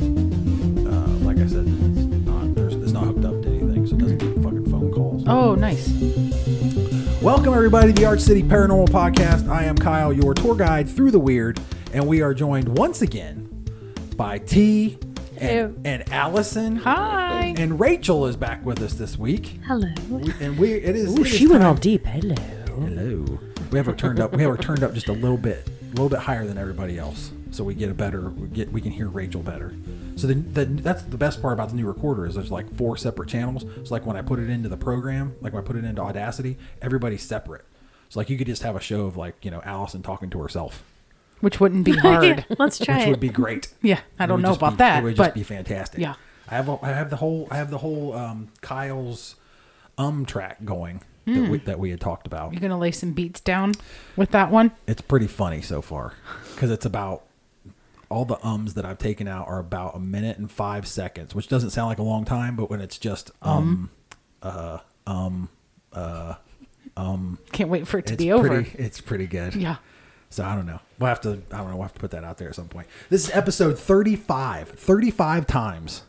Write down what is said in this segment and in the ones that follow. Uh, Oh, nice. Welcome, everybody, to the Art City Paranormal Podcast. I am Kyle, your tour guide through the weird, and we are joined once again by T and, Ew. and Allison. Hi. And Rachel is back with us this week. Hello. And we it is. Ooh, it is she went time- all deep. Hello. Hello. We have her turned up. We have her turned up just a little bit, a little bit higher than everybody else, so we get a better. We get we can hear Rachel better. So the, the that's the best part about the new recorder is there's like four separate channels. So like when I put it into the program, like when I put it into Audacity, everybody's separate. So like you could just have a show of like you know Allison talking to herself, Which wouldn't be hard. yeah. Let's try which it. would be great. I It don't would know just about be- that, It would but just be fantastic. Yeah. I have a, I have the whole I have the whole um, Kyle's um track going Hmm. that, we, that we had talked about. you're gonna lay some beats down with that one. It's pretty funny so far because it's about all the ums that I've taken out are about a minute and five seconds, which doesn't sound like a long time, but when it's just Mm-hmm. um, Can't wait for it to it's be over. pretty, it's pretty good. Yeah. So I don't know. We'll have to. I don't know. We'll have to put that out there at some point. This is episode 35. 35 times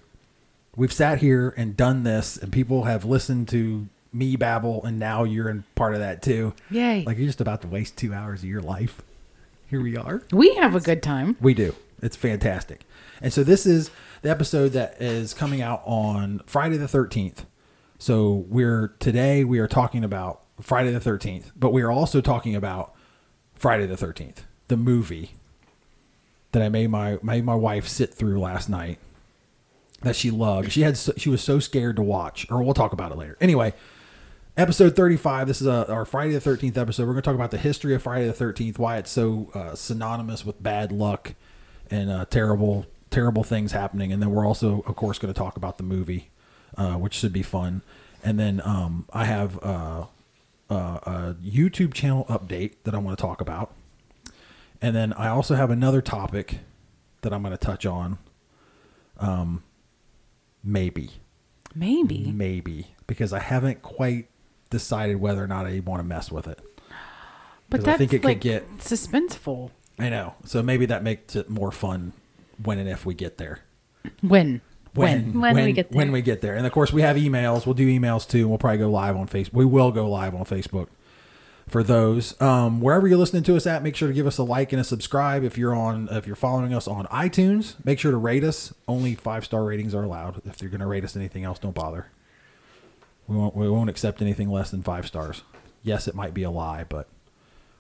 we've sat here and done this, and people have listened to me babble, and now you're in part of that too. Yay. Like you're just about to waste two hours of your life. Here we are. We have a good time. We do. It's fantastic. And so this is the episode that is coming out on Friday the 13th. So we're today we are talking about Friday the 13th, but we are also talking about Friday the 13th, the movie that I made my made my wife sit through last night that she loved. She had so, she was so scared to watch or we'll talk about it later. Anyway, episode 35 this is uh our friday the 13th episode we're going to talk about the history of friday the 13th why it's so uh, synonymous with bad luck and uh, terrible terrible things happening and then we're also of course going to talk about the movie uh, which should be fun and then um, i have uh, uh, a youtube channel update that i want to talk about and then i also have another topic that i'm going to touch on um, maybe Maybe. maybe because I haven't quite decided whether or not I want to mess with it. But 'cause I that's think it could like get- suspenseful. I know, so maybe that makes it more fun when and if we get there. When? When we get when there. we get there, and of course we have emails. We'll do emails too. and We'll probably go live on Facebook. We will go live on Facebook for those. Um, wherever you're listening to us at, make sure to give us a like and a subscribe. If you're on, if you're following us on iTunes, make sure to rate us. Only five star ratings are allowed. If you're going to rate us anything else, don't bother. We won't. We won't accept anything less than five stars. Yes, it might be a lie, but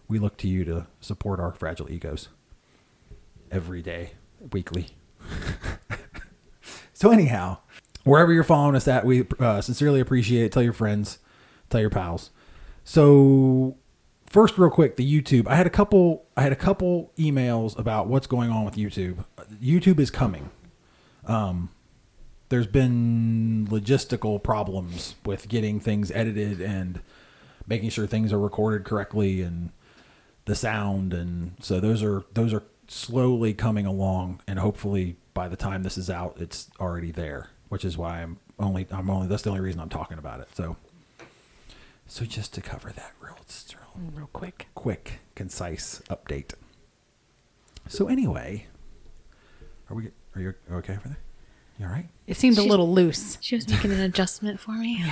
we look to you to support our fragile egos every day, weekly. so anyhow, wherever you're following us at, we uh, sincerely appreciate it. Tell your friends, tell your pals. So first, real quick, the YouTube. I had a couple. I had a couple emails about what's going on with YouTube. Uh, YouTube is coming. Um, there's been logistical problems with getting things edited and making sure things are recorded correctly and the sound and so those are those are slowly coming along and hopefully by the time this is out it's already there which is why i'm only i'm only that's the only reason i'm talking about it so so just to cover that real, it's real Real quick. quick concise update so anyway are we are you okay over there you all right It seemed a She's- little loose. She was making an adjustment for me.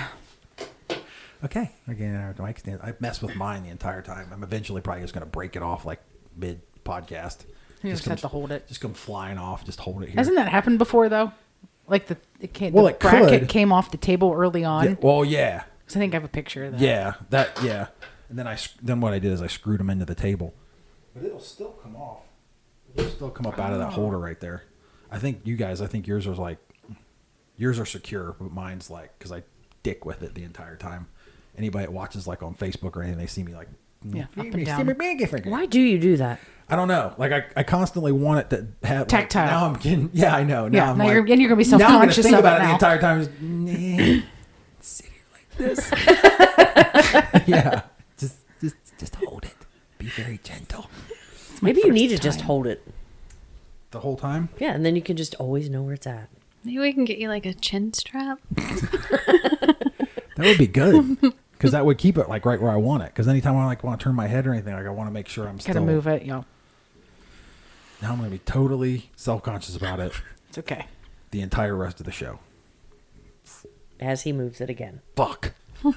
okay again our mic stand i mess with mine the entire time i'm eventually probably just going to break it off like mid podcast You just have comes- to hold it. just come flying off just hold it here Hasn't that happened before though? Like the it came, Well, the it bracket could. came off the table early on. Yeah, well, yeah, 'Cause I think I have a picture of that. yeah, that yeah. And then I sc- then what I did is I screwed them into the table. But it'll still come off. It'll still come up out Oh. of that holder right there. I think you guys. I think yours are like yours are secure, but mine's like because I dick with it the entire time. Anybody that watches like on Facebook or anything, they see me like Yeah, up and "See down." my pinky finger." Why do you do that? I don't know. Like I, I constantly want it to have like, Tactile. now I'm getting. Yeah, I know. Now Yeah, I'm now like, you're- and you're gonna be now I'm gonna self-conscious think of it about it now. the entire time. Just, "Nah." sit here like this. yeah, just just just hold it. Be very gentle. Maybe you first need to just time. hold it. The whole time. Yeah, and then you can just always know where it's at. Maybe we can get you like a chin strap. That would be good because that would keep it like right where I want it. Because anytime I like want to turn my head or anything, like I want to make sure I'm Gotta still. move it, y'all. Now I'm gonna be totally self-conscious about it It's okay. the entire rest of the show. As he moves it again. Fuck.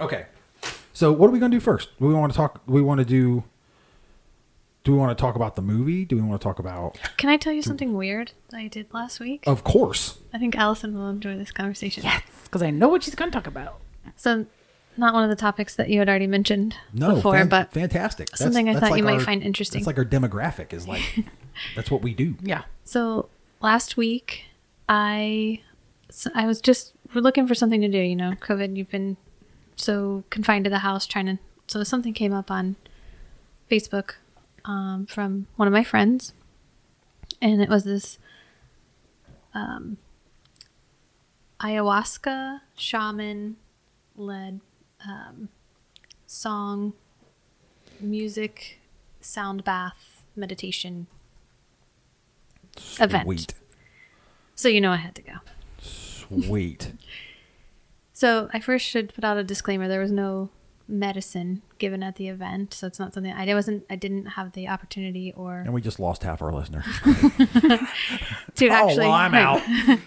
Okay. So what are we going to do first? Do we want to talk? Do we want to do? Do we want to talk about the movie? Do we want to talk about? Can I tell you something weird that I did last week? Of course. I think Allison will enjoy this conversation. Yes, because I know what she's going to talk about. So, not one of the topics that you had already mentioned No. before, fan- but fantastic. That's- something I that's thought you might our- find interesting. That's like our demographic is like. that's what we do. Yeah. So last week, I so I was just looking for something to do. You know, COVID. You've been so confined to the house, trying to. So something came up on Facebook um, from one of my friends, and it was this um, ayahuasca shaman led um, song, music, sound bath meditation event. Sweet. So you know I had to go. Sweet. So I first should put out a disclaimer. There was no medicine given at the event, so it's not something I wasn't. I didn't have the opportunity or and we just lost half our listeners. to actually. oh, well, I'm right. out.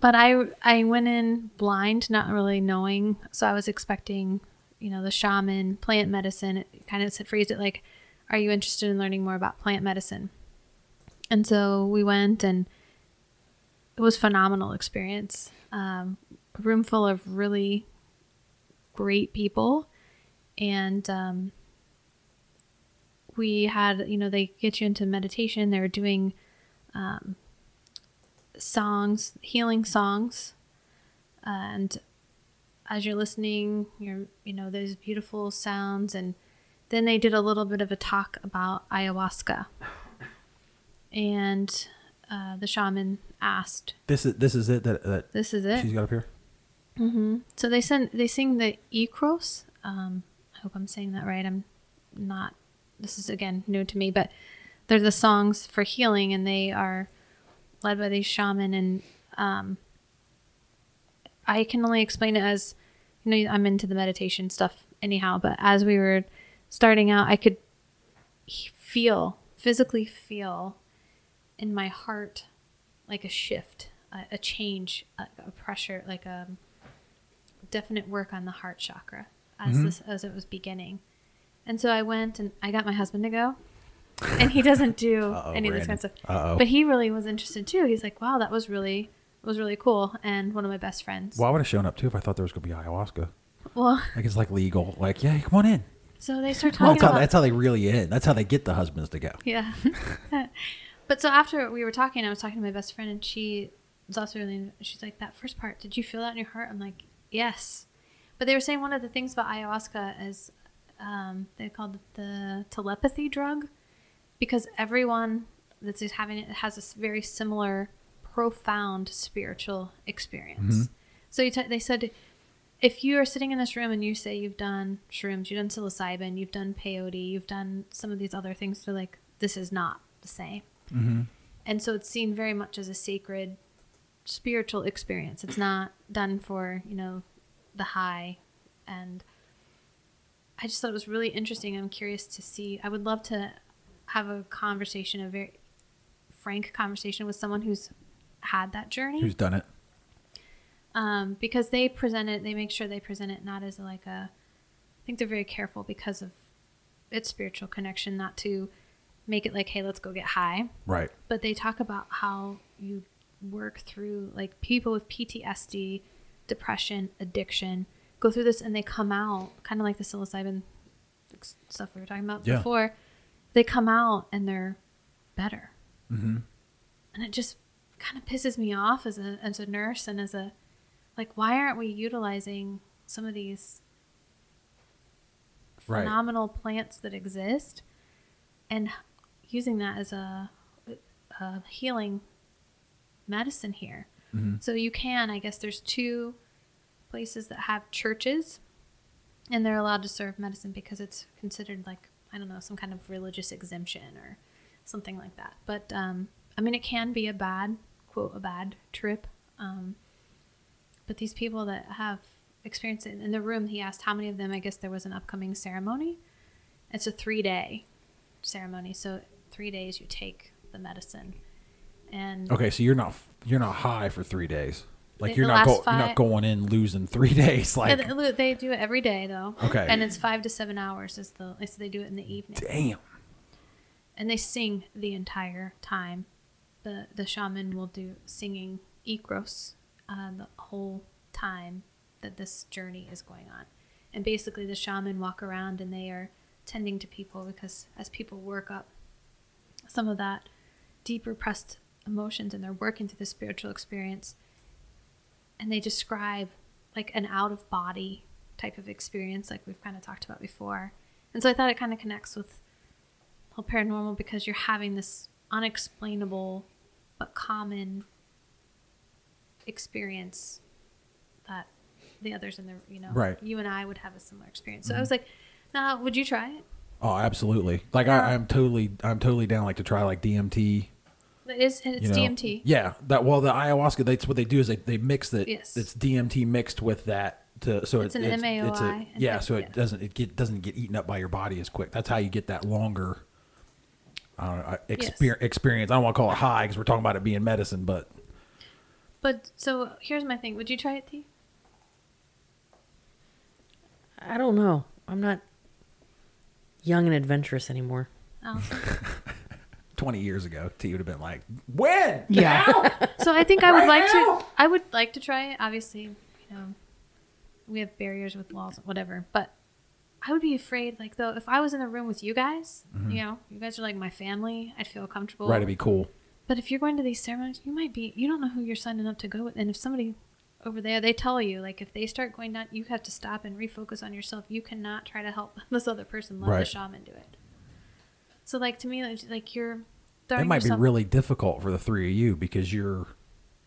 But I I went in blind, not really knowing. So I was expecting, you know, the shaman, plant medicine. It kind of said, phrased it like, "Are you interested in learning more about plant medicine?" And so we went, and it was phenomenal experience. Um, a room full of really great people, and um, we had you know they get you into meditation. They were doing songs, healing songs, and as you're listening, you're you know those beautiful sounds, and then they did a little bit of a talk about ayahuasca, and uh, the shaman asked, This is this is it that, that "This is she's it?" got up here. So they send they sing the Ikros. Um, I hope I'm saying that right. I'm not. This is again new to me, but they're the songs for healing, and they are led by these shaman. And um, I can only explain it as you know I'm into the meditation stuff anyhow. But as we were starting out, I could he- feel physically feel in my heart like a shift, a, a change, a, a pressure, like a definite work on the heart chakra as this as it was beginning. And so I went and I got my husband to go. And he doesn't do any of this kind of Brandon. stuff. Uh-oh. But he really was interested too. He's like, Wow, that was really was really cool and one of my best friends. Well, I would have shown up too if I thought there was going to be ayahuasca. Well, Like it's like legal. Like yeah, come on in. so they start Well, talking that's, how, about that's how they really in. That's how they get the husbands to go. Yeah. but so after we were talking, I was talking to my best friend, and she was also really, she's like, that first part, did you feel that in your heart? I'm like, yes. But they were saying one of the things about ayahuasca is um, they called it the telepathy drug because everyone that's just having it has this very similar, profound spiritual experience. So you t- they said, if you are sitting in this room and you say you've done shrooms, you've done psilocybin, you've done peyote, you've done some of these other things, they're like, this is not the same. And so it's seen very much as a sacred spiritual experience. It's not done for, you know, the high. And I just thought it was really interesting. I'm curious to see. I would love to have a conversation, a very frank conversation with someone who's had that journey Who's done it? um, because they present it they make sure they present it not as like a i think they're very careful because of its spiritual connection not to make it like hey let's go get high Right. but they talk about how you work through like people with ptsd depression addiction go through this and they come out kind of like the psilocybin ex- stuff we were talking about Yeah. before they come out and they're better and it just kind of pisses me off as a as a nurse and as a like why aren't we utilizing some of these Right. phenomenal plants that exist and using that as a, a healing medicine here so you can i guess there's two places that have churches and they're allowed to serve medicine because it's considered like i don't know some kind of religious exemption or something like that but um, i mean it can be a bad quote a bad trip um, but these people that have experienced it in the room he asked how many of them i guess there was an upcoming ceremony it's a three day ceremony so three days you take the medicine and Okay, so you're not you're not high for three days. Like The- you're the not last go- you're not five- going in losing three days. Like And they- they do it every day though. Okay. And it's five to seven hours is the is they do it in the evening. damn. And they sing the entire time. The the shaman will do singing ikros uh, the whole time that this journey is going on. And basically the shaman walk around and they are tending to people because as people work up some of that deep repressed emotions and they're working through the spiritual experience and they describe like an out of body type of experience like we've kind of talked about before and so i thought it kind of connects with whole paranormal because you're having this unexplainable but common experience that the others in the you know Right. Mm-hmm. you and i would have a similar experience so i was like now would you try it Oh, absolutely. Like I, I'm totally I'm totally down. Like to try like DMT. it is and it's you know? dmt Yeah, that well, the ayahuasca. That's what they do is they, they mix it. Yes. it's DMT mixed with that. To, so It's it- an it's a- MAOI, and yeah, then- so it yeah. doesn't it get doesn't get eaten up by your body as quick. That's how you get that longer. I don't know, uh, Yes. exper- experience. I don't want to call it high because we're talking about it being medicine, but But so here's my thing. Would you try it, T? I don't know. I'm not young and adventurous anymore. Oh. 20 years ago, T would have been like, when? Yeah. so I think I would Right like to. now? I would like to try it. Obviously, you know, we have barriers with walls, whatever. But I would be afraid, like though, if I was in the room with you guys, you know, you guys are like my family. I'd feel comfortable. Mm-hmm. Right, it'd be cool. But if you're going to these ceremonies, you might be. You don't know who you're signing up to go with, and if somebody over there they tell you like if they start going down you have to stop and refocus on yourself you cannot try to help this other person let the Right. shaman do it so like to me like, like you're It throwing might be yourself- really difficult for the three of you because you're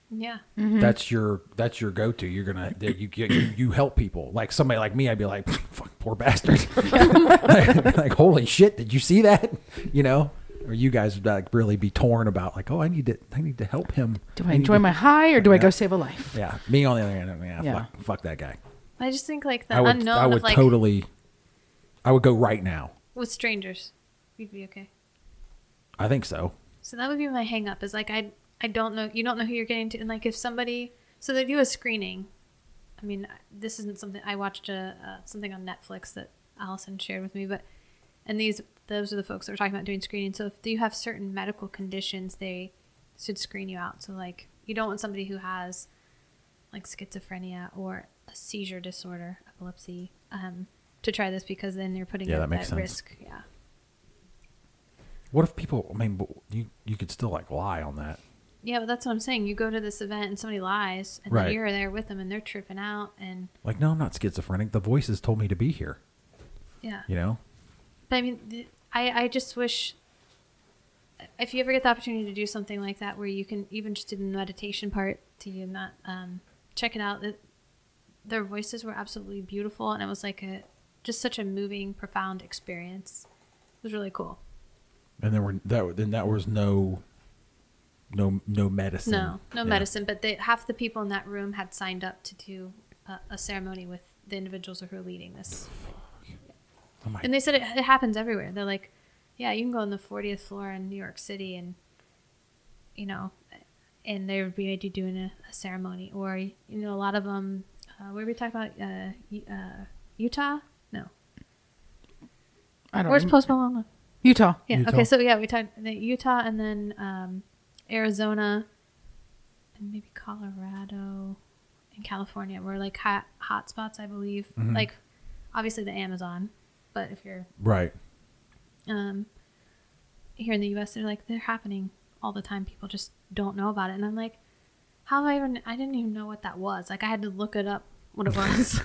yeah that's your that's your go to. You're gonna that you, you you help people like somebody like me. I'd be like, fuck, poor bastard. like, like, holy shit, did you see that? You know, or you guys would like really be torn about like, oh, I need to I need to help him. Do I need enjoy to-" my high or do I Yeah. go save a life? Yeah, me on the other hand, yeah, Yeah. Fuck, fuck that guy. I just think like the I would unknown I would of like totally, I would go right now. with strangers, you'd be okay. I think so. So that would be my hang up is like I I don't know you don't know who you're getting to and like if somebody so they do a screening. I mean I- this isn't something I watched a, uh, something on Netflix that Allison shared with me, but and these those are the folks that were talking about doing screening. So if you have certain medical conditions, they should screen you out. So like you don't want somebody who has like schizophrenia or a seizure disorder, epilepsy, um, to try this because then you're putting Yeah, them that makes at sense. risk. Yeah. What if people? I mean, but you you could still like lie on that. Yeah, but that's what I'm saying. You go to this event and somebody lies, and Right. then you're there with them, and they're tripping out, and Like, no, I'm not schizophrenic. The voices told me to be here. yeah. You know, But I mean, th- I I just wish if you ever get the opportunity to do something like that, where you can even just do the meditation part to you, and that um, check it out. It, their voices were absolutely beautiful, and it was like a just such a moving, profound experience. It was really cool. and there were that then that was no, no no medicine. No, no Yeah. medicine, but they, half the people in that room had signed up to do a, a ceremony with the individuals who are leading this Oh my- And they said it, it happens everywhere. They're like, yeah, you can go on the 40th floor in New York City and, you know, and they would be doing a, a ceremony. Or, you know, a lot of them, uh, what were we talking about? Uh, U- uh, Utah? No. I don't Where's rem- Post Malone? Utah. Yeah. Utah. Okay. So, yeah, we talked the Utah and then um, Arizona and maybe Colorado and California were like hot, hot spots, I believe. Like, obviously the Amazon, but if you're right. um, here in the U.S. They're like they're happening all the time. People just don't know about it, and I'm like, how do I even? I didn't even know what that was. Like I had to look it up what it was.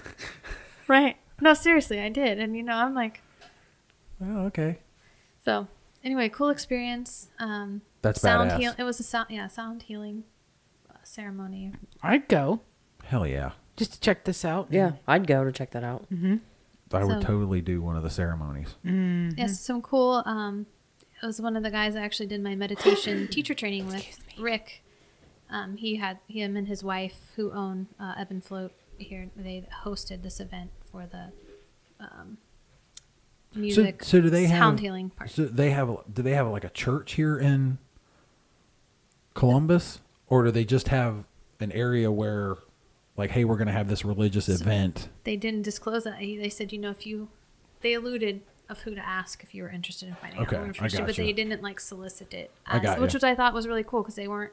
right? No, seriously, I did, and you know, I'm like, Oh, okay. so anyway, cool experience. Um, That's sound badass. heal. It was a sound, yeah, sound healing uh, ceremony. I'd go Hell yeah. just to check this out. Yeah, I'd go to check that out. I would So- Mm-hmm. totally do one of the ceremonies. Mm-hmm. Yes, some cool. Um, it was one of the guys I actually did my meditation teacher training with, Rick. Um, he had him and his wife who own uh, Ebb and Float here. They hosted this event for the um, music. so do they have- sound healing part? So they have do they have like a church here in Columbus, or do they just have an area where, like, hey, we're going to have this religious event. They didn't disclose that. He- They said, you know, if you, they alluded of who to ask if you were interested in finding Okay, I out. more information, But gotcha. they didn't like solicit it, I as- got which ya. was I thought was really cool because they weren't,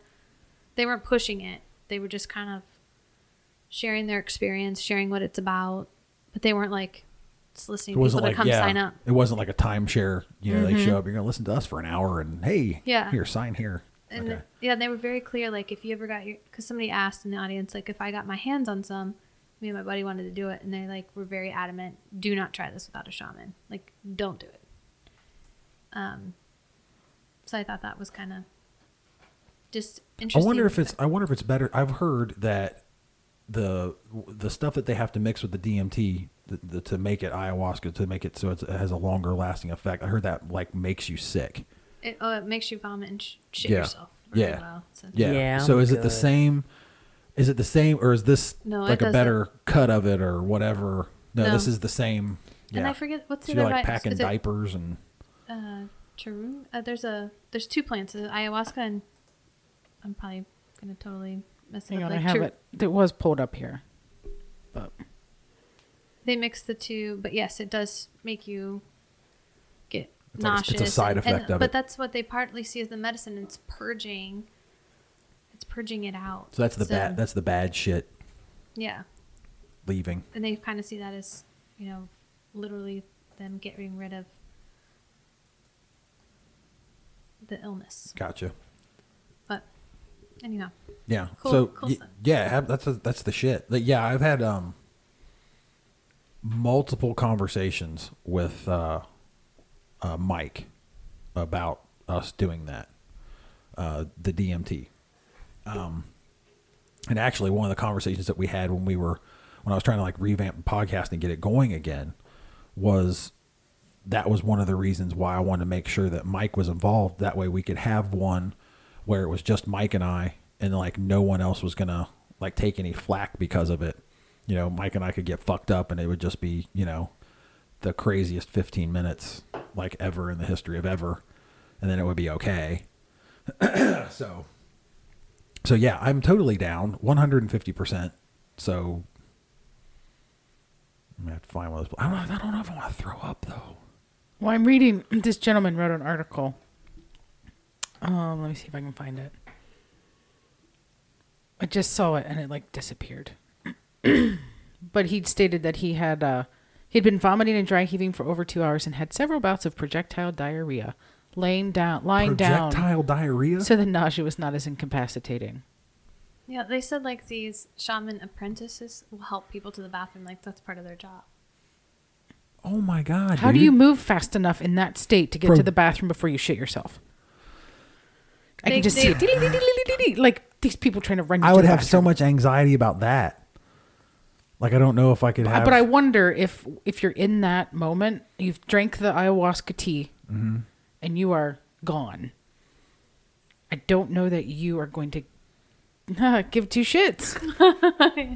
they weren't pushing it. They were just kind of sharing their experience, sharing what it's about, but they weren't like soliciting It people wasn't to like come yeah, sign up. Mm-hmm. it wasn't like a timeshare. You know, they show up. You're going to listen to us for an hour, and hey, Yeah. here, sign here. And okay. yeah, they were very clear. Like, if you ever got your, because somebody asked in the audience, like, if I got my hands on some, me and my buddy wanted to do it, and they like were very adamant, do not try this without a shaman. Like, don't do it. Um. So I thought that was kind of just I interesting. wonder if it's. I wonder if it's better. I've heard that the the stuff that they have to mix with the DMT the, the, to make it ayahuasca to make it so it's, it has a longer lasting effect. I heard that like makes you sick. It, oh, it makes you vomit and sh- shit Yeah. yourself. Yeah. Well, so. Yeah. Yeah, so I'm is it the good. same? Is it the same, or is this No, it like a doesn't. better cut of it, or whatever? No, No. this is the same. Yeah. And I forget what's So the you're other like vi- packing is it- diapers and uh, Taru. Uh, there's a there's two plants, uh, ayahuasca and I'm probably gonna totally mess it Hang on, up. I like have Taru- it. It was pulled up here. But They mix the two, but yes, it does make you get It's like a- it's nauseous. a side and- effect and, of But it. that's what they partly see as the medicine. It's purging. It's purging it out. so that's the bad. That's the bad shit yeah, leaving. and they kind of see that as you know, literally them getting rid of the illness. Gotcha. But anyhow, Yeah. Cool- so cool y- stuff. yeah, have- that's that's the shit. Like, yeah, I've had um multiple conversations with uh, uh, Mike about us doing that, uh, the DMT. Um, and actually, one of the conversations that we had when we were when I was trying to like revamp the podcast and get it going again was that was one of the reasons why I wanted to make sure that Mike was involved. That way we could have one where it was just Mike and I, and like no one else was gonna like take any flack because of it. You know, Mike and I could get fucked up, and it would just be you know the craziest 15 minutes like ever in the history of ever, and then it would be okay. so, so yeah, I'm totally down, 150. percent So. I'm gonna have to find one of those. I don't, I don't know if I want to throw up though. well, I'm reading. This gentleman wrote an article. Um, let me see if I can find it. I just saw it and it like disappeared. but he'd stated that he had uh, he'd been vomiting and dry heaving for over two hours and had several bouts of projectile diarrhea, laying down, lying down, projectile diarrhea. so the nausea was not as incapacitating. Yeah, they said like these shaman apprentices will help people to the bathroom. Like that's part of their job. oh my god! How do dude. you move fast enough in that state to get Pro- to the bathroom before you shit yourself? I They- can just they- see it. Dee-dee, dee-dee, dee-dee, dee-dee, like these people trying to run. You I to would the have so bathroom. much anxiety about that. Like I don't know if I could have. Uh, But I wonder if if you're in that moment, you've drank the ayahuasca tea, Mm-hmm. and you are gone. I don't know that you are going to give two shits.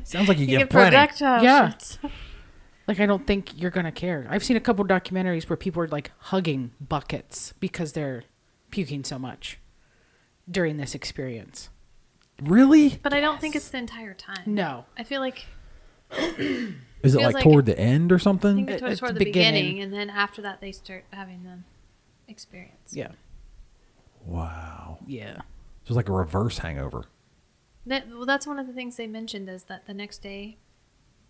sounds like you, You give get plenty. projectile Yeah. shits. Like I don't think you're gonna care. I've seen a couple documentaries where people are like hugging buckets because they're puking so much during this experience. Really? But I don't think it's the entire time. No. I feel like Is it Feels like, like- toward the end or I think something? It- it was it's toward the the beginning. beginning. and then after that they start having the experience. Yeah. Wow. Yeah. So it's like a reverse hangover. That, well, that's one of the things they mentioned is that the next day,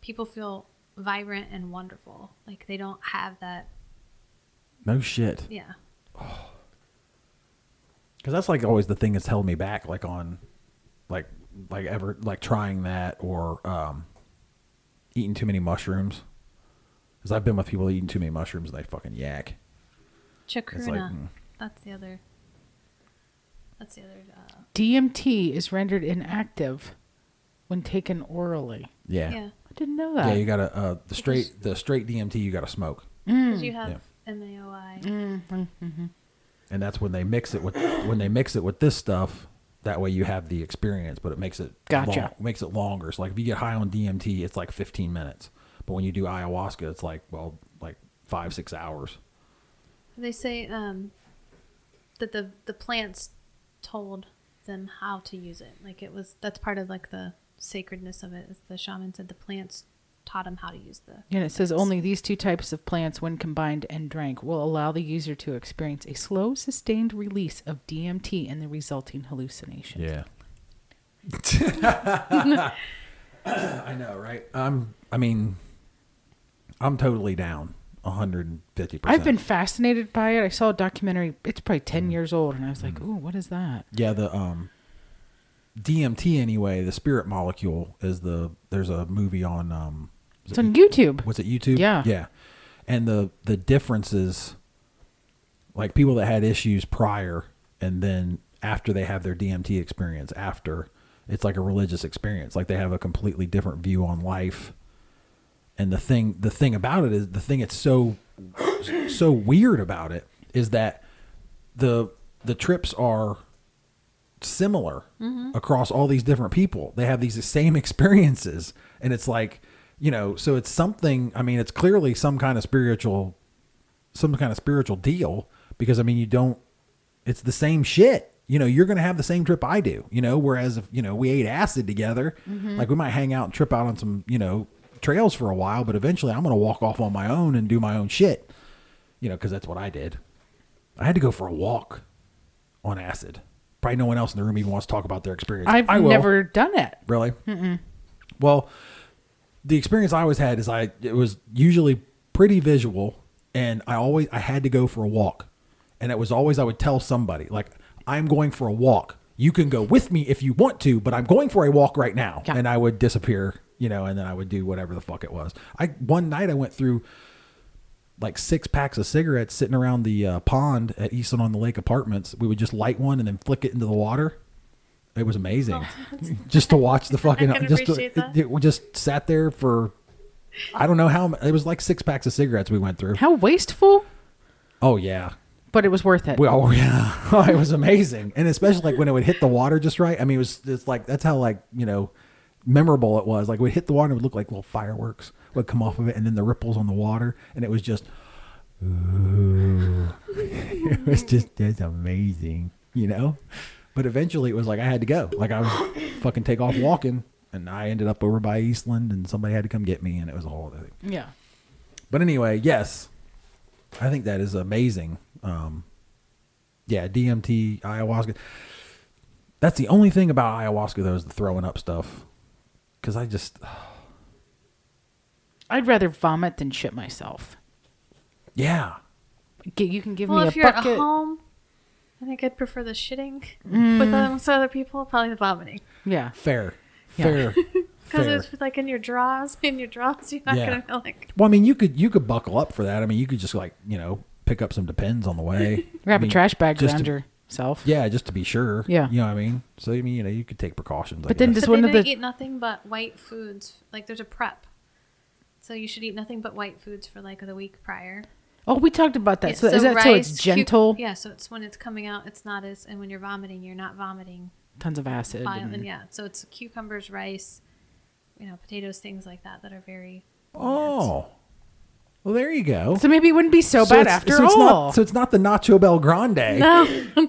people feel vibrant and wonderful. Like they don't have that. No shit. Yeah. Because that's like always the thing that's held me back. Like on, like like ever like trying that or um, eating too many mushrooms. Because I've been with people eating too many mushrooms and they fucking yak. Chakruna. mm. That's the other. That's the other. Uh, DMT is rendered inactive when taken orally. Yeah. yeah. I didn't know that. Yeah, you got to uh, the straight the straight DMT. You got to smoke, 'Cause you have Yeah. MAOI. and that's when they mix it with when they mix it with this stuff. That way you have the experience, but it makes it Gotcha. long- makes it longer. So like if you get high on DMT, it's like 15 minutes, but when you do ayahuasca, it's like well like five six hours. They say um, that the the plants told them how to use it. Like it was that's part of like the sacredness of it. Is the shaman said the plants taught him how to use the And it says only these two types of plants, when combined and drank, will allow the user to experience a slow, sustained release of DMT and the resulting hallucinations. Yeah. I know, right? I'm. I mean, I'm totally down. 150. percent Mm. I've been fascinated by it. I saw a documentary, it's probably 10 years old, and I was like, ooh, what is that? Yeah, the um, DMT anyway. The spirit molecule is the. There's a movie on um. It's on YouTube. was it YouTube? Yeah. Yeah. And the the differences like people that had issues prior and then after they have their DMT experience after it's like a religious experience. Like they have a completely different view on life. And the thing the thing about it is the thing it's so so weird about it is that the the trips are similar across all these different people. They have these same experiences, and it's like you know, so it's something. I mean, it's clearly some kind of spiritual, some kind of spiritual deal because I mean, you don't. It's the same shit. You know, you're going to have the same trip I do, you know, whereas if, you know, we ate acid together, like we might hang out and trip out on some, you know, trails for a while, but eventually I'm going to walk off on my own and do my own shit, you know, cause that's what I did. I had to go for a walk on acid. Probably no one else in the room even wants to talk about their experience. I've I will. never done it. really. Well, the experience I always had is I it was usually pretty visual, and I always I had to go for a walk, and it was always I would tell somebody like I'm going for a walk. You can go with me if you want to, but I'm going for a walk right now, Yeah. and I would disappear, you know, and then I would do whatever the fuck it was. I one night I went through like six packs of cigarettes sitting around the uh, pond at Easton on the Lake Apartments. We would just light one and then flick it into the water. It was amazing, just to watch the fucking. Oh, I can just to- appreciate that. it- we just sat there for, I don't know how. m- It was like six packs of cigarettes we went through. How wasteful, Oh yeah, but it was worth it. we oh yeah, it was amazing, and especially like when it would hit the water just right. I mean, it was it's like that's how like you know memorable it was. Like we would hit the water, and it would look like little fireworks would come off of it, and then the ripples on the water, and it was just, ooh, it was just that's amazing, you know. But eventually, it was like I had to go. Like I was fucking take off walking, and I ended up over by Eastland, and somebody had to come get me, and it was a whole other thing. yeah. But anyway, yes, I think that is amazing. Um, yeah, DMT, ayahuasca. That's the only thing about ayahuasca though is the throwing up stuff. Because I just, I'd rather vomit than shit myself. yeah, G- You can give Well, me if a you're bucket. at home, I think I'd prefer the shitting Mm. with amongst other people, probably the vomiting. Yeah. fair, Yeah. fair, Because fair. it's like in your drawers, in your drawers, you're not Yeah. gonna feel like Well, I mean, you could you could buckle up for that. I mean, you could just like you know pick up some depends on the way. Wrap I mean, a trash bag just around to- yourself. Yeah, just to be sure. Yeah. you know what I mean. So I mean, you know, you could take precautions. I But then guess. It's But one they of didn't the- eat nothing but white foods. Like there's a prep, so you should eat nothing but white foods for like the week prior. Oh, we talked about that. Yeah, so, is that so it's cuc- gentle? yeah, so it's when it's coming out, it's not as, and when you're vomiting, you're not vomiting. Tons of acid. bile, and and- yeah, so it's cucumbers, rice, you know, potatoes, things like that that are very. oh, well, there you go. So maybe it wouldn't be so, bad it's- after so It's all. not, so it's not the Nacho Bel Grande. No,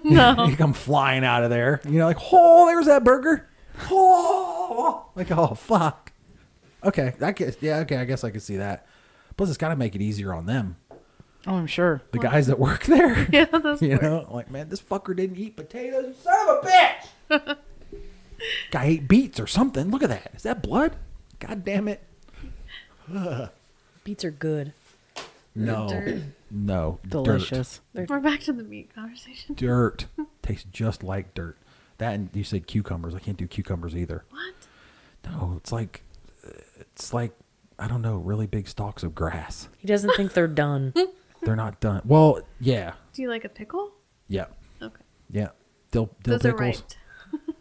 no. you come flying out of there. You know, like, oh, there's that burger. Oh, like, oh, fuck. Okay, I guess, yeah, okay, I guess I could see that. Plus, it's got to make it easier on them, oh, I'm sure. the guys that work there. Yeah, those you know, like, man, this fucker didn't eat potatoes. you Son of a bitch. Guy ate beets or something. Look at that. Is that blood? God damn it. Beets are good. No, no, dirt. Delicious. We're back to the meat conversation. dirt tastes just like dirt. That and you said cucumbers. I can't do cucumbers either. What? No, it's like it's like I don't know, really big stalks of grass. He doesn't think they're done. They're not done. Well, yeah, Do you like a pickle? yeah, Okay, yeah. Dill, dill those pickles.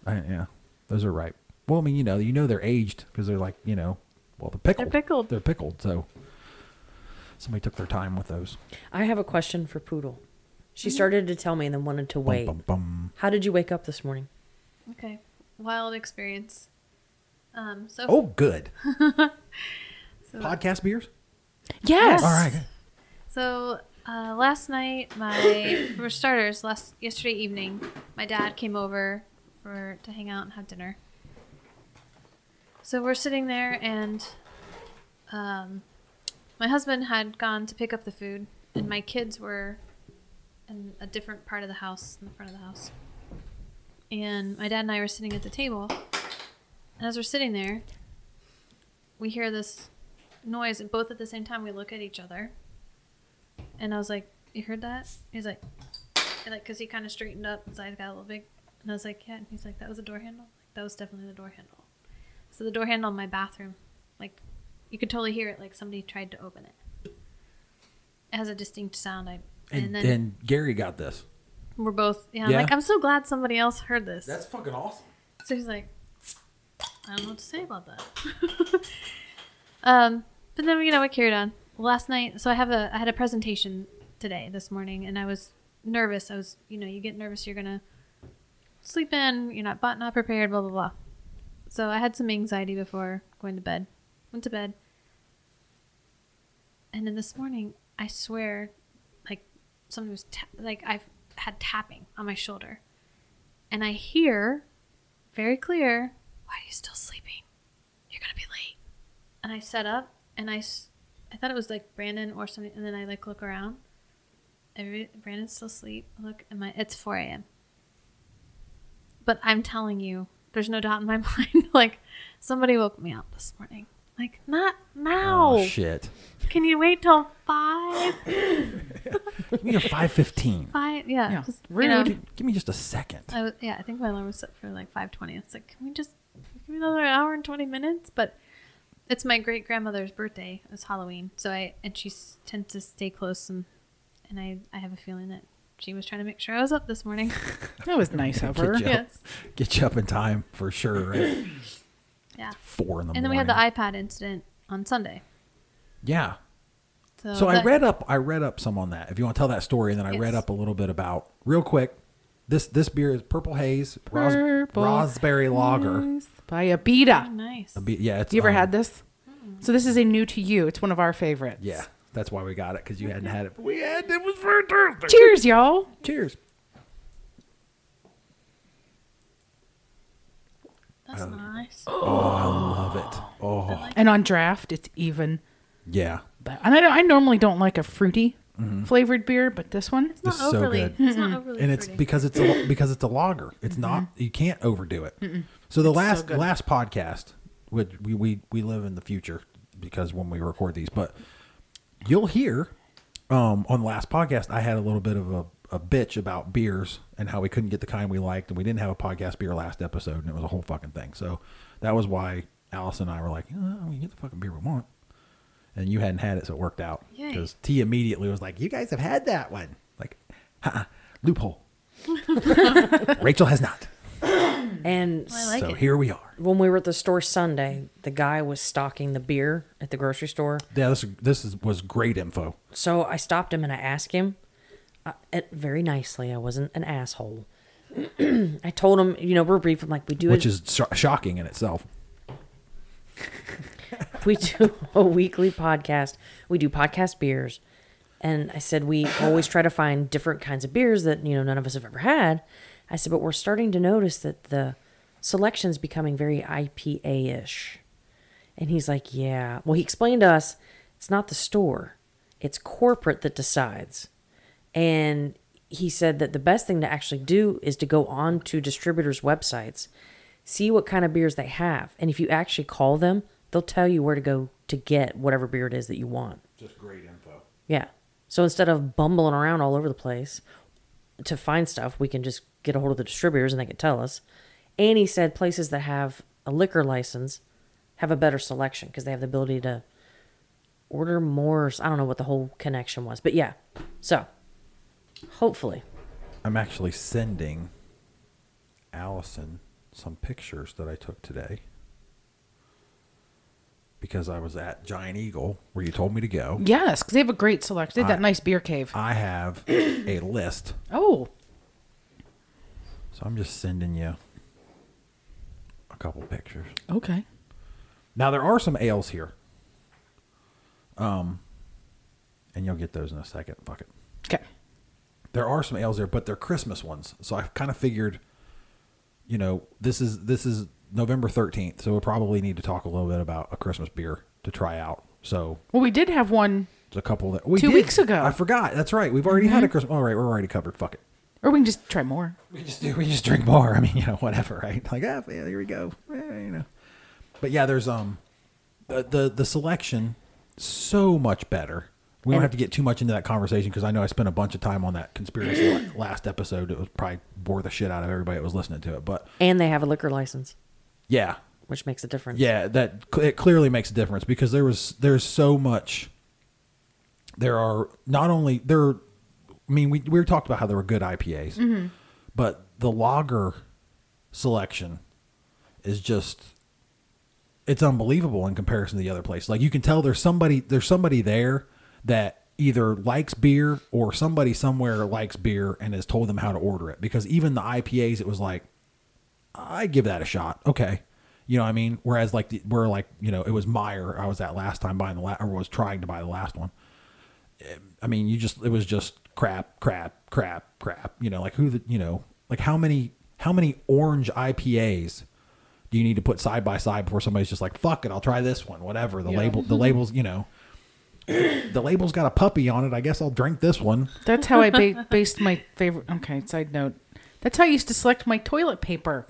are right. I- yeah, those are ripe. Well, I mean, you know, you know they're aged because they're like you know, well they're pickled. pickled. They're pickled. So somebody took their time with those. I have a question for Poodle. She started to tell me and then wanted to Bum, wait. bum, bum. How did you wake up this morning? Okay, wild experience. Um, so Oh, good. So- Podcast beers. Yes. All right. good. So uh, last night, my for starters, last yesterday evening, my dad came over for to hang out and have dinner. So we're sitting there, and um, my husband had gone to pick up the food, and my kids were in a different part of the house, in the front of the house. And my dad and I were sitting at the table, and as we're sitting there, we hear this noise, and both at the same time, we look at each other. And I was like, "You heard that?" He's like, and like, cause he kind of straightened up, his eyes got a little big, and I was like, "Yeah." And he's like, "That was a door handle. Like, that was definitely the door handle." So the door handle in my bathroom, like, you could totally hear it. Like somebody tried to open it. It has a distinct sound. I and, And, and, then Gary got this. we're both yeah, Yeah. I'm like I'm so glad somebody else heard this. fucking awesome. So he's like, I don't know what to say about that. um, but then you know, I carried on. Last night, so I have a I had a presentation today this morning, and I was nervous. I was, you know, you get nervous, you're gonna sleep in, you're not but not prepared, blah blah blah. So I had some anxiety before going to bed. Went to bed, and then this morning, I swear, like somebody was ta- like I've had tapping on my shoulder, and I hear very clear. Why are you still sleeping? You're gonna be late. And I set up, and I, s- I thought it was like Brandon or something, and then I like look around. Every, Brandon's still asleep. I Look, and my it's four a.m. But I'm telling you, there's no doubt in my mind. Like somebody woke me up this morning. Like not now. Oh shit. Can you wait till five? Give me a five fifteen. Five? Yeah. Yeah, just, you rude. know. Give me just a second. I was, yeah, I think my alarm was set for like five twenty. It's like, can we just give me another hour and twenty minutes? But it's my great grandmother's birthday. It's Halloween, so I and she s- tends to stay close, and and I I have a feeling that she was trying to make sure I was up this morning. That was nice of her. Good job. yes, Get you up in time for sure. Right? yeah. Four in the morning. And then we had the iPad incident on Sunday. Yeah. So, So I Oh, that- read up. I read up some on that. If you want to tell that story, and then I read Yes. up a little bit about real quick. This this beer is Purple Haze ros- Purple Raspberry Lager. Nice. By a beta. nice. Be- Yeah, it's, You ever um, had this? So this is a new to you. It's one of our favorites. Yeah, that's why we got it because you hadn't had it. But we had it was very Thursday. Cheers, y'all. Cheers. That's nice. Oh, Love it. Oh And on draft, it's even. yeah, be- And I, I normally don't like a fruity Mm-hmm. flavored beer, but this one, It's not this is so overly. good. It's not overly. and it's fruity. because it's a, because it's a lager. It's not you can't overdo it. So the last good. last podcast, which we, we we live in the future because when we record these, but you'll hear um, on the last podcast I had a little bit of a, a bitch about beers and how we couldn't get the kind we liked and we didn't have a podcast beer last episode and it was a whole fucking thing. So that was why Allison and I were like, uh, we can get the fucking beer we want. And you hadn't had it, so it worked out. Yay. Because T immediately was like, "You guys have had that one." Like, ha loophole. Rachel has not. And I like so it. here we are. when we were at the store Sunday, the guy was stocking the beer at the grocery store. Yeah, this this is, was great info. So I stopped him and I asked him uh, it, very nicely. I wasn't an asshole. I told him, you know, we're brief. I'm like, we do Which a, is sho shocking in itself. we do a weekly podcast. We do podcast beers. And I said, we always try to find different kinds of beers that, you know, none of us have ever had. I said, but we're starting to notice that the selection's becoming very IPA ish. And he's like, yeah. Well, he explained to us it's not the store, it's corporate that decides. And he said that the best thing to actually do is to go on to distributors' websites, see what kind of beers they have. And if you actually call them, they'll tell you where to go to get whatever beer it is that you want. Just great info. Yeah. So instead of bumbling around all over the place to find stuff, we can just get a hold of the distributors and they can tell us. And he said places that have a liquor license have a better selection because they have the ability to order more. I don't know what the whole connection was, but yeah. So hopefully, I'm actually sending Allison some pictures that I took today because I was at Giant Eagle where you told me to go. yes, because they have a great selection. They have that nice beer cave. I have a list, oh, so I'm just sending you a couple pictures. okay. Now there are some ales here. Um, and you'll get those in a second. Fuck it. Okay. There are some ales there, but they're Christmas ones. So I've kind of figured you know, this is this is November 13th, so we'll probably need to talk a little bit about a Christmas beer to try out. So Well, we did have one, it's a couple that we Two did. weeks ago. Mm-hmm. I forgot. That's right. We've already had a Christmas. All right, we're already covered. Fuck it. or we can just try more. We just do. We just drink more. I mean, you know, whatever, right? Like, ah, yeah, here we go. Eh, you know. But yeah, there's um, the the, the selection so much better. We don't have to get too much into that conversation because I know I spent a bunch of time on that conspiracy la- last episode. It was probably bore the shit out of everybody that was listening to it. But And they have a liquor license, yeah, which makes a difference. yeah, that cl- it clearly makes a difference because there was there's so much. There are not only there, I mean, we we talked about how there were good IPAs, but the lager selection is just it's unbelievable in comparison to the other place. Like you can tell there's somebody there's somebody there that either likes beer or somebody somewhere likes beer and has told them how to order it because even the IPAs it was like I give that a shot. Okay. You know what I mean? Whereas like the, where like, you know, it was Meyer I was at last time buying the last or was trying to buy the last one. Eh, I mean, you just it was just crap, crap, crap, crap. You know, like who the you know, like how many how many orange IPAs do you need to put side by side before somebody's just like, fuck it, I'll try this one, whatever. The label the labels, you know. The label's got a puppy on it. I guess I'll drink this one. That's how I ba- based my favorite. Okay, side note. That's how I used to select my toilet paper.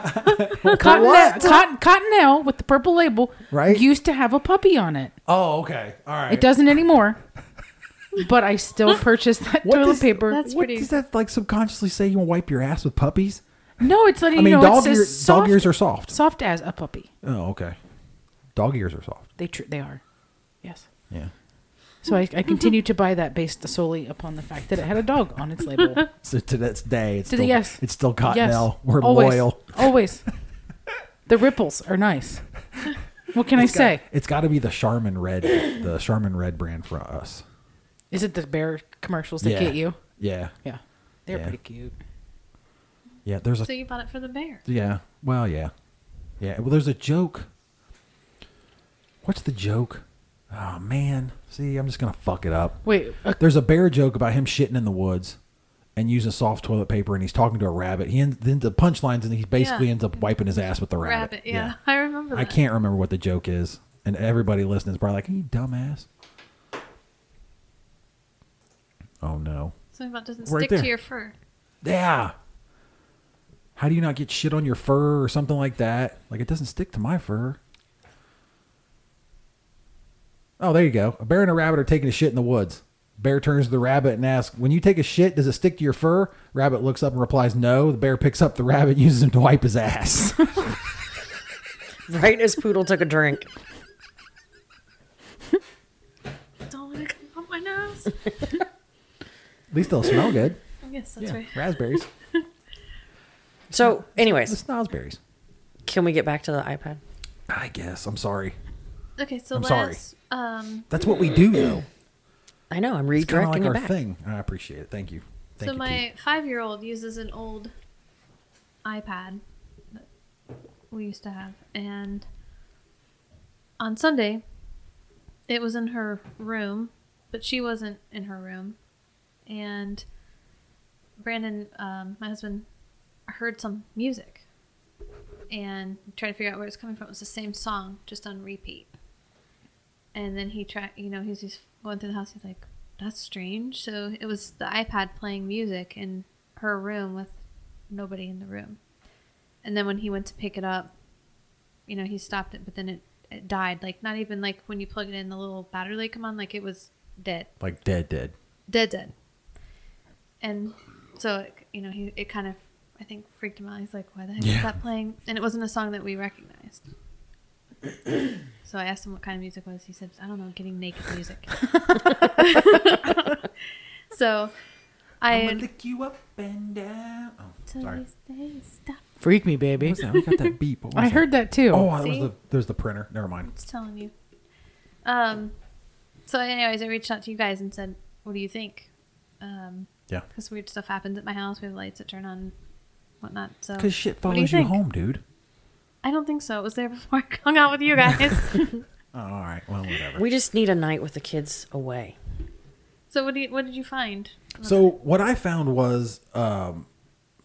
Cotton, Cotton, Cottonelle with the purple label Right. used to have a puppy on it. Oh, okay. All right. It doesn't anymore. but I still purchase that toilet does- paper. That's What pretty- does that like subconsciously say you wipe your ass with puppies? no, it's letting I mean, you know dog, it says ear, soft, dog ears are soft. soft as a puppy. Oh, okay. Dog ears are soft. They tr- they are. Yes. Yeah. So I, I continue to buy that based solely upon the fact that it had a dog on its label. So to this day, it's To the- still, yes. it's still Cottonelle. We're Always. loyal. Always. The ripples are nice. What can I say? It's got to be the Charmin Red, the Charmin Red brand for us. Is it the bear commercials that yeah. get you? Yeah. Yeah. They're Yeah. pretty cute. Yeah. There's a So you bought it for the bear. Yeah. Well, yeah. Yeah. Well, there's a joke. What's the joke? Oh man. See, I'm just gonna fuck it up. Wait, uh, a- There's a bear joke about him shitting in the woods and using soft toilet paper, and he's talking to a rabbit. He ends, then the punchlines, and he basically Yeah. ends up wiping his ass with the rabbit. Rabbit, yeah. I remember that. I can't remember what the joke is, and everybody listening is probably like, "You dumbass." Oh no. Something about doesn't Right stick there. to your fur. Yeah. How do you not get shit on your fur or something like that? Like it doesn't stick to my fur. Oh, there you go. A bear and a rabbit are taking a shit in the woods. Bear turns to the rabbit and asks, "When you take a shit, does it stick to your fur?" Rabbit looks up and replies, "No." The bear picks up the rabbit and uses him to wipe his ass. Right as Poodle took a drink. Don't let it come up my nose. At least they'll smell good. yes, that's right. raspberries. So, The anyways, snozzberries. can we get back to the iPad? I guess. I'm sorry. Okay, so I'm sorry. last um That's what we do, though. I know I'm It's kind redirecting of like you our back. thing. I appreciate it. Thank you. Thank so you, my Keith. five-year-old uses an old iPad that we used to have, and on Sunday, it was in her room, but she wasn't in her room, and Brandon, um, my husband, heard some music, and tried to figure out where it's coming from. It was the same song, just on repeat. And then he tried, you know, he's just going through the house. He's like, that's strange. So it was the iPad playing music in her room with nobody in the room. And then when he went to pick it up, you know, he stopped it, but then it, it died. Like, not even like when you plug it in, the little battery light come on, like it was dead, like dead, dead. dead, dead. And so, it, you know, he, it kind of, I think, freaked him out. He's like, why the heck Yeah. is that playing? And it wasn't a song that we recognized. so I asked him what kind of music it was. He said, I don't know, getting naked music. so I lick you up and down. Oh, till sorry. these days stop. freak me, baby. Now we got that beep. What was I that? heard that too. Oh, that was See? the there's the printer. Never mind. It's telling you. Um. So, anyways, I reached out to you guys and said, "What do you think?" Um, Yeah. because weird stuff happens at my house. We have lights that turn on, and whatnot. So, Because shit Oh. what do follows you, think? home, dude. I don't think so. It was there before I hung out with you guys. Oh, all right. Well, whatever. We just need a night with the kids away. so, what do you, what did you find? so what I found was um,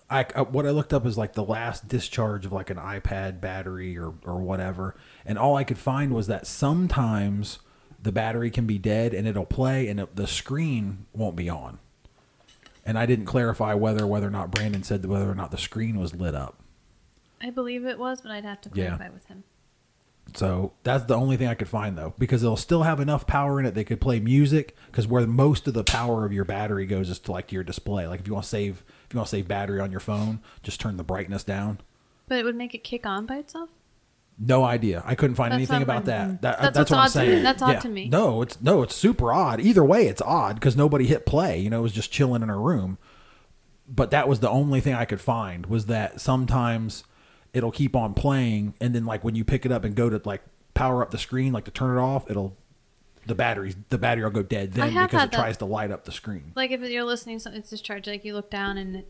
I, uh, what I looked up is like the last discharge of like an iPad battery or, or whatever. And all I could find was that sometimes the battery can be dead and it'll play and it, the screen won't be on. And I didn't clarify whether whether or not Brandon said whether or not the screen was lit up. I believe it was, but I'd have to Yeah. clarify with him. So that's the only thing I could find though, because it'll still have enough power in it. They could play music because where most of the power of your battery goes is to like your display. Like if you want to save, if you want to save battery on your phone, just turn the brightness down. But it would make it kick on by itself. No idea. I couldn't find That's anything not about my- that. that that's, That's what what's I'm odd to me. saying. That's odd to me. No, it's no, it's super odd. Either way, it's odd because nobody hit play. You know, it was just chilling in her room. But that was the only thing I could find was that sometimes it'll keep on playing, and then like when you pick it up and go to like power up the screen, like to turn it off, it'll the batteries the battery will go dead then have because had it that. tries to light up the screen. Like if you're listening, to something it's discharged. Like you look down and it,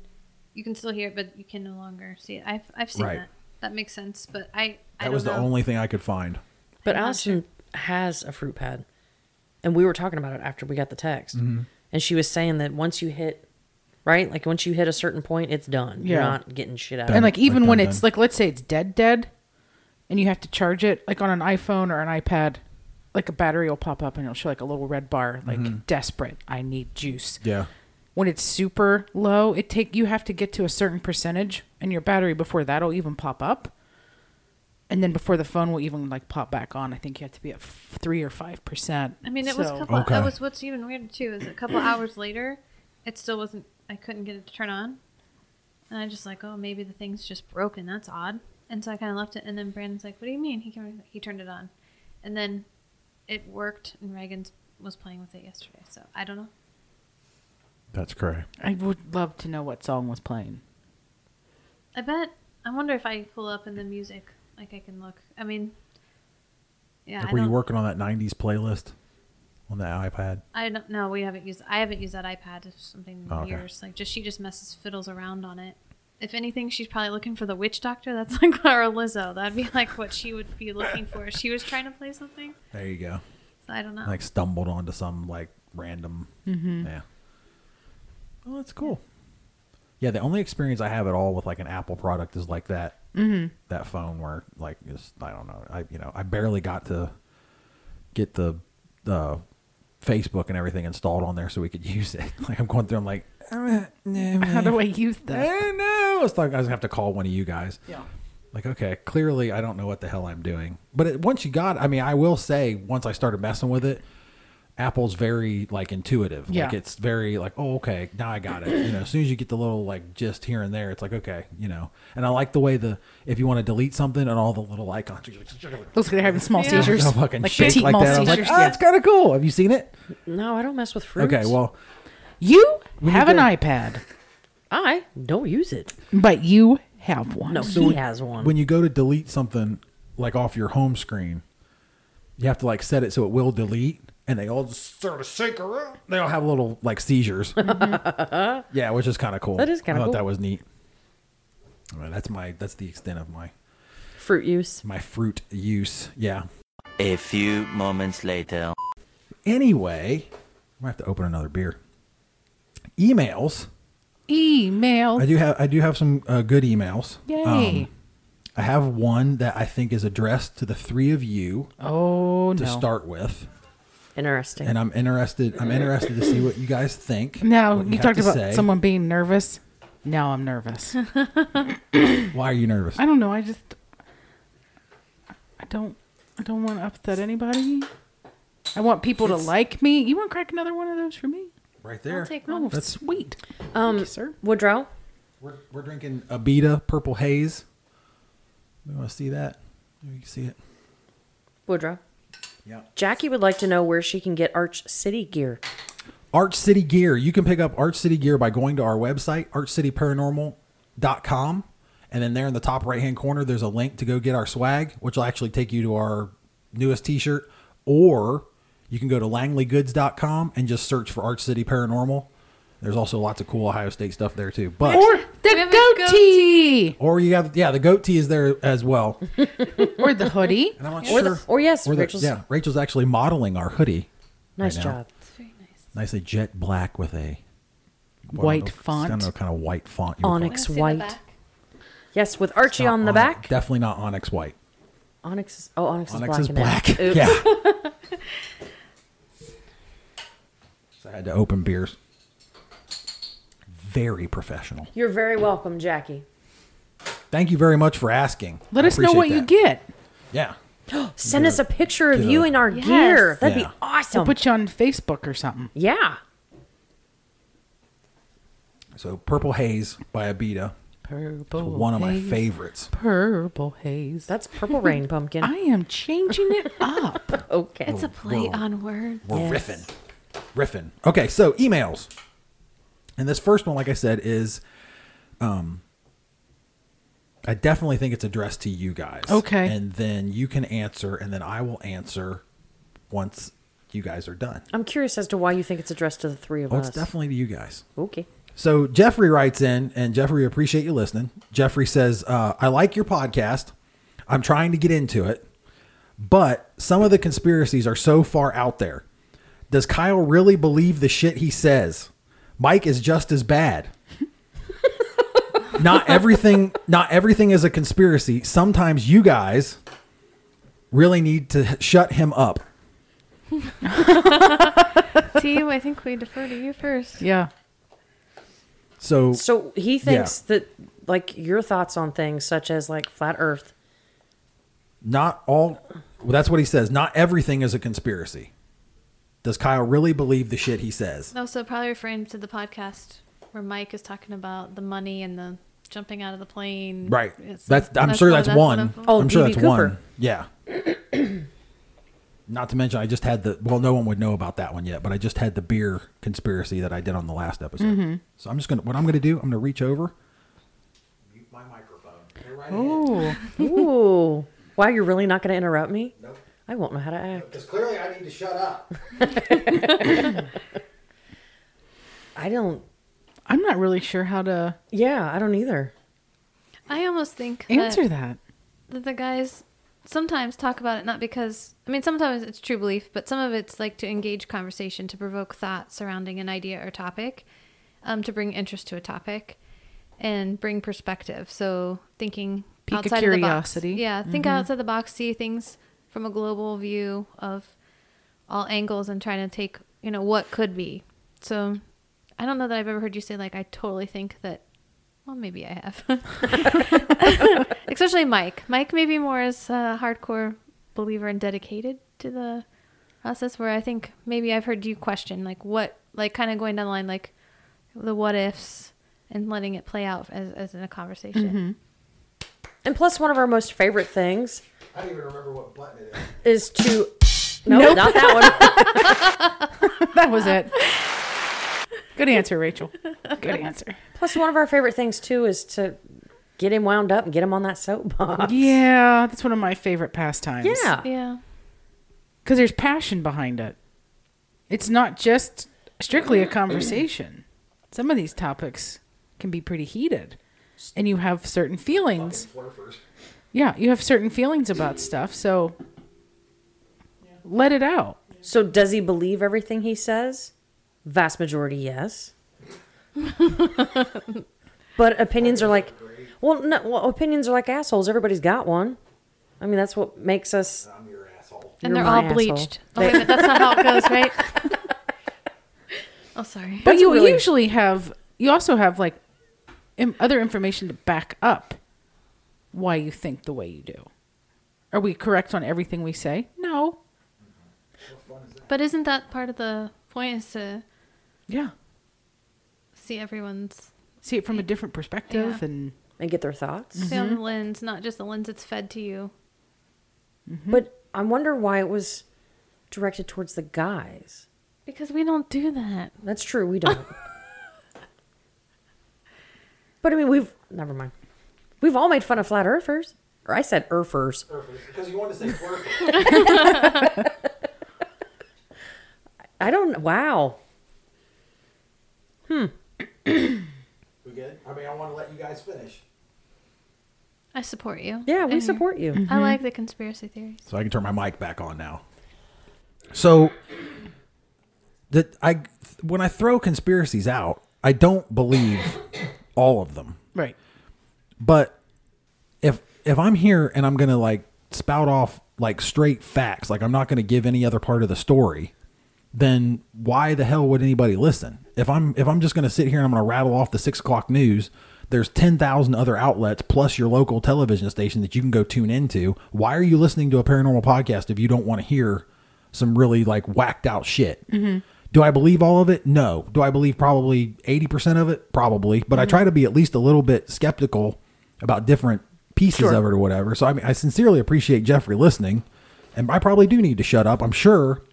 you can still hear it, but you can no longer see it. I've I've seen Right. that. That makes sense. But I I That don't was the know. only thing I could find. But I'm not Allison has a fruit pad, and we were talking about it after we got the text, Mm-hmm. and she was saying that once you hit, right, like once you hit a certain point, it's done. You're Yeah. not getting shit out. of And it. like even done, when done. it's like let's say it's dead dead and you have to charge it, like on an iPhone or an iPad, like a battery will pop up and it'll show like a little red bar, like Mm-hmm. desperate, I need juice. Yeah. When it's super low, it take you have to get to a certain percentage and your battery before that'll even pop up. And then before the phone will even like pop back on, I think you have to be at f- three or five percent. I mean, it was a couple. Okay. That was what's even weirder too is a couple hours later, it still wasn't. I couldn't get it to turn on, and I just like, oh, maybe the thing's just broken. That's odd. And so I kind of left it. And then Brandon's like, "What do you mean?" He came, he turned it on, and then it worked. And Reagan's was playing with it yesterday. So I don't know. That's correct. I would love to know what song was playing. I bet. I wonder if I pull up in the music, like I can look. I mean, yeah. Like I were you don't- working on that nineties playlist on the iPad? I don't know. We haven't used. I haven't used that iPad or something in Oh, okay. years. Like just she just messes fiddles around on it. If anything, she's probably looking for the witch doctor. That's like or Lizzo. That'd be like what she would be looking for. if She was trying to play something. There you go. So I don't know. like stumbled onto some like random yeah well that's cool yeah the only experience i have at all with like an apple product is like that that phone where like just i don't know i you know i barely got to get the uh, facebook and everything installed on there so we could use it like i'm going through i'm like eh, nah, meh. How do I use that? Eh, no it's like i was gonna have to call one of you guys Yeah. like, okay, clearly I don't know what the hell I'm doing. But it, once you got, I mean, I will say, once I started messing with it, Apple's very like intuitive. Like Yeah. it's very like, oh, okay, now I got it. You know, as soon as you get the little like just here and there, it's like, okay, you know. And I like the way the if you want to delete something and all the little icons, you're like, Looks like they're having small Yeah. seizures, they'll fucking like shake petite like mall that. I was like, seizures. oh, yeah. it's kind of cool. Have you seen it? no, I don't mess with fruits. Okay, well, You We have need an to- iPad, I don't use it. but you have one. No, So he when- has one. When you go to delete something like off your home screen, you have to like set it so it will delete, and they all just sort of shake around. They all have little like seizures. yeah, which is kind of cool. Mm-hmm. That is kinda I thought that cool. was neat. All right, that's my that's the extent of my Fruit use. my fruit use. Yeah. A few moments later. Anyway, I have to open another beer. Emails. Email. I do have I do have some uh, good emails. Um, Yay. I have one that I think is addressed to the three of you oh to no. start with. Interesting. and I'm interested. I'm interested to see what you guys think. Now what you, have talked to about say. someone being nervous. Now I'm nervous. Why are you nervous? I don't know. I just I don't I don't want to upset anybody. I want people to like me. You want to crack another one of those for me? Right I'll there. take one. Oh, That's- sweet. um, Thank you, sir. Woodrow, We're, we're drinking Abita Purple Haze. We want to see that. Maybe You can see it. Woodrow. Yeah. Jackie would like to know where she can get Arch City gear. Arch City Gear. You can pick up Arch City Gear by going to our website, archcityparanormal.com. And then there in the top right hand corner, there's a link to go get our swag, which will actually take you to our newest t shirt. Or you can go to langleygood.com and just search for Arch City Paranormal. There's also lots of cool Ohio State stuff there too. But Or We have a the goatee, Or you have yeah, the goat tee is there as well. And or the hoodie. I'm not Or sure. the, or Oh, yes, or the- Rachel's. yeah, Rachel's actually modeling our hoodie. Nice right now. job. It's very nice. Nicely jet black with a white I don't know, I font. don't know kind of white font. you would call it. Onyx Wanna see the white. back? Yes, with Archie Not on the onyx- back. Definitely not onyx white. Onyx is oh Onyx, Onyx is is black. black. in it. Oops. Yeah. so I had to open beers. Very professional. You're very welcome, Jackie. Thank you very much for asking. Let I us know appreciate what you that. get. Yeah. Send us a picture of get you a- in our Yes. gear. That'd Yeah. be awesome. We'll put you on Facebook or something. yeah. So Purple Haze by Abita. Purple. One of my haze, favorites. Purple haze. That's Purple Rain Pumpkin. I am changing it up. okay. It's a play Whoa. on words. We're Yes. riffing. Riffing. Okay, so emails. And this first one, like I said, is um I definitely think it's addressed to you guys. Okay. And then you can answer and then I will answer once you guys are done. I'm curious as to why you think it's addressed to the three of Oh, Oh, us. it's definitely to you guys. okay. So Jeffrey writes in, and Jeffrey, we appreciate you listening. Jeffrey says, uh, "I like your podcast. I'm trying to get into it, but some of the conspiracies are so far out there. Does Kyle really believe the shit he says? Mike is just as bad. not everything. Not everything is a conspiracy. Sometimes you guys really need to shut him up. T, I think we defer to you first. yeah. So, So he thinks that like your thoughts on things such as like flat Earth. not all well, that's what he says not everything is a conspiracy does kyle really believe the shit he says Also, probably referring to the podcast where Mike is talking about the money and the jumping out of the plane. right It's- that's i'm sure that's one, of them. Oh, i'm sure D.B. that's one Cooper. yeah not to mention i just had the well no one would know about that one yet but i just had the beer conspiracy that i did on the last episode so i'm just gonna what i'm gonna do i'm gonna reach over mute my microphone Go right ahead. Oh, Ooh. wow, you're really not going to interrupt me? Nope. I won't know how to act. Because clearly I need to shut up. I don't. I'm not really sure how to Yeah, I don't either. I almost think answer that. that, that the guys sometimes talk about it not because I mean sometimes it's true belief, but some of it's like to engage conversation to provoke thought surrounding an idea or topic, um, to bring interest to a topic, and bring perspective. So thinking Pique a outside curiosity. Mm-hmm. Of the box. Yeah, think outside the box, see things from a global view of all angles, and trying to take you know what could be. So I don't know that I've ever heard you say like I totally think that. Well, maybe I have. especially Mike. Mike maybe more is a hardcore believer and dedicated to the process. Where I think maybe I've heard you question like what, like kind of going down the line, like the what ifs and letting it play out as, as in a conversation. Mm-hmm. And plus, one of our most favorite things I don't even remember what button it is. is to. No, not that one. That was it. Good answer, Rachel. Good answer. plus, one of our favorite things too is to get him wound up and get him on that soapbox. Yeah, that's one of my favorite pastimes. Yeah. Yeah. Because there's passion behind it. It's not just strictly a conversation. Some of these topics can be pretty heated, and you have certain feelings. Yeah, you have certain feelings about stuff, so let it out. So, does he believe everything he says? Vast majority, yes. but opinions are like, well, no, well, opinions are like assholes. Everybody's got one. I mean, that's what makes us. I'm your asshole. And You're they're all my asshole. bleached. Oh, wait, but that's not how it goes, right? oh, sorry. But you really- usually have, you also have like Im- other information to back up why you think the way you do. Are we correct on everything we say? No. But isn't that part of the point is to Yeah. see everyone's See it from a different perspective Yeah. and And get their thoughts. see on the lens, not just the lens that's fed to you? Mm-hmm. But I wonder why it was directed towards the guys. Because we don't do that. That's true. We don't. but I mean, we've never mind. We've all made fun of flat earthers. Or I said earthers. Because you want to say I don't. Wow. We good? I mean, I want to let you guys finish. I support you. Yeah, we And- support you. I like the conspiracy theories. So I can turn my mic back on now. So that I when I throw conspiracies out, I don't believe all of them. Right. But if if I'm here and I'm gonna like spout off like straight facts, like I'm not gonna give any other part of the story, then why the hell would anybody listen? If I'm if I'm just gonna sit here and I'm gonna rattle off the six o'clock news, there's ten thousand other outlets plus your local television station that you can go tune into. Why are you listening to a paranormal podcast if you don't want to hear some really like whacked out shit? Do I believe all of it? No. Do I believe probably 80% of it? Probably. But I try to be at least a little bit skeptical about different pieces Sure. of it or whatever. So I mean, I sincerely appreciate Jeffrey listening. And I probably do need to shut up. I'm sure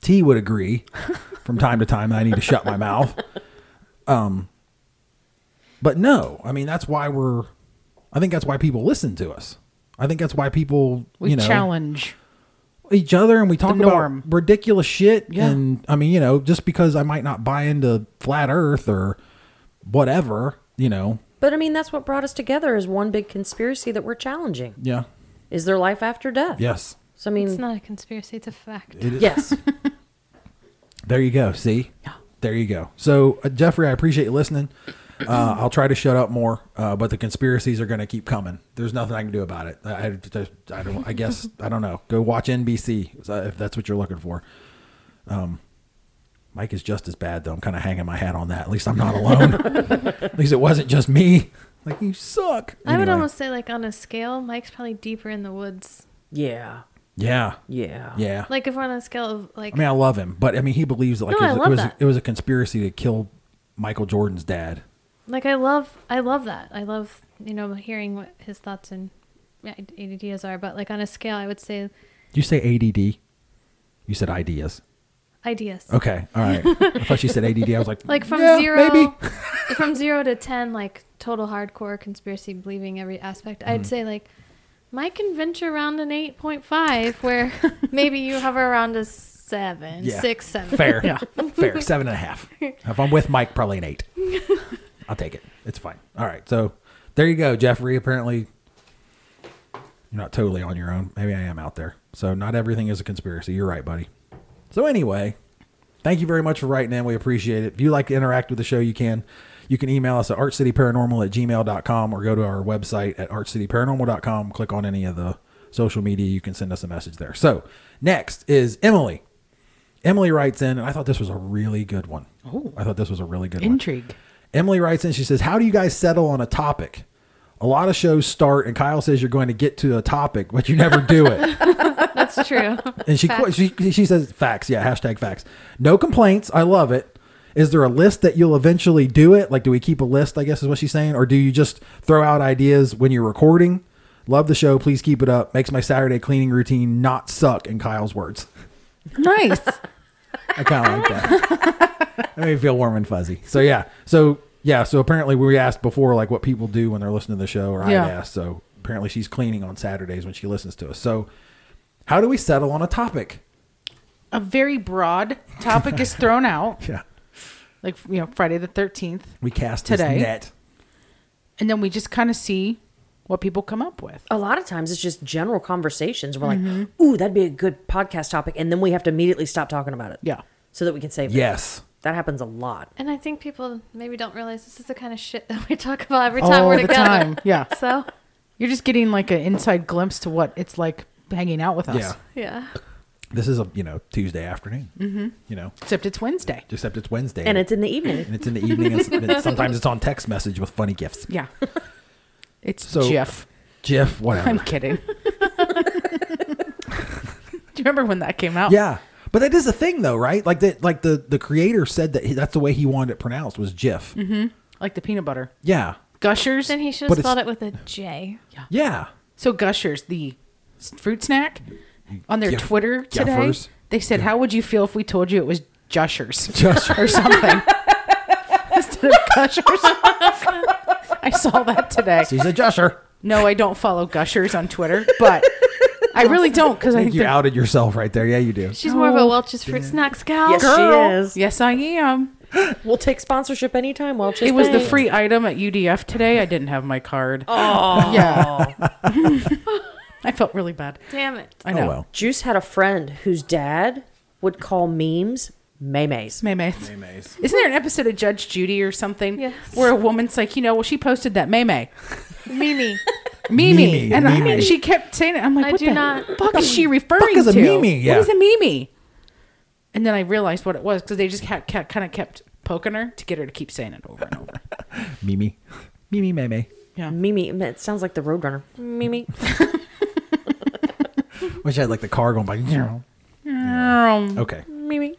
T would agree from time to time that I need to shut my mouth. Um, but no, I mean, that's why we're, I think that's why people listen to us. I think that's why people, We you know, challenge. each other and we talk norm. about ridiculous shit Yeah. and i mean you know just because i might not buy into flat earth or whatever you know But I mean, that's what brought us together is one big conspiracy that we're challenging. yeah Is there life after death? yes So I mean, It's not a conspiracy, it's a fact. yes. there you go see there you go so uh, jeffrey i appreciate you listening uh, i'll try to shut up more uh, but the conspiracies are going to keep coming there's nothing i can do about it i, I, just- I don't i guess i don't know go watch nbc uh, if that's what you're looking for um Mike is just as bad though. I'm kind of hanging my hat on that. At least I'm not alone. At least it wasn't just me. Like you suck. I would Anyway. almost say, like, on a scale, Mike's probably deeper in the woods. yeah. Yeah. Yeah. Yeah. Like, if we're on a scale of, like, I mean, I love him, but I mean, he believes like No, it I was, love it, was that. it was a conspiracy to kill Michael Jordan's dad. like I love, I love that. I love, you know, hearing what his thoughts and ideas are. But like on a scale, I would say Did you say ADD? You said ideas. ideas. Okay. All right. I thought she said ADD. I was like, Like from yeah, zero, Maybe. from zero to ten, like total hardcore conspiracy, believing every aspect. Mm. I'd say like Mike can venture around an eight point five, where maybe you hover around a seven, Yeah. six, seven. Fair. Yeah. Fair. Seven and a half. If I'm with Mike, probably an eight. I'll take it. It's fine. All right. So there you go, Jeffrey. Apparently, you're not totally on your own. Maybe I am out there. So not everything is a conspiracy. You're right, buddy. So anyway, thank you very much for writing in. We appreciate it. If you like to interact with the show, you can. You can email us at artcityparanormal at gmail.com or go to our website at artcityparanormal.com. Click on any of the social media. You can send us a message there. So next is Emily. Emily writes in, and I thought this was a really good one. Oh. I thought this was a really good one. Intrigue. Emily writes in, she says, How do you guys settle on a topic? A lot of shows start, and Kyle says you're going to get to a topic, but you never do it. That's true. and she, Facts. she she says facts, yeah, hashtag facts. No complaints. I love it. Is there a list that you'll eventually do it? Like, do we keep a list? I guess is what she's saying, or do you just throw out ideas when you're recording? Love the show. Please keep it up. Makes my Saturday cleaning routine not suck. In Kyle's words, Nice. I kind of like that. That made me feel warm and fuzzy. So yeah. So yeah. So apparently we asked before like what people do when they're listening to the show, or Yeah. I asked. So apparently she's cleaning on Saturdays when she listens to us. So how do we settle on a topic? a very broad topic is thrown out, Yeah. like you know Friday the Thirteenth, We cast Today. this net. and then we just kind of see what people come up with. A lot of times it's just general conversations. We're like, ooh, that'd be a good podcast topic. And then we have to immediately stop talking about it. Yeah. So that we can save it. Yes. That happens a lot. And I think people maybe don't realize this is the kind of shit that we talk about every time All we're the together. time, yeah. So You're just getting like an inside glimpse to what it's like hanging out with us. Yeah. yeah, This is a you know Tuesday afternoon. Mm-hmm. You know, Except it's Wednesday. except it's Wednesday And it's in the evening. and it's in the evening and s- and it's- sometimes it's on text message with funny gifts. Yeah. It's So- Jeff. Jeff, whatever. I'm kidding. Do you remember when that came out? Yeah, but that is a thing though, right? Like that, like the the creator said that he, that's the way he wanted it pronounced was Jif. Mm-hmm. Like the peanut butter. Yeah, Gushers. then he should But have it's- spelled it with a J. yeah. So Gushers, the s- fruit snack, on their Gif- Twitter today, Geffers? they said, "How would you feel if we told you it was Jushers Just or something instead of Gushers?" I saw that today. he's a Josher. No, I don't follow Gushers on Twitter, but I really don't because I I think think you they're outed yourself right there. Yeah, you do. She's more of a Welch's fruit snacks gal. Yes. girl. She is. Yes, I am. We'll take sponsorship anytime. Well, It was the free item at UDF today. I didn't have my card. Oh. Yeah. I felt really bad. Damn it. I know. Oh well. Juice had a friend whose dad would call memes Maymays. Maymays. Maymays. Isn't there an episode of Judge Judy or something Yes. where a woman's like, you know, well, she posted that Maymay. Mimi. Mimi. Mimi, And I- Mimi. she kept saying it. I'm like, I what do the not- fuck is she referring is a to? Mimi? Yeah. What is a Mimi? And then I realized what it was because they just kept, kept, kind of kept poking her to get her to keep saying it over and over. Mimi. Mimi Maymay. Yeah. Mimi. It sounds like the Roadrunner. Mimi. Wish I had like the car going by. Um, Okay. Mimi.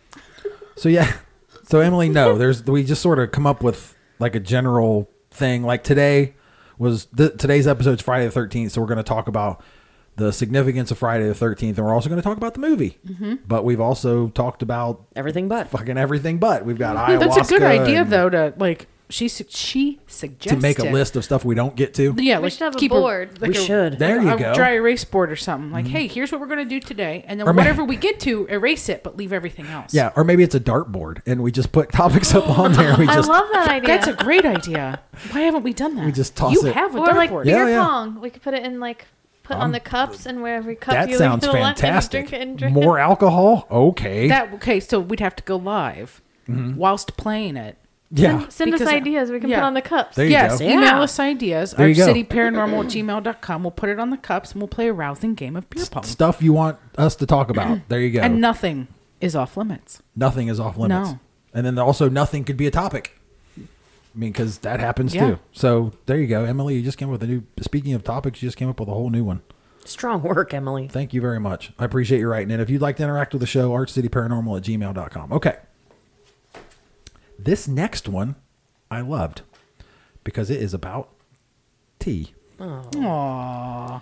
So yeah. So Emily, no, there's we just sort of come up with like a general thing. Like today was th- today's episode's Friday the Thirteenth, so we're going to talk about the significance of Friday the Thirteenth, and we're also going to talk about the movie. Mm-hmm. But we've also talked about Everything but. fucking everything. But we've got ayahuasca. That's a good idea, and- though, to like, she, su- she To suggested. make a list of stuff we don't get to. Yeah, We like, should have a keep board. like We should. There you a go. Mm-hmm. dry erase board or something. Like, hey, here's what we're going to do today. And then Or ma- whatever we get to, erase it, but leave everything else. Yeah, or maybe it's a dartboard, and we just put topics up on there. And we I just love that idea. That's a great idea. Why haven't we done that? We just toss you it. have a or like dartboard. Yeah, beer yeah. pong. We could put it in like put on the cups and where every cup that you sounds leave to the left and you fantastic. drink it and drink More it. alcohol, okay. That okay? So we'd have to go live Mm-hmm. whilst playing it. yeah, Send us because- ideas we can yeah. put on the cups. There you yes, go. email Yeah. us ideas. There Our you go. city paranormal gmail.com. We'll put it on the cups and we'll play a rousing game of beer pong. stuff you want us to talk about. There you go. And nothing is off limits. nothing is off limits. No. And then also nothing could be a topic. I mean, because that happens Yeah. too. So there you go, Emily. You just came up with a new. Speaking of topics, you just came up with a whole new one. Strong work, Emily. Thank you very much. I appreciate you writing in. If you'd like to interact with the show, artcityparanormal at gmail.com. Okay. This next one I loved because it is about tea. Aww.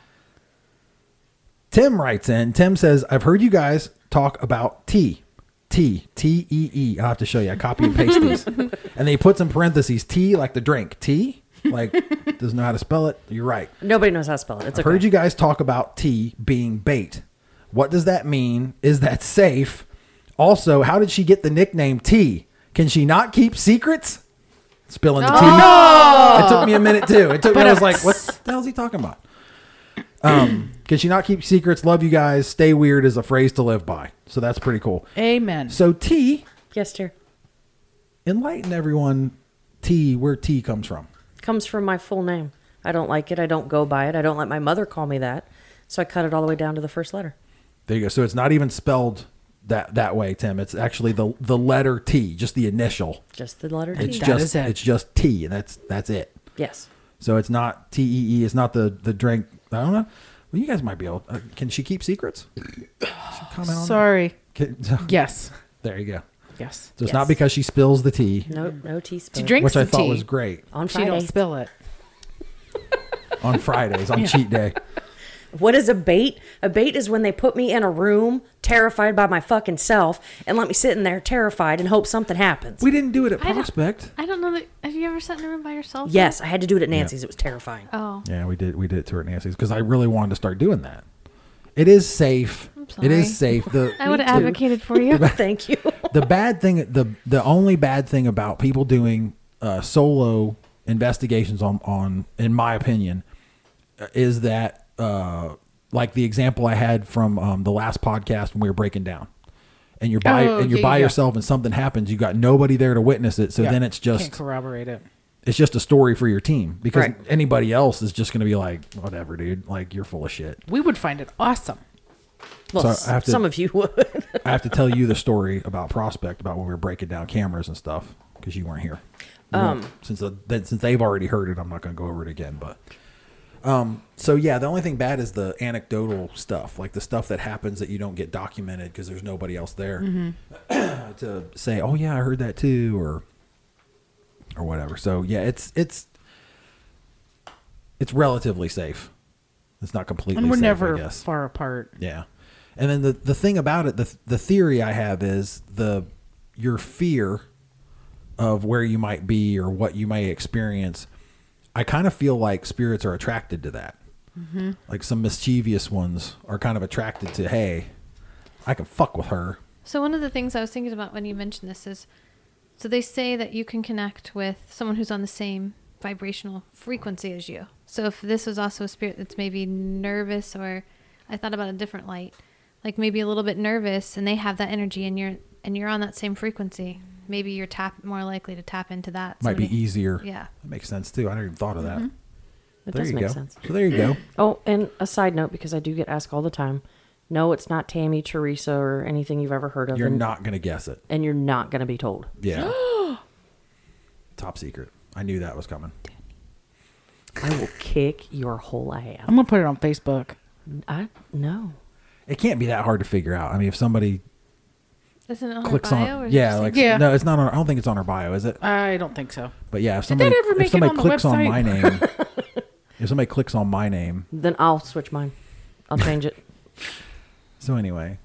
Tim writes in. Tim says, I've heard you guys talk about tea. T. T E E. I'll have to show you. I copy and paste these. and then he puts in parentheses T like the drink. Tea? Like, doesn't know how to spell it. You're right. Nobody knows how to spell it. It's I've okay. heard you guys talk about tea being bait. What does that mean? Is that safe? Also, how did she get the nickname Tea? Can she not keep secrets? Spilling the tea. It took me a minute too. It took me. I was like, what the hell's he talking about? Um, can she not keep secrets? Love you guys. Stay weird is a phrase to live by. So that's pretty cool. Amen. So tea, yes, dear. enlighten everyone. Tea, where tea comes from. Comes from my full name. I don't like it. I don't go by it. I don't let my mother call me that. So I cut it all the way down to the first letter. There you go. So it's not even spelled that that way, Tim. It's actually the the letter T, just the initial. Just the letter It's T. That just is it. it's just tea, and that's that's it. Yes. So it's not T E E. It's not the the drink. I don't know. Well, you guys might be able. Uh, can she keep secrets? Should comment on Sorry. that. Can- Yes. there you go. Yes. So it's not Yes. because she spills the tea, No, no T spell. She drinks which I the thought tea. was great on She don't Friday. spill it. on Fridays on cheat day. What is a bait? A bait is when they put me in a room, terrified by my fucking self, and let me sit in there terrified and hope something happens. We didn't do it at don't- Prospect. I don't know that have you ever sat in a room by yourself? yes, I had to do it at Nancy's. It was terrifying. Oh. Yeah, we did. We did it to her at Nancy's because I really wanted to start doing that. It is safe. It is safe. The I would Me have too. advocated for you. Thank you. the bad thing the the only bad thing about people doing uh, solo investigations on on in my opinion uh, is that uh like the example I had from um, the last podcast when we were breaking down and you're by Oh, and you're yeah, by yeah. yourself and something happens you got nobody there to witness it so Yeah. then it's Can't just corroborate it. it's just a story for your team because Right. anybody else is just going to be like whatever dude like you're full of shit We would find it awesome. Well, I s- have to- some of you would. I have to tell you the story about Prospect about when we were breaking down cameras and stuff because you weren't here. We won't- Um, since the, that- since they've already heard it, I'm not going to go over it again. But um, so yeah, the only thing bad is the anecdotal stuff, like the stuff that happens that you don't get documented because there's nobody else there Mm-hmm. to say, "Oh yeah, I heard that too," or or whatever. So yeah, it's it's it's relatively safe. It's not completely. And we're safe, I never guess. far apart. Yeah. And then the, the thing about it, the the theory I have is the your fear of where you might be or what you may experience. I kind of feel like spirits are attracted to that. Like some mischievous ones are kind of attracted to, hey, I can fuck with her. So one of the things I was thinking about when you mentioned this is, so they say that you can connect with someone who's on the same vibrational frequency as you. So if this was also a spirit that's maybe nervous, or I thought about a different light, like maybe a little bit nervous, and they have that energy, and you're and you're on that same frequency, maybe you're tap more likely to tap into that. Might be sort of- easier. Yeah. That makes sense too. I never even thought of that. It there does you make go. sense. So there you go. Oh, and a side note because I do get asked all the time. No, it's not Tammy, Teresa, or anything you've ever heard of. You're and, not gonna guess it. and you're not going to be told. Yeah. Top secret. I knew that was coming. I will kick your whole eye out. I'm gonna put it on Facebook. I no. It can't be that hard to figure out. I mean, if somebody Isn't it on clicks her bio? or on, is yeah, it like Yeah. no, it's not on. I don't think it's on our bio, is it? I don't think so. But yeah, if that somebody ever if make it somebody on the clicks on website? my name, if somebody clicks on my name. Then I'll switch mine. I'll change it. So anyway,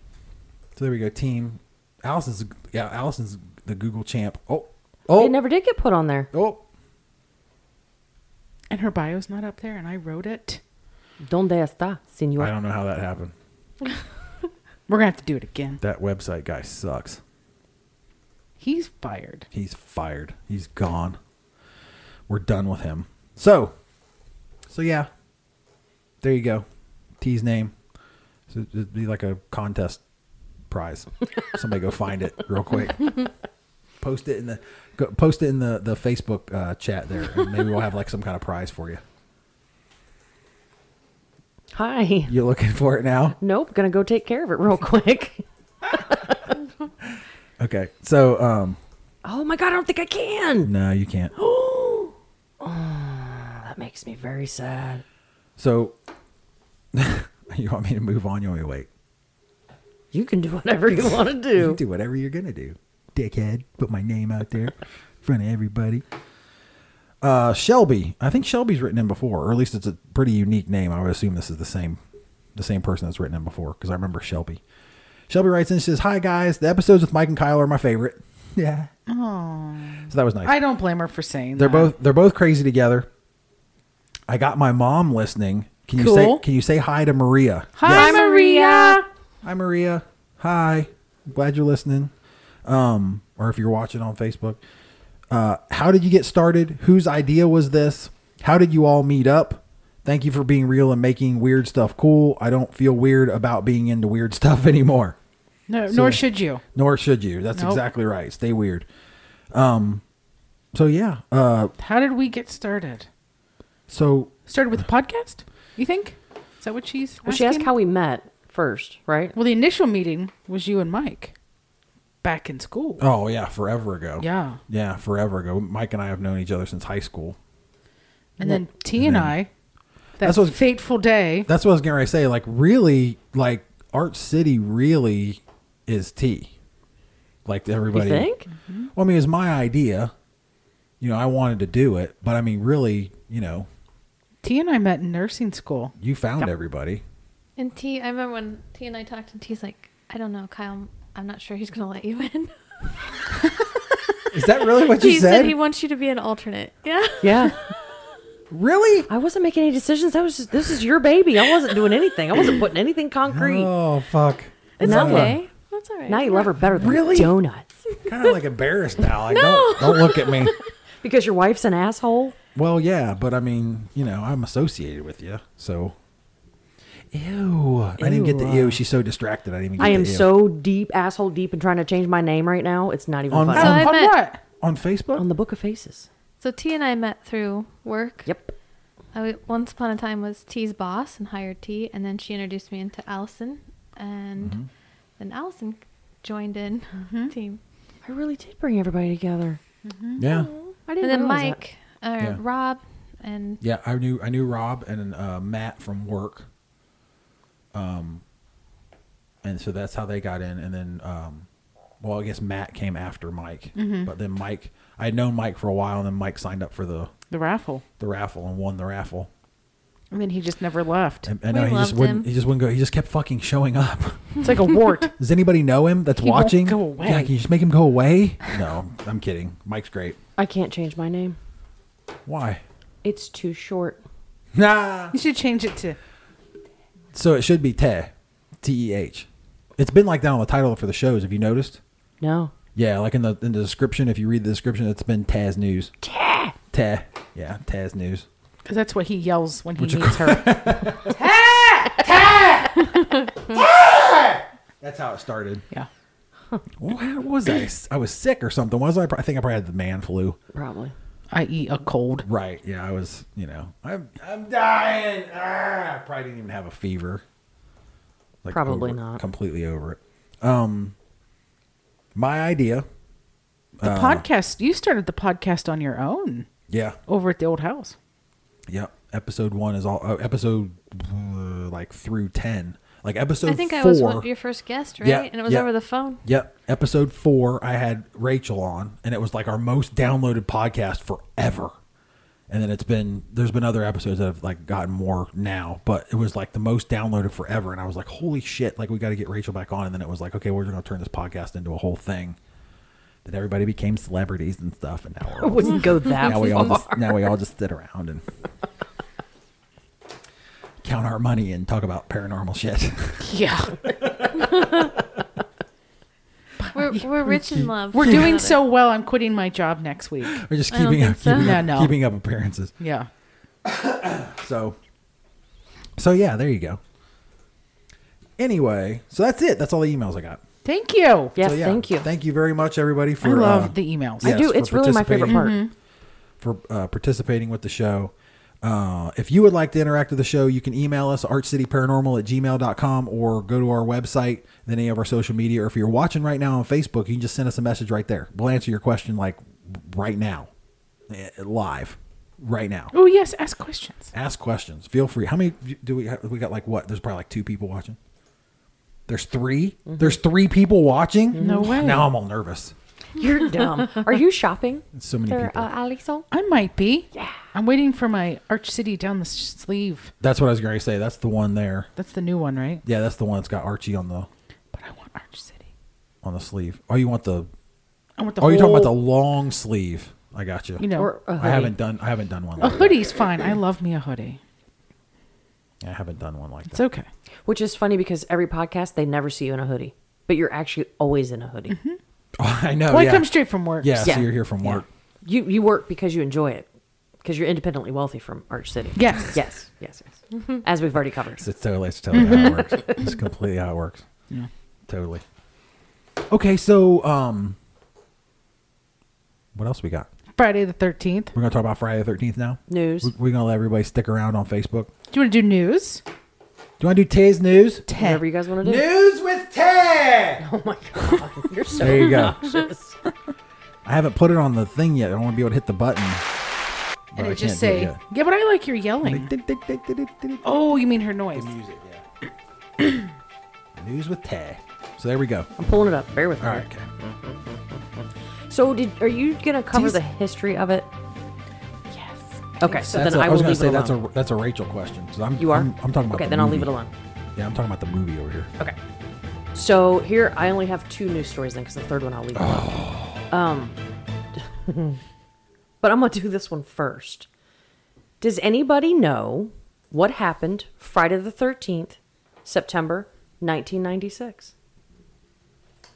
so there we go. Team Allison's yeah, Allison's the Google champ. Oh, oh, It never did get put on there. oh. And her bio's not up there, and I wrote it. Donde está, I señor? don't know how that happened. We're gonna have to do it again. That website guy sucks. He's fired. He's fired. He's gone. We're done with him. So, so yeah, there you go. T's name. So it'd be like a contest prize. Somebody go find it real quick. Post it in the go, post it in the the Facebook uh, chat there, and maybe we'll have like some kind of prize for you. Hi. You looking for it now? Nope. Gonna go take care of it real quick. Okay. So, um, oh my god! I don't think I can. no, you can't. Oh, That makes me very sad. So, you want me to move on? You want me to wait? You can do whatever you want to You do. can do whatever you're gonna do, dickhead. Put my name out there in front of everybody. Uh, Shelby. I think Shelby's written in before, or at least it's a pretty unique name. I would assume this is the same, the same person that's written in before because I remember Shelby. Shelby writes in. She says, "Hi guys, the episodes with Mike and Kyle are my favorite." Yeah. So that was nice. I don't blame her for saying They're that. both they're both crazy together. I got my mom listening. Can you Cool. say can you say hi to Maria? Hi, Yes. Maria. Hi Maria. Hi. Glad you're listening. Um, or if you're watching on Facebook. Uh, how did you get started? Whose idea was this? How did you all meet up? Thank you for being real and making weird stuff cool. I don't feel weird about being into weird stuff anymore. No, nor should you. Nor should you. That's Nope. exactly right. Stay weird. Um, so yeah. Uh, How did we get started? so Started with the podcast? You think? Is that what she's? Well, she asked asking? how we met first, right? Well, the initial meeting was you and Mike, back in school. Oh yeah, forever ago. Yeah. Yeah, forever ago. Mike and I have known each other since high school. And then T and I, that That's what- fateful day. That's what I was gonna say. Like really, like Art City really is T. Like everybody. You think? Well, I mean, it was my idea. You know, I wanted to do it, but I mean, really, you know, T and I met in nursing school. you found everybody. And T, I remember when T and I talked, and T's like, I don't know, Kyle, I'm not sure he's gonna let you in. Is that really what you he said? said he wants you to be an alternate. Yeah. Yeah. really? I wasn't making any decisions. That was just this is your baby. I wasn't doing anything. I wasn't putting anything concrete. Oh fuck! It's Now- okay. That's all right. Now you love her better than Really? donuts Kind of like embarrassed now. Like don't don't look at me. because your wife's an asshole. Well, yeah, but I mean, you know, I'm associated with you, so. Ew. I didn't get the Ew. ew. She's so distracted. I didn't even get I am the ew. so deep, asshole deep, and trying to change my name right now. It's not even On funny. So I On met- what? On Facebook? On the Book of Faces. So T and I met through work. Yep. I w- once upon a time was T's boss and hired T, and then she introduced me into Allison, and Mm-hmm. then Allison joined in team, I really did bring everybody together. Mm-hmm. yeah. I and didn't. then realize Mike, or Yeah. Rob, and Yeah, I knew I knew Rob and uh, Matt from work. Um and so that's how they got in and then um well, I guess Matt came after Mike. But then Mike I had known Mike for a while and then Mike signed up for the The raffle. the raffle and won the raffle. And then he just never left. And, and We no, he just loved wouldn't him. he just wouldn't go. He just kept fucking showing up. It's like a wart. Does anybody know him that's He won't watching? go away. Yeah, can you just make him go away? No, I'm kidding. Mike's great. that. I can't change my name. Why? It's too short. Nah. you should change it to So it should be Teh, T E H. It's been like that on the title for the shows. Have you noticed? No. Yeah, like in the in the description. If you read the description, it's been Taz News. Teh. Teh. Yeah, Taz News. because that's what he yells when he Which of needs her. That's how it started. Yeah. what was I? I was sick or something. Was I? I think I probably had the man flu. Probably. i.e., a cold. Right. Yeah. I was. You know. I'm. I'm dying. Ah, I probably didn't even have a fever. Like, Probably over- not. Completely over it. Um. My idea. The podcast, you started the podcast on your own Yeah. over at the old house. Yep. Episode one is all uh, episode uh, like through ten. Like episode. I think four, I was one, your first guest, right? Yeah, and it was yeah. over the phone. Yep. Episode four, I had Rachel on, and it was like our most downloaded podcast forever. And then it's been there's been other episodes that have like gotten more now, but it was like the most downloaded forever. And I was like, holy shit, like we got to get Rachel back on. And then it was like, okay, we're gonna turn this podcast into a whole thing. Then everybody became celebrities and stuff, and now we're all Wouldn't go that now we all far. just now we all just sit around and count our money and talk about paranormal shit. Yeah. We're, we're rich in love. We're for doing each so well, I'm quitting my job next week. We're just I don't keeping up, think so. keeping, No, up no. keeping up appearances. Yeah. So, so yeah, there you go. Anyway, so that's it. That's all the emails I got. Thank you. Yes, So, yeah, thank you. Thank you very much, everybody. For I love uh, the emails. I do. for It's really my favorite part. participating- for uh, participating with the show. Uh, if you would like to interact with the show, you can email us artcityparanormal at gmail.com or go to our website, then any of our social media. Or if you're watching right now on Facebook, you can just send us a message right there. We'll answer your question like right now, eh, live, right now. Oh, yes. Ask questions. ask questions. Feel free. How many do we have? We got like what? There's probably like two people watching. There's 3 There's three people watching. Mm-hmm. No way. Now I'm all nervous. You're dumb. Are you shopping? So many there, people. uh, Alexo? I might be. Yeah. I'm waiting for my Arch City down the s- sleeve. that's what I was going to say. That's the one there. That's the new one, right? Yeah, that's the one that's got Archie on the But I want Arch City. on the sleeve. Oh, you want the? I want the. oh, you're talking about the whole- long sleeve. I got you. You know, Or a I haven't done. I haven't done one. a Like that. hoodie's fine. I love me a hoodie. I haven't done one like It's that. okay. Which is funny because every podcast they never see you in a hoodie, but you're actually always in a hoodie. Oh, I know. well, yeah. I come straight from work. Yeah, Yeah. So you're here from work. You you work because you enjoy it because you're independently wealthy from Arch City. Yes. yes, yes, yes. As we've already covered. It's totally, it's totally how Mm-hmm. it works. It's completely how it works. Yeah. Totally. Okay, so um, what else we got? Friday the 13th. We're gonna talk about Friday the Thirteenth now. News. We- We're gonna let everybody stick around on Facebook. Do you want to do news? Do you want to do Tay's news? Ted. Whatever you guys want to do. News with Tay. Oh my god, you're so There you go. obnoxious. I haven't put it on the thing yet. I want to be able to hit the button. but and Oh, I it can't just do it say, yet. yeah, but I like your yelling. Oh, you mean her noise. Music, yeah. News with Tay. So there we go. I'm pulling it up. Bear with me. All right. Okay. So did are you gonna cover These- the history of it? Yes. Okay, so That's then a- I was gonna will leave say it that's alone. a that's a Rachel question. So I'm you are. I'm, I'm talking about Okay, the then I'll leave it movie. alone. Yeah, I'm talking about the movie over here. Okay. So here I only have two news stories then, because the third one I'll leave. alone. Um, but I'm gonna do this one first. Does anybody know what happened Friday the 13th, September 1996?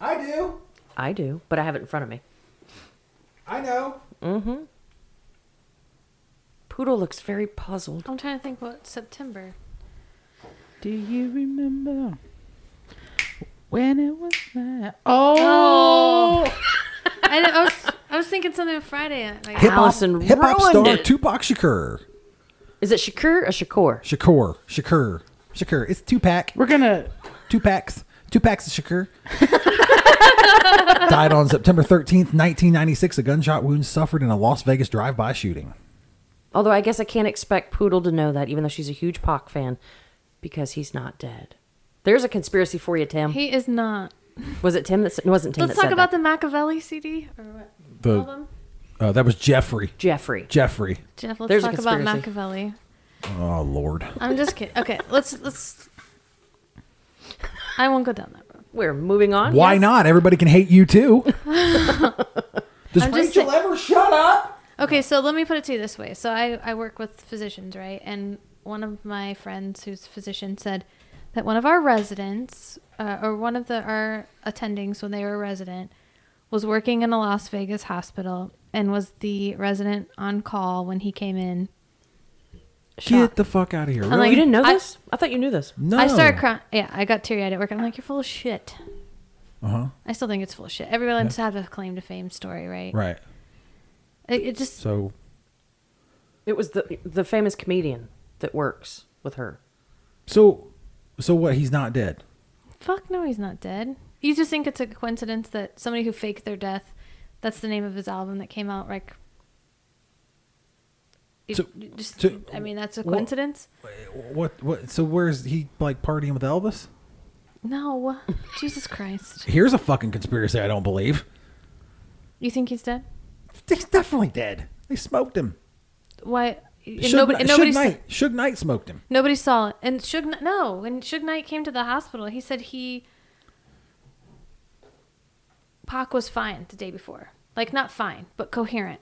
I do. I do, but I have it in front of me. Mm-hmm. I know. Poodle looks very puzzled. I'm trying to think what September. Do you remember when it was that? Oh, I, know- I was I was thinking something Friday. Like, Hip- Allison hop, hip hop ruined star it. Tupac Shakur. Is it Shakur or Shakur? Shakur. Shakur. Shakur. It's Tupac. we're gonna. Two packs. Two packs of Shakur. Died on September 13th, 1996, a gunshot wound suffered in a Las Vegas drive-by shooting. Although I guess I can't expect Poodle to know that, even though she's a huge Pac fan, because he's not dead. There's a conspiracy for you, Tim. he is not. was it Tim that said, it wasn't Tim Let's that talk said about that. the Machiavelli CD or what The, album. uh, that was Jeffrey. Jeffrey. Jeffrey. Jeff, let's There's a talk about conspiracy. Machiavelli. Oh, Lord. I'm just kidding. Okay, let's let's. I won't go down that road. We're moving on. Why yes? not? Everybody can hate you, too. Does I'm just Rachel ever shut up? Okay, so let me put it to you this way. So I, I work with physicians, right? And one of my friends who's a physician said that one of our residents, uh, or one of the our attendings when they were a resident, was working in a Las Vegas hospital and was the resident on call when he came in. Get the fuck out of here. Really? like- You didn't know I- this? I thought you knew this. no. I started crying. Yeah, I got teary eyed at work. I'm like, you're full of shit. Uh-huh. I still think it's full of shit. Everyone has to have a claim to fame story, right? Right. It, it just So It was the the famous comedian that works with her. so so what he's not dead. fuck no, he's not dead. You just think it's a coincidence that somebody who faked their death, that's the name of his album that came out like. It- So- it just, so- I mean, that's a Well- coincidence. What what so where's he like partying with Elvis? No, Jesus Christ! Here's a fucking conspiracy I don't believe. You think he's dead? He's definitely dead. They smoked him. Why? and Should, nobody, Kni- and nobody, Should sa- Knight, Should Knight smoked him. nobody saw it. And Suge, Kn- no, when Suge Knight came to the hospital, he said he. Pac was fine the day before, like not fine, but coherent.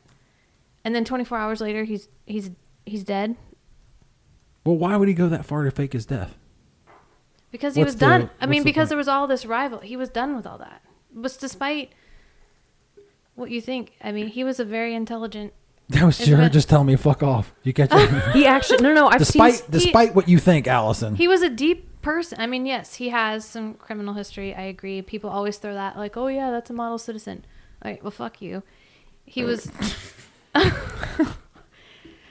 And then 24 hours later, he's he's he's dead. Well, why would he go that far to fake his death? Because he What's was done. the- I mean, what's the because point? there was all this rival. He was done with all that. Was despite what you think. I mean, he was a very intelligent. That was Isn't Jared it- just telling me fuck off. You catch it? He actually no no I've despite seen despite what you think, Allison. He was a deep person. I mean, yes, he has some criminal history. I agree. People always throw that like, "Oh yeah, that's a model citizen." All right, well, fuck you. He was.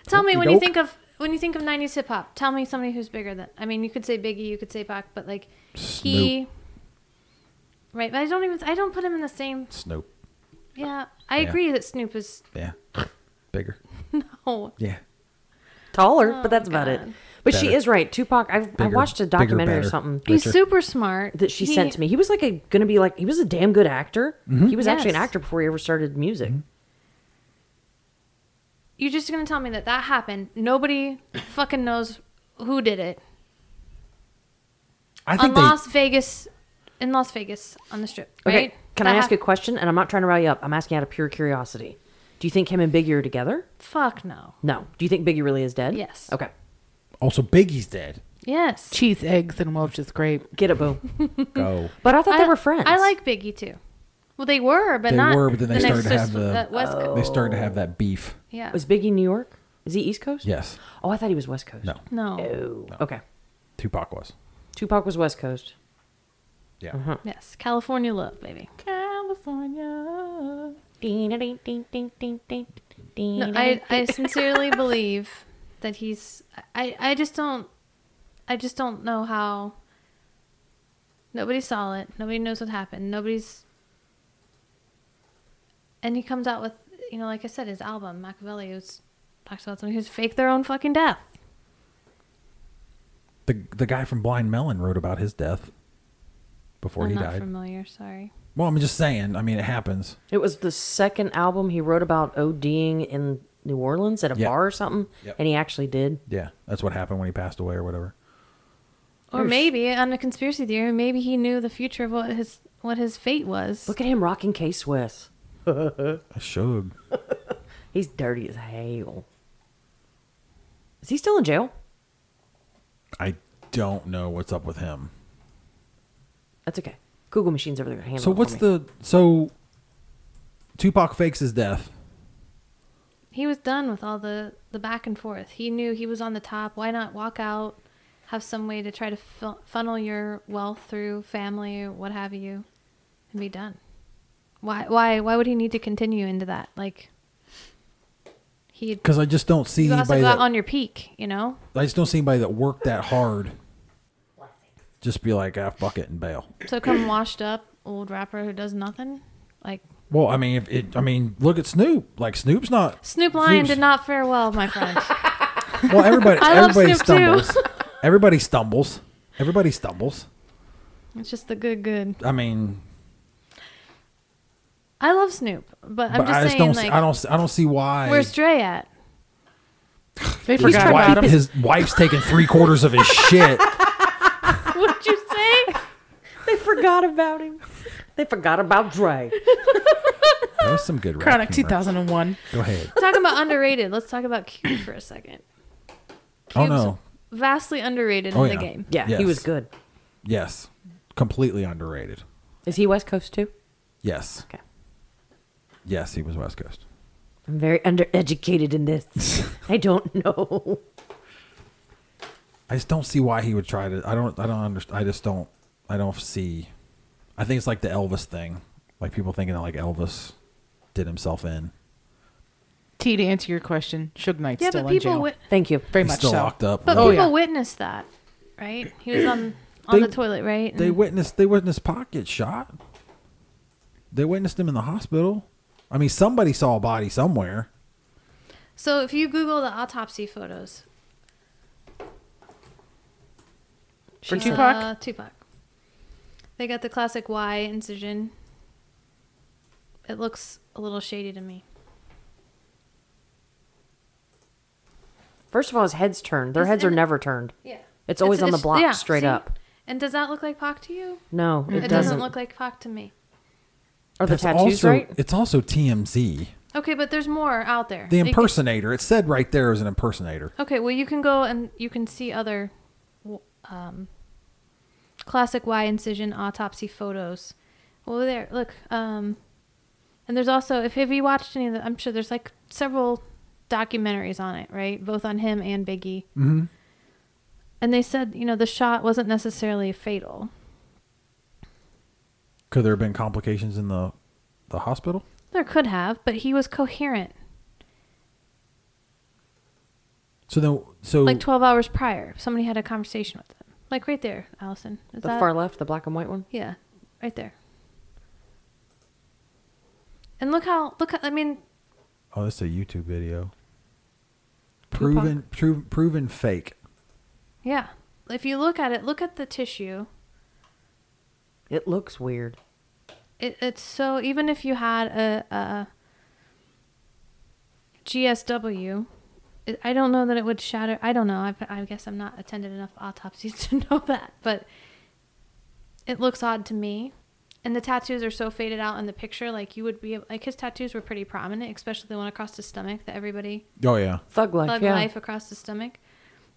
tell me when you Okey-doke. think of when you think of '90s hip hop. Tell me somebody who's bigger than. I mean, you could say Biggie, you could say Pac, but like he. Right, but I don't even. I don't put him in the same. Snoop. Yeah, I Yeah. agree that Snoop is Yeah. Bigger. oh Yeah. taller, but that's about it. God. But she Better. is right. Tupac. I I Bigger, watched a bigger, documentary or better. something he's Richer. super smart that she He- sent to me. He was like a gonna be like he was a damn good actor. Mm-hmm. He was actually an Yes. actor before he ever started music. You're just gonna tell me that that happened. Nobody fucking knows who did it I on think they, Las Vegas, in Las Vegas on the strip. Okay, Right? Uh-huh. can That I ask hap- a question? And I'm not trying to rile you up. I'm asking out of pure curiosity. Do you think him and Biggie are together? Fuck no. No. Do you think Biggie really is dead? Yes. Okay. also Biggie's dead. Yes, Cheese, eggs, and Welch's grape. Get it, boo. Mm-hmm. Go. But I thought I- they were friends. I like Biggie too. Well, they were, but They not. were, but then they the started next to have was- the- that West Coast. Oh. They started to have that beef. Yeah. Oh. Was Biggie New York? Is he East Coast? Yes. Oh, I thought he was West Coast. No. no. Oh. Okay. Tupac was. Tupac was West Coast. Yeah. Yes, California love, baby. California. No, I, I sincerely believe that he's I, I just don't I just don't know how nobody saw it. Nobody knows what happened. Nobody's and he comes out with you know, like I said, his album, Machiavelli, who's talks about somebody who's faked their own fucking death. The the guy from Blind Melon wrote about his death before I'm he not died. familiar, sorry. Well, I'm just saying. I mean, it happens. It was the second album he wrote about ODing in New Orleans at a Yeah. bar or something, Yep. and he actually did. Yeah, that's what happened when he passed away or whatever. Or maybe on a conspiracy theory, maybe he knew the future of what his what his fate was. Look at him rocking K Swiss. I should. He's dirty as hell. Is he still in jail? I don't know what's up with him. That's okay. Google machine's over there. Handle So it for what's me. the so Tupac fakes his death. he was done with all the the back and forth. He knew he was on the top. Why not walk out? Have some way to try to fu- funnel your wealth through family or what have you, and be done. Why? Why? Why would he need to continue into that? Like he Because I just don't see you also anybody got that on your peak, you know. I just don't see anybody that worked that hard. Just be like, ah, fuck it and bail. So come washed up old rapper who does nothing. Like Well, I mean, if it, I mean, look at Snoop. Like Snoop's not. Snoop Lion Snoop's- did not fare well, my friend. Well, everybody, I love everybody Snoop too. stumbles. everybody stumbles. Everybody stumbles. it's just the good, good. I mean, I love Snoop, but I'm but just I just saying, don't. see- like, I don't. I don't see why. where's Dre at? They his, forgot wife- about him. his wife's taking three quarters of his shit. What'd you say? They forgot about him. They forgot about Dre. That was some good. rap Chronic humor. 2001. Go ahead. talking about underrated, let's talk about Cube for a second. Oh Cube's no. Vastly underrated Oh, in yeah. the game. Yeah, he Yes. was good. Yes. Completely underrated. Is he West Coast too? Yes. Okay. Yes, he was West Coast. I'm very undereducated in this. I don't know. I just don't see why he would try to. I don't. I don't understand. I just don't. I don't see. I think it's like the Elvis thing. Like people thinking that like Elvis did himself in. T, to answer your question, Suge Knight's Yeah, still but in people, jail. wit- Thank you. Very He's much still so. locked up. but right? Oh, people yeah. witnessed that, right? He was on on They- the toilet, right? They Mm. And- witnessed they witnessed Pocket shot. They witnessed him in the hospital. I mean, somebody saw a body somewhere. so if you Google the autopsy photos For uh, Tupac? Tupac. They got the classic Y incision. It looks a little shady to me. First of all, his head's turned. Their Is heads it- are never turned. Yeah. It's always on the block, straight see? up. And does that look like Pac to you? No, it, It, doesn't. doesn't look like Pac to me. Are the That's tattoos also, right? It's also TMZ. Okay, but there's more out there. The You can- impersonator. It said right there it was an impersonator. okay, well you can go and you can see other w- um, classic Y incision autopsy photos. Well, there, look. Um, and there's also if have you watched any of the? I'm sure there's like several documentaries on it, right? Both on him and Biggie. Mm-hmm. And they said you know the shot wasn't necessarily fatal. Could there have been complications in the the hospital? There could have, but he was coherent So then, so like 12 hours prior. Somebody had a conversation with him, like right there, Allison. Is the that- far left, the black and white one. Yeah, right there. And look how look. How, I mean, oh, that's a YouTube video. Proven, pro- proven fake. yeah. If you look at it, look at the tissue. It looks weird. It, it's so even if you had a, a GSW, it, I don't know that it would shatter. I don't know. I've, I guess I'm not attended enough autopsies to know that, but it looks odd to me. And the tattoos are so faded out in the picture, like you would be like his tattoos were pretty prominent, especially the one across his stomach that everybody Oh yeah. Thug life. Plug yeah. life across the stomach.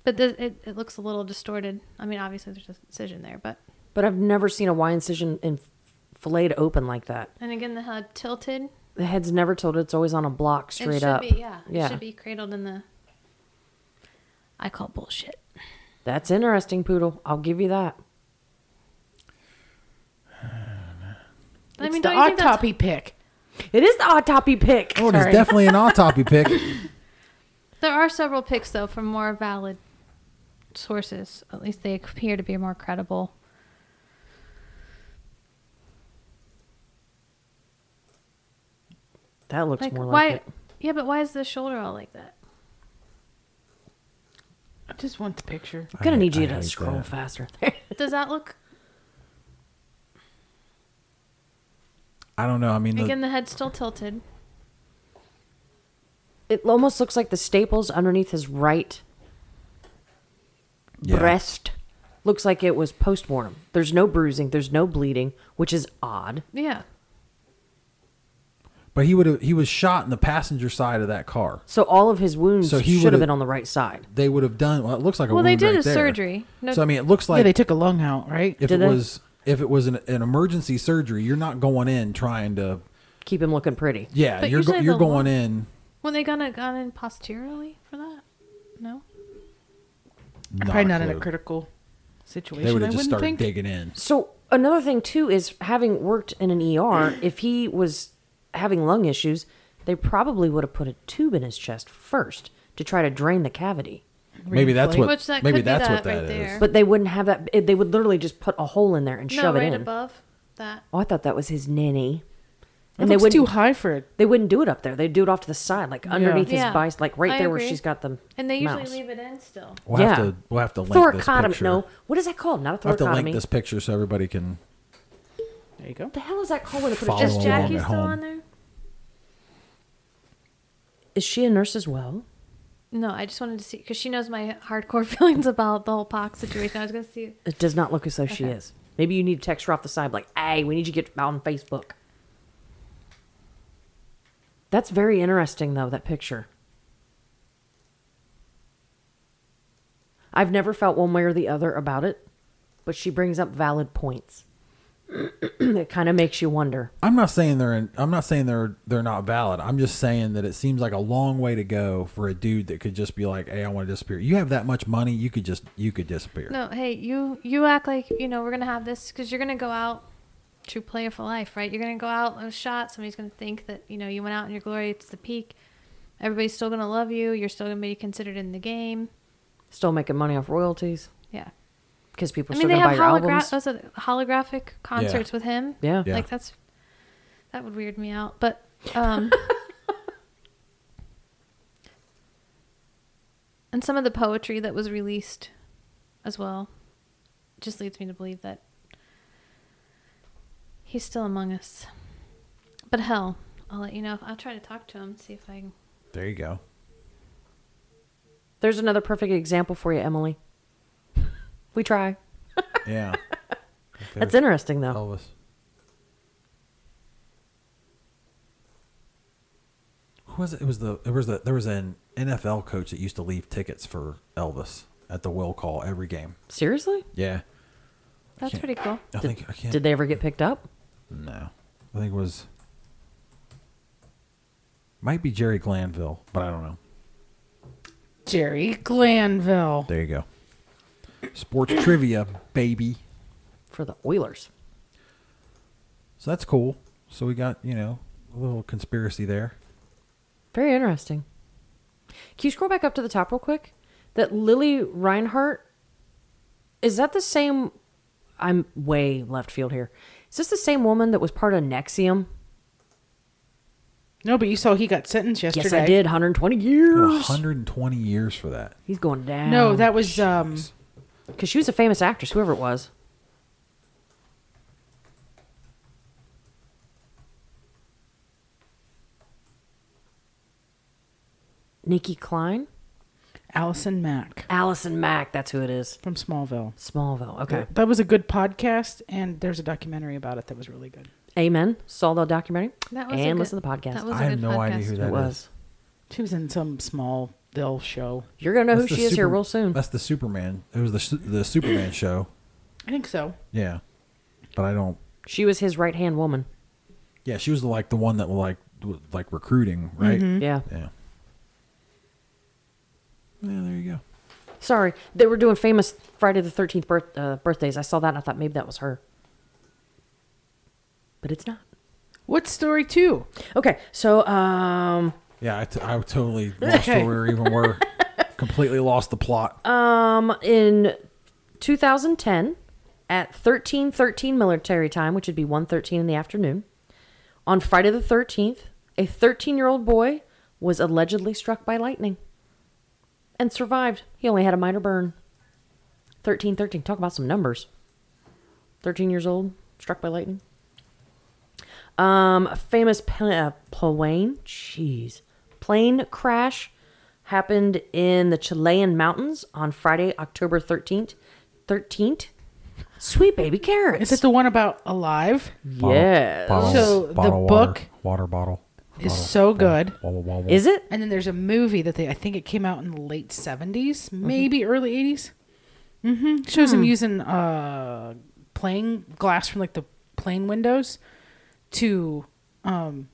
But the, it, it looks a little distorted. I mean, obviously there's a incision there, but But I've never seen a Y incision in filleted open like that. and again the head tilted. It The head's never tilted. It's always on a block, straight should up. Be, yeah, Yeah. It should be cradled in the. I call bullshit. That's interesting, Poodle. I'll give you that. I It's mean, the don't you think that's- autopsy pick. It is the autopsy pick. Oh, and it's Sorry. definitely an autopsy pic. there are several pics though from more valid sources. At least they appear to be more credible. That looks Like more like why? it. Yeah, but why is the shoulder all like that? I just want the picture. I'm gonna I- need you I to hate scroll that. faster. Does that look I don't know. I mean, the- again? The head still tilted. it almost looks like the staples underneath his right yeah. breast looks like it was postmortem. There's no bruising. There's no bleeding, which is odd. Yeah. But he would have. He was shot in the passenger side of that car. So all of his wounds So he should would've- have been on the right side. They would have done. Well, it looks like a Well, they wound did right a there. surgery. No- so I mean, it looks yeah, like they took a lung out, right? if Did it they? was if it was an, an emergency surgery, you're not going in trying to. Keep him looking pretty. Yeah, But you're go, usually you're the going lung- in. When they gonna gone in posteriorly for that? No. Probably not in a clue. critical situation. They would I have wouldn't just started think. digging in. So another thing too is having worked in an ER, if he was having lung issues, they probably would have put a tube in his chest first to try to drain the cavity. Maybe that's what. Which that maybe could be that's what that that right is. there. But they wouldn't have that. They would literally just put a hole in there and No, shove right it in. above that. Oh, I thought that was his nanny. It they looks too wouldn't- high for it. They wouldn't do it up there. They'd do it off to the side, like underneath Yeah. his bicep, like right I there where agree. she's got the And they usually mouse. leave it in still. We'll have Yeah. to. We'll have to link this thoracotomy. picture. No, what is that called? Not a I'll have to link thoracotomy. this What picture so everybody can. There you go. the hell is that called when they put Follow it Is just? along Jackie at still home. on there? Is she a nurse as well? No, I just wanted to see because she knows my hardcore feelings about the whole pox situation. I was gonna see. It does not look as though she is. Maybe you need to text her off the side, like, "Hey, we need you to get on Facebook." That's very interesting, though. That picture. I've never felt one way or the other about it, but she brings up valid points. it kind of makes you wonder. I'm not saying they're. In, I'm not saying they're. They're not valid. I'm just saying that it seems like a long way to go for a dude that could just be like, "Hey, I want to disappear." You have that much money, you could just. You could disappear. No, hey, you you act like you know we're gonna have this because you're gonna go out true player for life, right? You're gonna go out and shot. Somebody's gonna think that you know you went out in your glory. It's the peak. Everybody's still gonna love you. You're still gonna be considered in the game. Still making money off royalties Yeah. because people are I still mean, they going to buy have your hologra- uh, albums. those are the holographic concerts with him. Yeah. Yeah. Like that's that would weird me out. But um and some of the poetry that was released as well just leads me to believe that he's still among us. But hell, I'll let you know. I'll try to talk to him, see if I can There you go. There's another perfect example for you, Emily. We try. Yeah. That's interesting, though. Elvis. Who was it? It was the there was the there was an NFL coach that used to leave tickets for Elvis at the will call every game. Seriously? Yeah. That's can't- pretty cool. I think I can't Did they ever get picked up? No. I think it was might be Jerry Glanville, but I don't know. Jerry Glanville. There you go. Sports trivia, baby. For the Oilers. So that's cool. So we got, you know, a little conspiracy there. Very interesting. Can you scroll back up to the top real quick? That Lily Reinhart is that the same? I'm way left field here. Is this the same woman that was part of Nexium? No, but you saw he got sentenced yesterday. Yes, I did. 120 Oh, years. 120 years for that. He's going down. No, that was um because she was a famous actress, whoever it was. Nikki Klein, Allison Mack Allison Mack. That's who it is. from Smallville. Smallville. Okay. That was a good podcast, and there's a documentary about it that was really good. Amen. Saw the documentary That was a and good- listen to the podcast. That was a I have good no podcast. idea who that it is. was. She was in some Smallville show. You're gonna know That's who the she is here Super- real soon. That's the Superman. It was the su- the Superman show. I think so. Yeah, but I don't. She was his right hand woman. Yeah, she was like the one that like w- like recruiting, right? Mm-hmm. Yeah. Yeah. Yeah, there you go. Sorry, they were doing famous Friday the Thirteenth birth, uh, birthdays. I saw that and I thought maybe that was her, but it's not. What story two? Okay, so um, Yeah, I, t- I totally lost where we were even were. Completely lost the plot. um, in 2010, at 13:13 military time, which would be 1:13 in the afternoon, on Friday the 13th, a 13-year-old boy was allegedly struck by lightning and survived. He only had a minor burn. 13:13. Talk about some numbers. 13 years old, struck by lightning. Um, a famous pl- uh, plane, jeez, plane crash happened in the Chilean mountains on Friday, October 13th. 13th. Sweet baby carrots. Is it the one about Alive? yes. Bottle- So the bottle water, book water bottle is so good. Is it? And then there's a movie that they I think it came out in the late 70s, maybe early 80s. hmm Shows him using uh plane glass from like the plane windows to um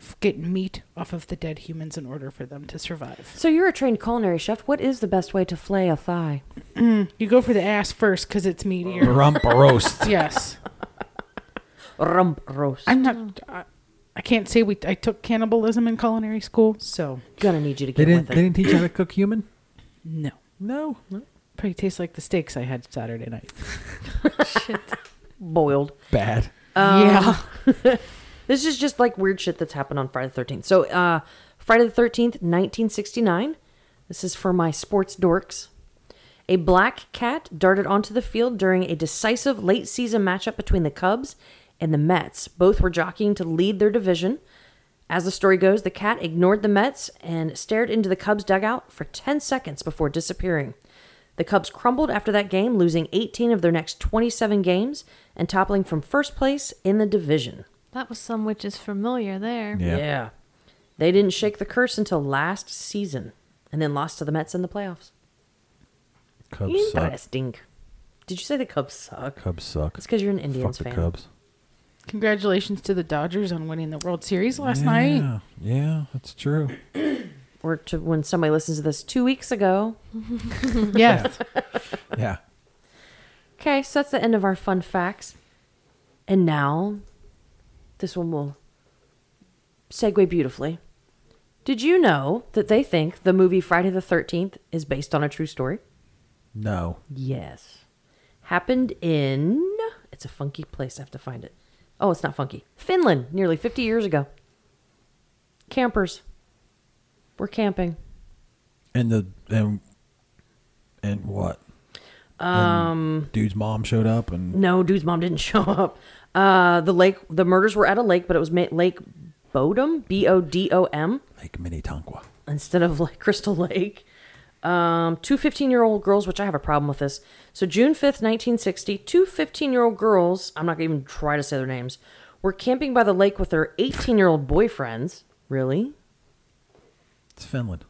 f- get meat off of the dead humans in order for them to survive. So you're a trained culinary chef. What is the best way to flay a thigh? You go for the ass first cuz it's meatier. Rump roast. yes. Rump roast. I'm I'm not I, I can't say we I took cannibalism in culinary school, so gonna need you to They get didn't. with They it. didn't teach you how to cook human. no. No. Probably tastes like the steaks I had Saturday night. Boiled. Bad. yeah. This is just like weird shit that's happened on Friday the 13th. So, uh, Friday the 13th, 1969. This is for my sports dorks. A black cat darted onto the field during a decisive late season matchup between the Cubs and the Mets. Both were jockeying to lead their division. As the story goes, the cat ignored the Mets and stared into the Cubs dugout for 10 seconds before disappearing. The Cubs crumbled after that game, losing 18 of their next 27 games and toppling from first place in the division. That was some which is familiar there. Yeah. They didn't shake the curse until last season and then lost to the Mets in the playoffs. Cubs suck. Interesting. Did you say the Cubs suck? Cubs suck. It's because you're an Fuck Indians the fan. Cubs. Congratulations to the Dodgers on winning the World Series last night. Yeah. Yeah, that's true. Or to when somebody listens to this two weeks ago. Yes. Yeah. Okay, so that's the end of our fun facts. And now, this one will segue beautifully. Did you know that they think the movie Friday the 13th is based on a true story? No. Yes. Happened in. It's a funky place. I have to find it. Oh, it's not funky. Finland, nearly 50 years ago. Campers. We're camping. And the and and what? Um dude's mom showed up and No, dude's mom didn't show up. Uh, the lake, the murders were at a lake, but it was ma- Lake Bodom, B O D O M, Lake Minnetonka. instead of like Crystal Lake. Um, two 15 year old girls, which I have a problem with this. So, June 5th, 1960, two 15 year old girls, I'm not gonna even try to say their names, were camping by the lake with their 18 year old boyfriends. Really? It's Finland.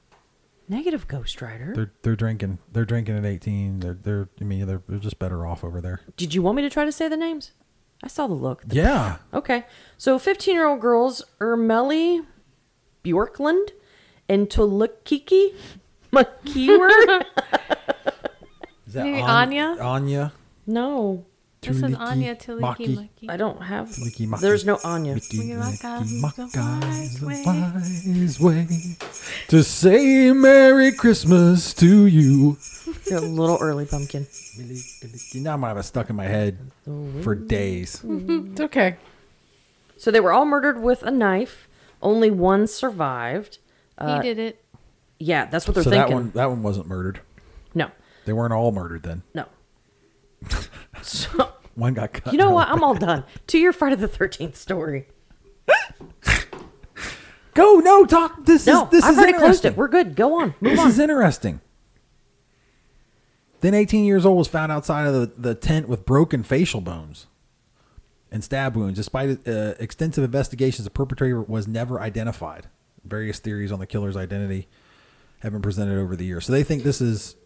Negative Ghost Rider. They're they're drinking. They're drinking at 18. They're they're I mean they're, they're just better off over there. Did you want me to try to say the names? I saw the look. yeah. Okay. So 15 year old girls Ermeli Bjorklund and Tolukiki McKeewer. Is that Maybe Anya? Anya. no, This is Tuliki Anya Tiliki Maki. I Maki. don't have. Licky Macky. There's no Anya. Licky Licky Macky Macka's the Macka's the wise wise way to say Merry Christmas to you. You're a little early, pumpkin. Now I'm gonna have it stuck in my head for days. It's okay. So they were all murdered with a knife. Only one survived. He uh, did it. Yeah, that's what So they're that thinking. one that one wasn't murdered. No, They weren't all murdered then. no. so, One got cut. you know out. what? I'm all done. To your Friday the 13th story. Go no talk. This No, is this I've is already closed interesting. it. We're good. Go on. Move This on. is interesting. Then 18 years old was found outside of the, the tent with broken facial bones and stab wounds. Despite uh, extensive investigations, the perpetrator was never identified. Various theories on the killer's identity have been presented over the years. So they think this is.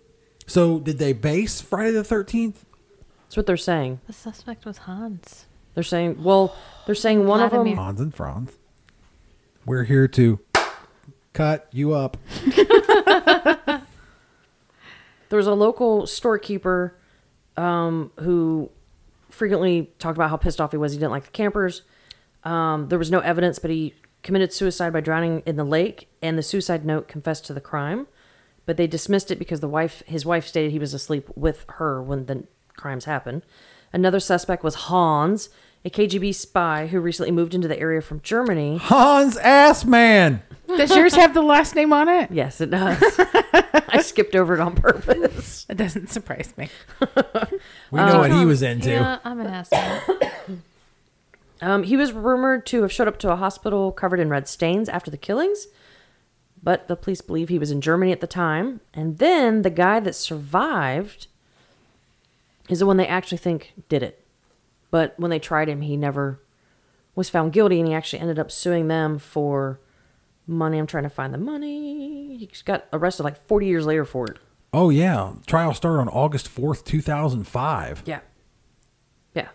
So did they base Friday the 13th? That's what they're saying. The suspect was Hans. They're saying, well, they're saying one of them. Vladimir. Hans and Franz. We're here to cut you up. There was a local storekeeper um, who frequently talked about how pissed off he was. He didn't like the campers. Um, there was no evidence, but he committed suicide by drowning in the lake, and the suicide note confessed to the crime. But they dismissed it because the wife, his wife, stated he was asleep with her when the crimes happened. Another suspect was Hans, a KGB spy who recently moved into the area from Germany. Hans Ass Man. Does yours have the last name on it? Yes, it does. I skipped over it on purpose. It doesn't surprise me. We know what he was into. Um, Yeah, I'm an asshole. Um, he was rumored to have showed up to a hospital covered in red stains after the killings, but the police believe he was in Germany at the time. And then the guy that survived is the one they actually think did it. But when they tried him, he never was found guilty, and he actually ended up suing them for money. I'm trying to find the money. He got arrested like 40 years later for it. Oh yeah, trial started on August fourth, two thousand five. Yeah. Yeah.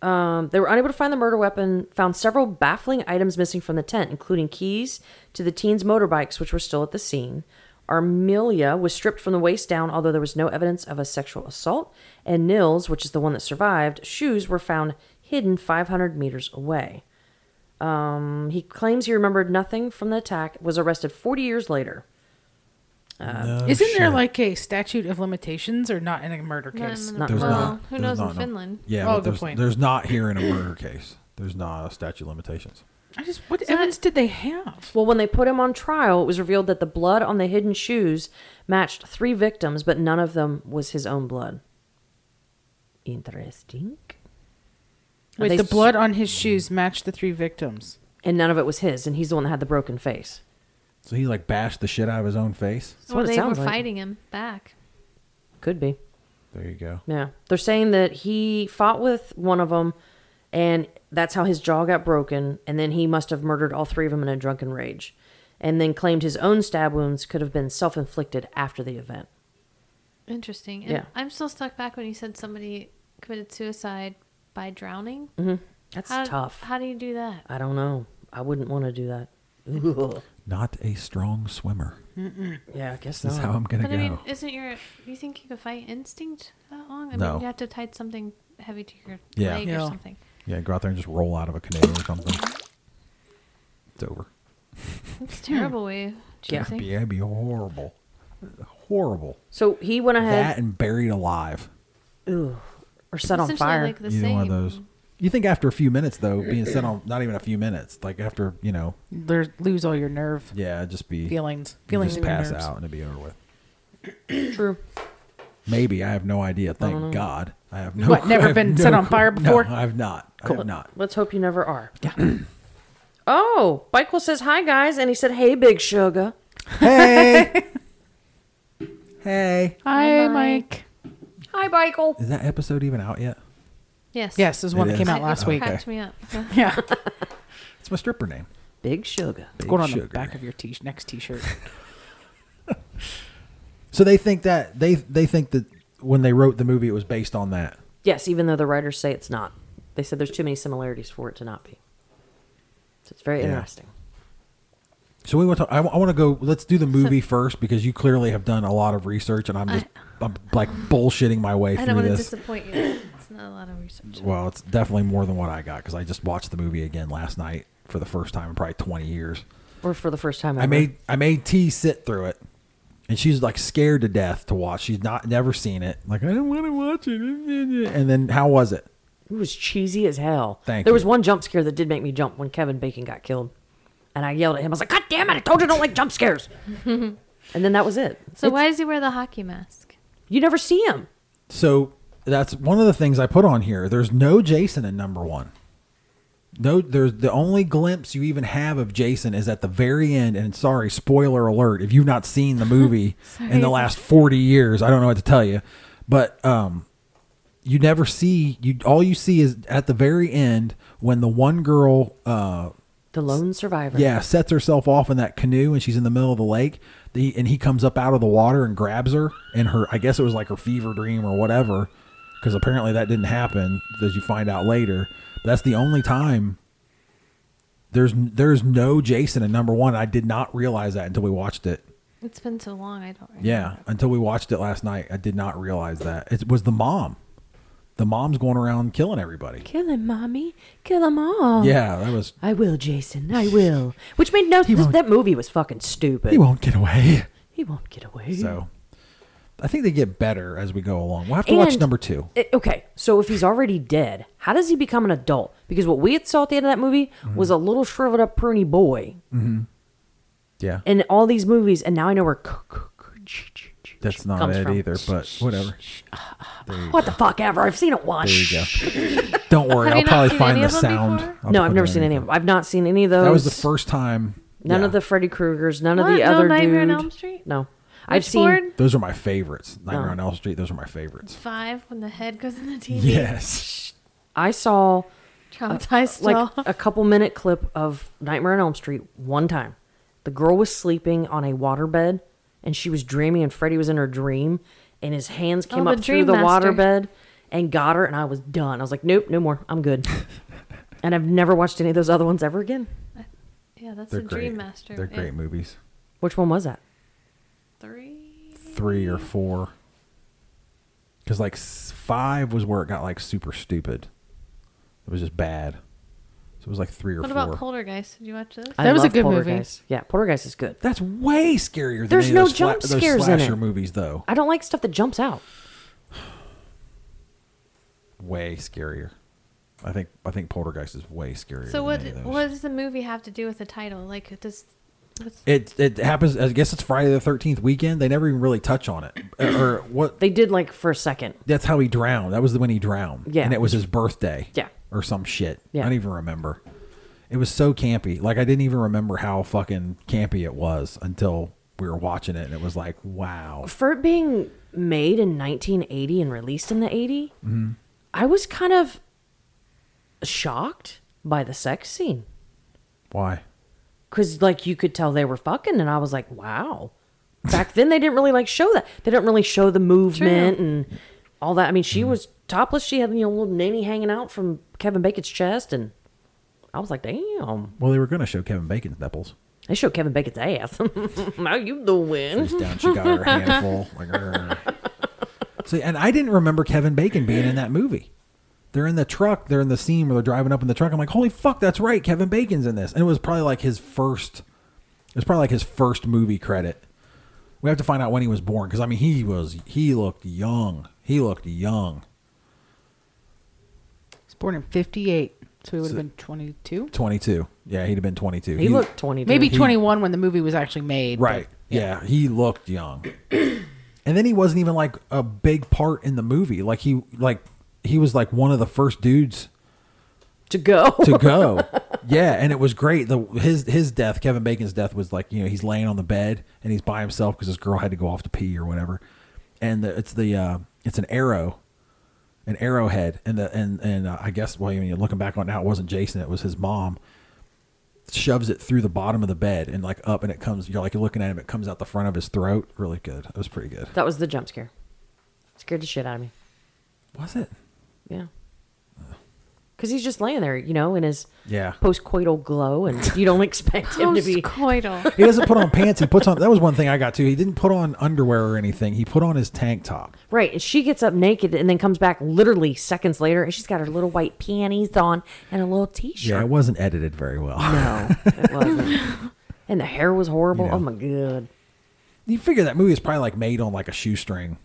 Um, they were unable to find the murder weapon, found several baffling items missing from the tent, including keys to the teens' motorbikes, which were still at the scene. Armelia was stripped from the waist down, although there was no evidence of a sexual assault. And Nils, which is the one that survived, shoes were found hidden 500 meters away. Um, he claims he remembered nothing from the attack, was arrested 40 years later. Oh, Isn't there like a statute of limitations or not in a murder case? Not- There's well, not. who There's knows not in no- Finland? Yeah, Oh, but good there's, point. there's not here in a murder case. There's not a statute of limitations. I just what evidence did they have? Well, when they put him on trial, it was revealed that the blood on the hidden shoes matched three victims, but none of them was his own blood. Interesting. Are Wait, they the blood on his shoes matched the three victims. And none of it was his, and he's the one that had the broken face. So he like bashed the shit out of his own face. That's what or it they were sounds like. fighting him back. Could be. There you go. Yeah. They're saying that he fought with one of them, and that's how his jaw got broken, and then he must have murdered all three of them in a drunken rage, and then claimed his own stab wounds could have been self inflicted after the event. Interesting. And Yeah. I'm still stuck back when you said somebody committed suicide by drowning. That's How- tough. How do you do that? I don't know. I wouldn't want to do that. Not a strong swimmer. Yeah, Oh. I guess This is not. how I'm gonna But go. I mean, isn't your you think you could fight instinct that long? I No. mean, you have to tie something heavy to your Yeah. leg Yeah. or something. Yeah, go out there and just roll out of a canoe or something. It's over. It's a terrible way. do you Yeah. think? Yeah, it'd be horrible. Horrible. So he went Uh, That ahead and buried alive. ooh, or set on Essentially fire. like the Either same. one of those. You think after a few minutes though, being set on not even a few minutes, like after, you know, There, lose all your nerve yeah, it'd just be feelings. you'd Feelings just in your pass nerves. out and it'd be over with. True. Maybe I have no idea. Thank God, I have no. Mm-hmm. What, never I have been no set on fire clue. before? No, I have not. I have not. Let's hope you never are. Yeah. oh, Michael says hi guys, and he said, "Hey, Big Sugar." Hey, hey, Hi, Mike. Hi, Michael. is that episode even out yet? Yes. Yes, this is one It that came is. out last Okay. week. Cracked me up. Yeah, it's It's my stripper name. Big Sugar. Big going on Sugar. the back of your t- next T-shirt. So they think that they they think that when they wrote the movie, it was based on that. Yes, even though the writers say it's not. They said there's too many similarities for it to not be. So it's very Yeah. interesting. So we want to. I, want to go. Let's do the movie first because you clearly have done a lot of research, and I'm just I'm like bullshitting my way I through don't want to this. disappoint you. It's not a lot of research. Well, it's definitely more than what I got because I just watched the movie again last night for the first time in probably 20 years. Or for the first time ever. I made I made T sit through it, and she's like scared to death to watch. She's not never seen it. Like I don't want to watch it. And then how was it? it was cheesy as hell. Thank there was you. one jump scare that did make me jump when Kevin Bacon got killed. And I yelled at him. I was like, God damn it, I told you I don't like jump scares. and then that was it. So It's- why does he wear the hockey mask? you never see him. So that's one of the things I put on here. There's no Jason in number one. No, there's the only glimpse you even have of Jason is at the very end. And sorry, spoiler alert, if you've not seen the movie in the last 40 years, I don't know what to tell you. But um, you never see you. All you see is at the very end when the one girl, uh, The lone survivor. yeah, sets herself off in that canoe and she's in the middle of the lake. The and he comes up out of the water and grabs her and her. I guess it was like her fever dream or whatever, because apparently that didn't happen, as you find out later. That's the only time. There's there's no Jason in number one. I did not realize that until we watched it. It's been so long. I don't. Remember. Yeah, until we watched it last night, I did not realize that it was the mom. The mom's going around killing everybody. Kill him, mommy. Kill them all. Yeah, that was. I will, Jason. I will. Which made no sense. won't. That movie was fucking stupid. He won't get away. He won't get away. So I think they get better as we go along. We'll have to watch And- number two. I- okay, so if he's already dead, how does he become an adult? Because what we had saw at the end of that movie Mm-hmm. was a little shriveled up pruny boy Yeah. in all these movies, and now I know where. c- c- c- ch- ch- ch- That's not comes it from. either, but whatever. What the fuck ever? I've seen it once. There you go. Don't worry, Have I'll you not probably seen find any the of them sound. before? I'll No, put I've it never in. seen any of them. I've not seen any of those. That was the first time. None yeah. of the Freddy Kruegers. None of What? the No other Nightmare on dude. Elm Street? No, I've Which seen. board? Those are my favorites. Nightmare No. on Elm Street. Those are my favorites. Five when the head goes in the TV. Yes. I saw Traumatized. like uh, doll. a couple minute clip of Nightmare on Elm Street one time. The girl was sleeping on a waterbed and she was dreaming, and Freddy was in her dream, and his hands came Oh, up the through Dream the Master. waterbed and got her, and I was done. I was like, nope, no more. I'm good. and I've never watched any of those other ones ever again. yeah, that's They're a great. dream master. They're Yeah. great movies. Which one was that? Three. Three or four. Because like s- five was where it got like super stupid. It was just bad. So it was like three or What four. about Poltergeist? Did you watch this? That was a love good movie. Poltergeist. Yeah, Poltergeist is good. That's way scarier than There's any no of those, jump sla- those scares in it. slasher movies, though. I don't like stuff that jumps out. Way scarier. I think I think Poltergeist is way scarier. So than what? any of those. What does the movie have to do with the title? Like does. What's, It it happens. I guess it's Friday the Thirteenth weekend. They never even really touch on it, Uh, or or what? They did like for a second. That's how he drowned. That was when he drowned. Yeah. and it was his birthday. Yeah. or some shit. Yeah. I don't even remember. It was so campy. Like I didn't even remember how fucking campy it was until we were watching it, and it was like, wow. for it being made in 1980 and released in the 80 i was kind of shocked by the sex scene Why? because like you could tell they were fucking and i was like wow back then they didn't really like show that they didn't really show the movement and all that i mean she was topless she had you know a little nanny hanging out from kevin bacon's chest and i was like damn Well, they were gonna show Kevin Bacon's nipples. they showed kevin bacon's ass how you doing was down. She got her handful. Like, "Arr." so, and I didn't remember Kevin Bacon being in that movie. They're in the truck. They're in the scene where they're driving up in the truck. I'm like, holy fuck, that's right. Kevin Bacon's in this, and it was probably like his first. It was probably like his first movie credit. We have to find out when he was born because I mean he was he looked young. He looked young. was born in 58, so he would So- have been 22. 22. Yeah, he'd have been 22. He, looked 20. Maybe He- 21 when the movie was actually made. but- Right. Yeah. he looked young. and then he wasn't even like a big part in the movie. Like he like he was like one of the first dudes to go. to go. yeah, and it was great. The his his death, Kevin Bacon's death was like, you know, he's laying on the bed and he's by himself cuz his girl had to go off to pee or whatever. And the, it's the uh it's an arrow an arrowhead and the and and uh, I guess well, I mean, looking back on it now, it wasn't Jason, it was his mom shoves it through the bottom of the bed and like up and it comes you're like you're looking at him it comes out the front of his throat really good it was pretty good that was the jump scare. Scared the shit out of me. was it Yeah. Because he's just laying there, you know, in his Yeah. post-coital glow, and you don't expect him to be. Postcoital. he doesn't put on pants he puts on that was one thing i got too he didn't put on underwear or anything he put on his tank top Right, and she gets up naked and then comes back literally seconds later, and she's got her little white panties on and a little yeah it t-shirt. wasn't edited very well No, it wasn't. and the hair was horrible. You know. Oh my god. you figure that movie is probably like made on like a shoestring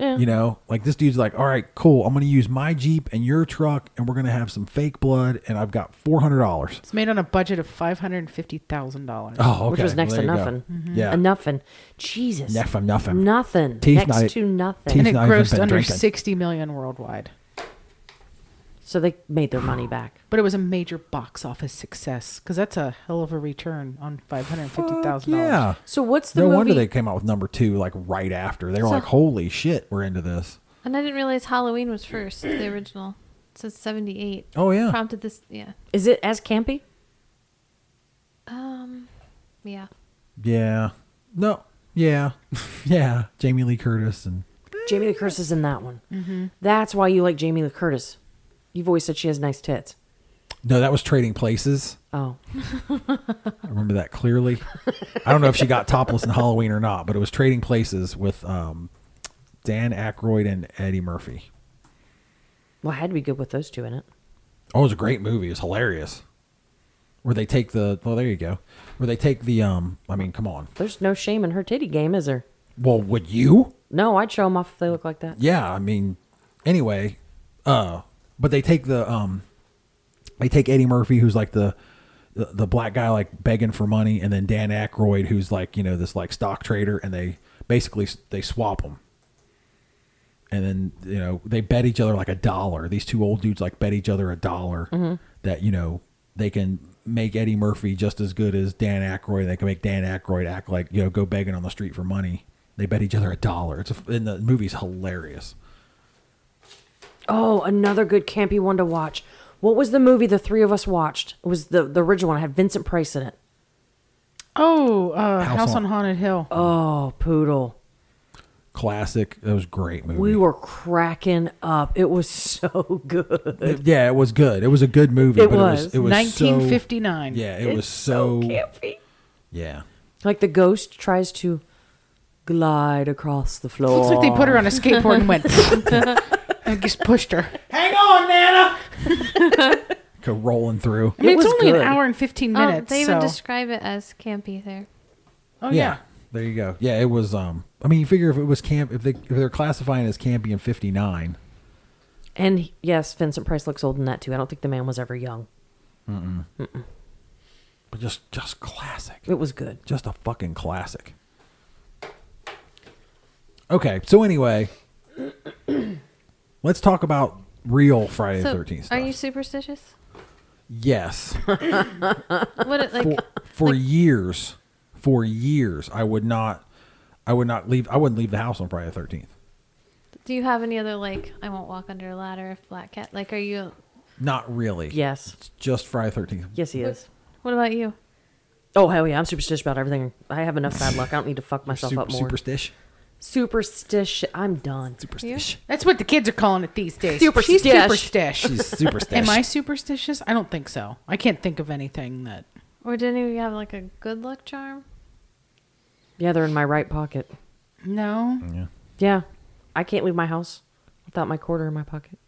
Yeah. you know like this dude's like all right cool i'm gonna use my jeep and your truck and we're gonna have some fake blood and i've got $400 It's made on a budget of $550,000. oh okay Which was next Well, to there you go. Mm-hmm. nothing. yeah A nothing. Jesus. Nothing, nothing. Nothing. Teeth next not- e- to nothing. and He's it not even grossed been under drinking. 60 million worldwide. So they made their money back. But it was a major box office success because that's a hell of a return on $550,000. Fuck yeah So what's the no movie? wonder they came out with number two like right after. They were So- like, "Holy shit, we're into this." And I didn't realize Halloween was first, the original. It says 78. Oh, yeah. Prompted this, yeah. Is it as campy? Um, yeah. Yeah. No. Yeah. yeah. Jamie Lee Curtis and Jamie Lee Curtis is in that one. That's why you like Jamie Lee Curtis. You've always said she has nice tits. no, that was Trading Places. Oh, I remember that clearly. I don't know if she got topless in Halloween or not, but it was Trading Places with um, Dan Aykroyd and Eddie Murphy. well, I had to be good with those two in it. Oh, it was a great movie. It was hilarious. Where they take the well, there you go. Where they take the um, I mean, come on. There's no shame in her titty game, is there? Well, would you? No, I'd show them off if they look like that. yeah i mean anyway uh but they take the um they take eddie murphy who's like the the, the black guy like begging for money and then dan Aykroyd, who's like you know this like stock trader and they basically s- they swap them and then you know they bet each other like a dollar these two old dudes like bet each other a dollar that you know they can make Eddie Murphy just as good as Dan Aykroyd. They can make Dan Aykroyd act like you know go begging on the street for money. They bet each other a dollar. It's a, and the movie's hilarious. Oh, another good campy one to watch. What was the movie the three of us watched? It was the, the original one. It had Vincent Price in it. Oh, uh, House House, on- on, Haunted Hill. Oh, poodle. Classic. It was a great movie. Mm. We were cracking up. It was so good. It- yeah, it was good. It was a good movie. It but was. It was, it was 1959. So, yeah, it was so. Oh. campy. yeah. Like the ghost tries to glide across the floor. Oh. Looks like they put her on a skateboard and went and just pushed her. Go rolling through. I mean, It it's was only good. an hour and 15 Oh, minutes. they even so- describe it as campy there. oh, yeah. yeah. There you go. Yeah, it was. Um, I mean, you figure if it was camp, if they if they're classifying it as campy in '59, And he- yes, Vincent Price looks old in that too. I don't think the man was ever young. but just just classic, It was good. just a fucking classic. Okay, so anyway, let's talk about real Friday the So, Thirteenth stuff. are you superstitious? yes, What it, like? for, for years, for years, I would not, I would not leave. I wouldn't leave the house on Friday the Thirteenth. do you have any other like? I won't walk under a ladder if black cat. Like, are you? Not really. Yes. It's just Friday the Thirteenth. Yes, he is. What about you? Oh, hell yeah. I'm superstitious about everything. I have enough bad luck. I don't need to fuck myself Super, up more. superstition. Superstition. I'm done. Superstition. That's what the kids are calling it these days. Superstish. She's superstish. She's superstition. Am I superstitious? I don't think so. I can't think of anything that. Or did any of you have like a good luck charm? Yeah, they're in my right pocket. No. Yeah. I can't leave my house without my quarter in my pocket.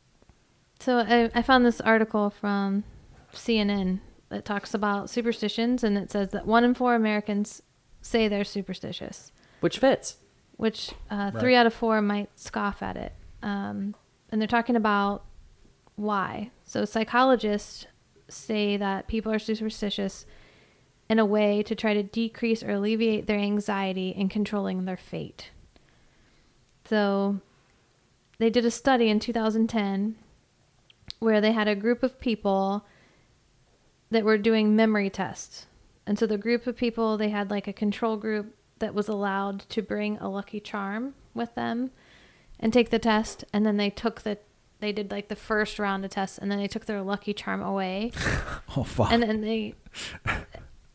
So I, I found this article from CNN that talks about superstitions, and it says that one in four Americans say they're superstitious, which fits. which uh, three out of four might scoff at it. Um, and they're talking about why. So psychologists say that people are superstitious in a way to try to decrease or alleviate their anxiety in controlling their fate. So they did a study in 2010 where they had a group of people that were doing memory tests. And so the group of people, they had like a control group that was allowed to bring a lucky charm with them and take the test. And then they took the, they did like the first round of tests and then they took their lucky charm away. Oh fuck. And then they,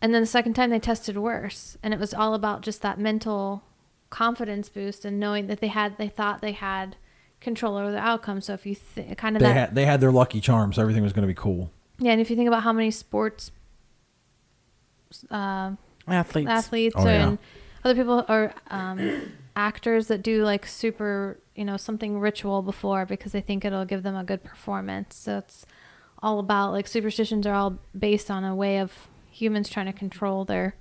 and then the second time they tested worse. And it was all about just that mental confidence boost and knowing that they had, they thought they had control over the outcome. So if you th- kind of they that, had they had their lucky charm, so everything was going to be cool. yeah, and if you think about how many sports um Athletes. athletes Oh, or yeah. and other people or um, actors that do like super, you know, something ritual before because they think it'll give them a good performance. So it's all about like superstitions are all based on a way of humans trying to control their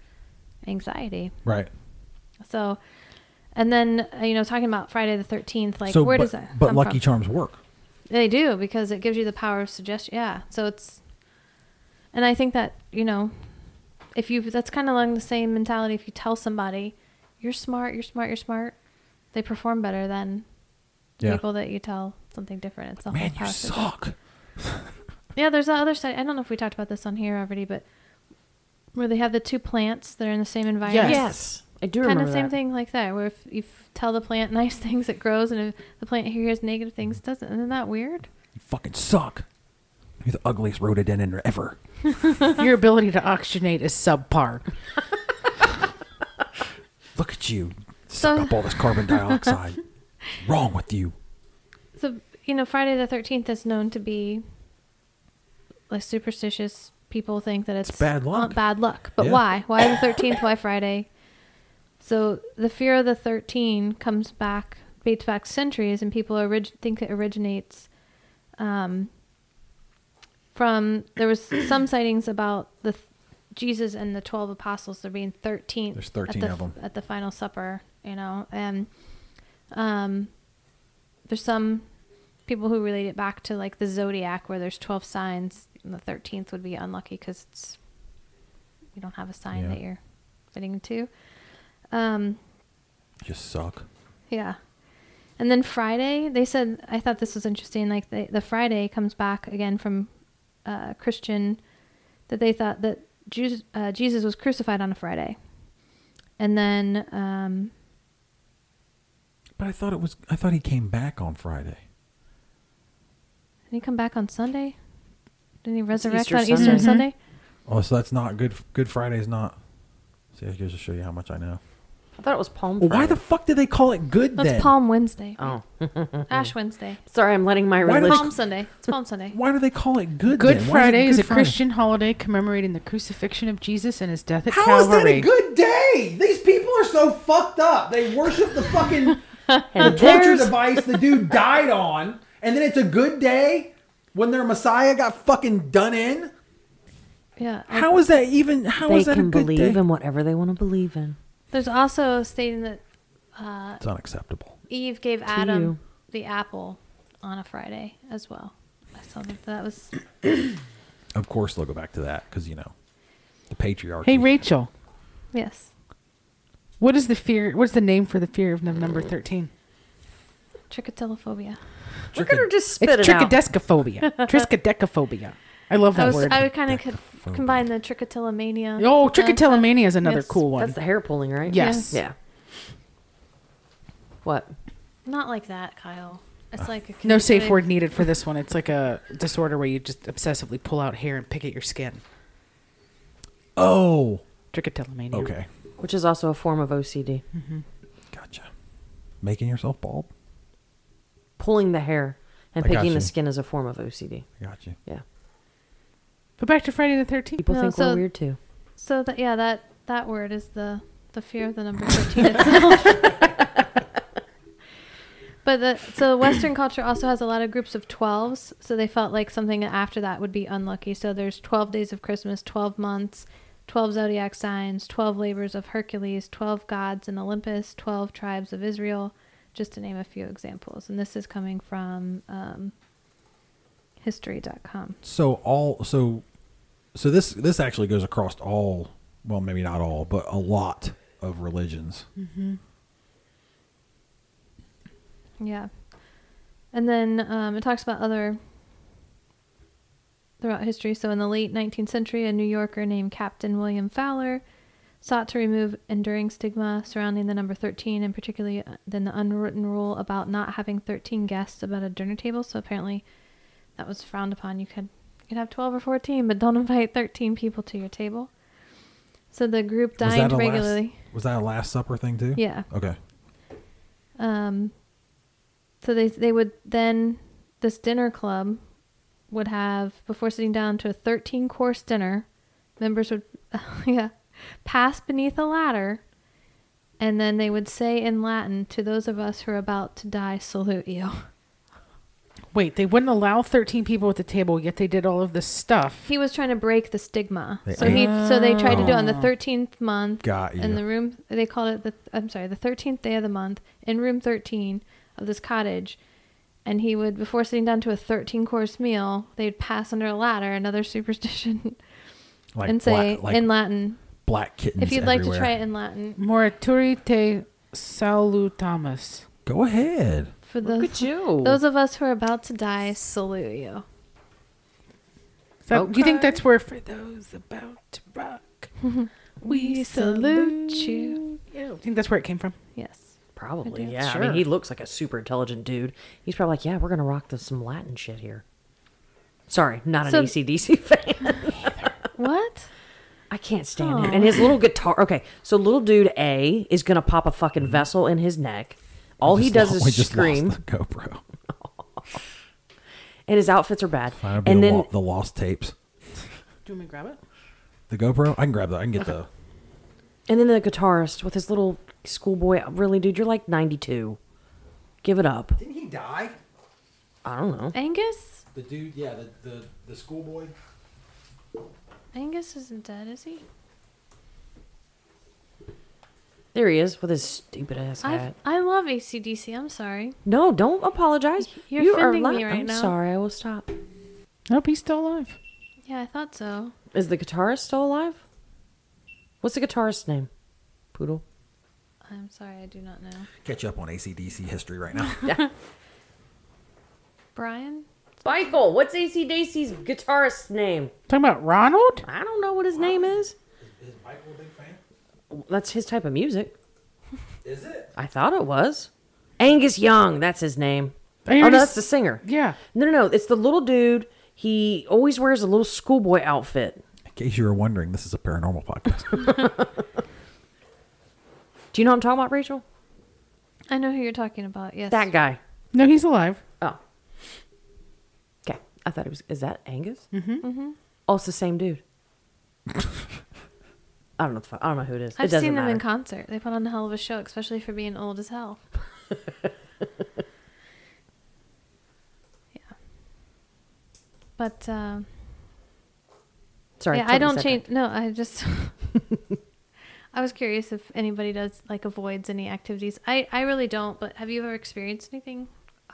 anxiety. Right. So, and then uh, you know, talking about Friday the Thirteenth, like so, where but, does that? but come lucky from? charms work. They do because it gives you the power of suggestion. Yeah. So it's, and I think that you know, if you that's kind of along the same mentality. If you tell somebody, you're smart, you're smart, you're smart, they perform better than Yeah. people that you tell something different. It's the whole Man, you power of suggestion. suck. Yeah. There's that other study. I don't know if we talked about this on here already, but where they have the two plants that are in the same environment. Yes. I do Kind remember of same that. thing like that, where if you f- tell the plant nice things, it grows, and if the plant here hears negative things, it doesn't. Isn't that weird? You fucking suck. You're the ugliest rhododendron ever. Your ability to oxygenate is subpar. Look at you. Suck So- up all this carbon dioxide. Wrong with you. So you know, Friday the Thirteenth is known to be like superstitious people think that it's, bad uh, luck. bad luck, but Yeah. why? Why the Thirteenth? why Friday? So the fear of the Thirteen comes back, dates back centuries, and people orig- think it originates um, from there was some sightings about the th- Jesus and the twelve apostles there being thirteen. There's 13 at the, of 'em. at the final supper, you know, and um, there's some people who relate it back to like the zodiac where there's 12 signs and the 13th would be unlucky because it's you don't have a sign Yeah. that you're fitting into um You suck. yeah and then friday they said i thought this was interesting like they, the friday comes back again from uh christian that they thought that Jews, uh, jesus was crucified on a friday and then um But I thought it was. I thought he came back on Friday. did he come back on sunday didn't he resurrect Easter on easter Sunday. Mhm. sunday Oh, so that's not good. Good Friday's not. See, that goes to show you how much I know. I thought it was Palm. Well, why Friday. the fuck did they call it good that's then? palm wednesday Oh, ash wednesday sorry. I'm letting my Why do they- religion. Palm Sunday. It's Palm Sunday. Why do they call it good? Good then? Why it Friday is Good a Christian holiday commemorating the crucifixion of Jesus and his death at How is Calvary. that a good day? These people are so fucked up. They worship the fucking the And torture there's device the dude died on, and then it's a good day when their Messiah got fucking done in. Yeah. I- How is that even? How they is that a can good believe day? in whatever they want to believe in. There's also stating that It's unacceptable. Eve gave Adam you. the apple on a Friday as well. I saw that that was Of course, they'll go back to that because you know the patriarchy. Hey, Rachel, yes. what is the fear? What's the name for the fear of num- number 13? Trichotillomania. Look at her just spit It's it out. trichodecaphobia. Trichodecaphobia. I love that I was word. I would kind of could combine the trichotillomania. oh, with the- trichotillomania is another Yes, cool one. That's the hair pulling, right? yes. Yeah. What? Not like that, Kyle. It's like a No safe conjoined- word needed for this one. It's like a disorder where you just obsessively pull out hair and pick at your skin. Oh, Trichotillomania. okay, Which is also a form of OCD. gotcha. Making yourself bald. Pulling the hair and I got picking you. the skin is a form of OCD. I got you. Yeah. But back to Friday the 13th. People No, think so- we're weird too. So that yeah, that that word is the the fear of the number thirteen itself. But the so Western culture also has a lot of groups of twelves, so they felt like something after that would be unlucky. So there's twelve days of Christmas, twelve months, twelve zodiac signs, twelve labors of Hercules, twelve gods in Olympus, twelve tribes of Israel, just to name a few examples. And this is coming from um, history.com. so all so so this this actually goes across all well maybe not all but a lot of religions Yeah. And then um, it talks about other throughout history. So in the late 19th century, a New Yorker named Captain William Fowler sought to remove enduring stigma surrounding the number 13 and particularly uh, then the unwritten rule about not having 13 guests about a dinner table. So apparently that was frowned upon. You could you could have 12 or 14, but don't invite 13 people to your table. So the group was that dined a regularly. last, was that a last supper thing too Yeah. okay Um, so they they would then this dinner club would have before sitting down to a thirteen course dinner, members would yeah pass beneath a ladder, and then they would say in Latin to those of us who are about to die, salute you. Wait, they wouldn't allow 13 people at the table, yet they did all of this stuff. He was trying to break the stigma, They so he so they tried to do it on the Oh. thirteenth month. Got you. In the room, they called it the I'm sorry, the thirteenth day of the month in room thirteen of this cottage, and he would before sitting down to a thirteen course meal, they'd pass under a ladder, another superstition, like and say black, like in Latin, black kittens if you'd like to everywhere. try it in Latin, Morituri te salutamus. go ahead for Look at those you. those of us who are about to die, salute you. Is that- Do you think Okay. that's where, for those about to rock, we salute you? Yeah, I think that's where it came from. Yes, probably, I do. yeah. I Sure. mean, he looks like a super intelligent dude. He's probably like, yeah, we're gonna rock this some Latin shit here. Sorry, not So- an ACDC fan. what? I can't stand him. And his little guitar. Okay, so little dude A is gonna pop a fucking vessel in his neck. All We he Mm-hmm. just does lo- we is just scream, lost the GoPro. and his outfits are bad. Fine, it'll be and the, then lo- the lost tapes Do you want me to grab it? the GoPro I can grab that I can get the And then the guitarist with his little schoolboy. Really, dude, you're like 92. Give it up. didn't he die I don't know. Angus? the dude yeah the the, the schoolboy Angus isn't dead, is he? There he is with his stupid ass I hat. I love ACDC. I'm sorry. No, don't apologize. You're You are offending li- me right I'm now. sorry. I will stop. Nope, he's still alive. Yeah, I thought so. Is the guitarist still alive? What's the guitarist's name? Poodle. I'm sorry, I do not know. catch you up on ACDC history right now Brian? Michael. What's ACDC's guitarist's name? Talking about Ronald? I don't know what his name is. is Michael a big fan That's his type of music. is it I thought it was. Angus Young. That's his name. I already Oh, no, s- that's the singer. Yeah. No, no, no. It's the little dude. He always wears a little schoolboy outfit. in case you were wondering this is a paranormal podcast Do you know what I'm talking about, Rachel? I know who you're talking about. Yes. That guy. No, he's alive. Oh. Okay. I thought it was. Is that Angus? Mm-hmm. mm-hmm. Oh, it's the same dude. I don't know. The, fu- I don't know who it is. it I've doesn't seen them matter. in concert. They put on a hell of a show, especially for being old as hell. yeah. But um, Sorry. yeah, I totally don't sidetracked. change. No, I just. I was curious if anybody does like avoids any activities. I I really don't. But have you ever experienced anything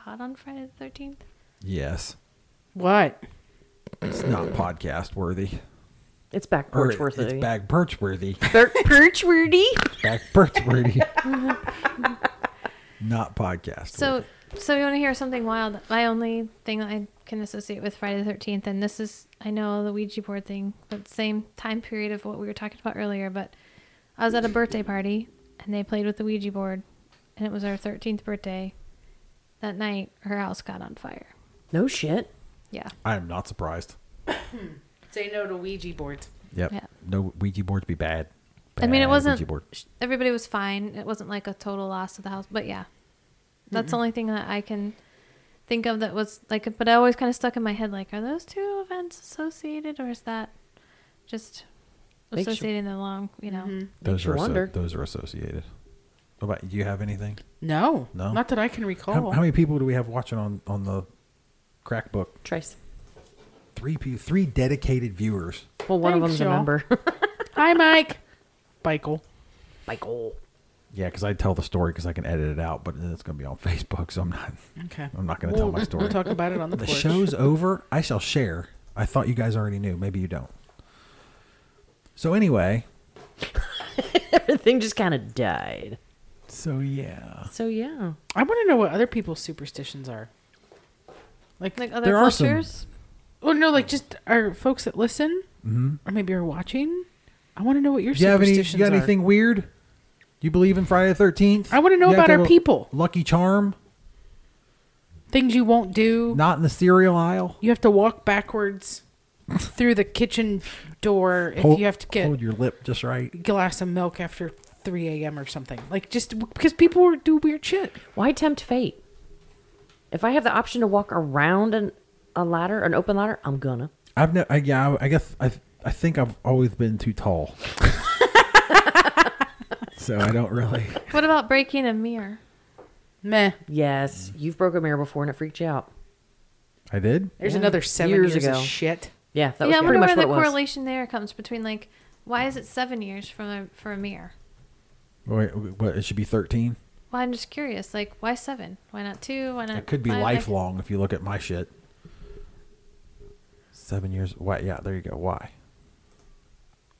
odd on Friday the Thirteenth? yes What? it's not Mm-hmm. podcast worthy It's back Or porch worthy. it's back perch worthy Back porch worthy. back perch worthy not podcast So, worthy. so you want to hear something wild? My only thing that I can associate with Friday the Thirteenth, and this is I know the Ouija board thing, but same time period of what we were talking about earlier. But I was at a birthday party, and they played with the Ouija board, and it was our thirteenth birthday. That night, her house got on fire. No shit. Yeah, I am not surprised Say no to Ouija boards. Yep. Yeah. No Ouija boards be bad. I mean Bad it wasn't. Ouija board. sh- Everybody was fine. It wasn't like a total loss of the house, but yeah, that's the only thing that I can think of that was like. But I always kind of stuck in my head like, are those two events associated, or is that just Makes you- associating them along? You know, Those you are asso- wonder. those are associated. What about do you have anything? No, No. not that I can recall. How, how many people do we have watching on on the crack book? Trace. Three pe- three dedicated viewers. Well, one Thanks, of them's a y'all. member. Hi, Mike. Michael. Michael. Yeah, because I tell the story because I can edit it out, but then it's going to be on Facebook, so I'm not. Okay. I'm not going to tell my story. We'll talk about it on the, the porch. show's over. I shall share. I thought you guys already knew. Maybe you don't. So anyway. Everything just kind of died. So yeah. So yeah. I want to know what other people's superstitions are. Like, Like other There are some- cultures. oh no, like just our folks that listen, or maybe are watching. I want to know what your Mm-hmm. Do you have any? superstitions You got are. anything weird? You believe in Friday the Thirteenth? I wanna know about our people. Lucky Charm, Things you won't do. not in the cereal aisle. You have to walk backwards through the kitchen door if Hold- you have to get hold your lip just right. a glass of milk after 3 a.m. or something. Like just because people do weird shit. Why tempt fate? If I have the option to walk around an, a ladder, an open ladder, I'm gonna. I've no. I, yeah, I guess I. I think I've always been too tall. so I don't really. What about breaking a mirror? Meh. Yes, you've broke a mirror before and it freaked you out. I did. There's Yeah, another seven years, years of ago. shit. Yeah, that yeah, I was wonder pretty where much the what it was. correlation there comes between like why is it seven years from a, for a mirror? Wait, what, it should be thirteen. Well, I'm just curious. Like, why seven? Why not two? Why not? Uh, It could be why, like- lifelong if you look at my shit. Seven years. Why? Yeah, there you go. Why?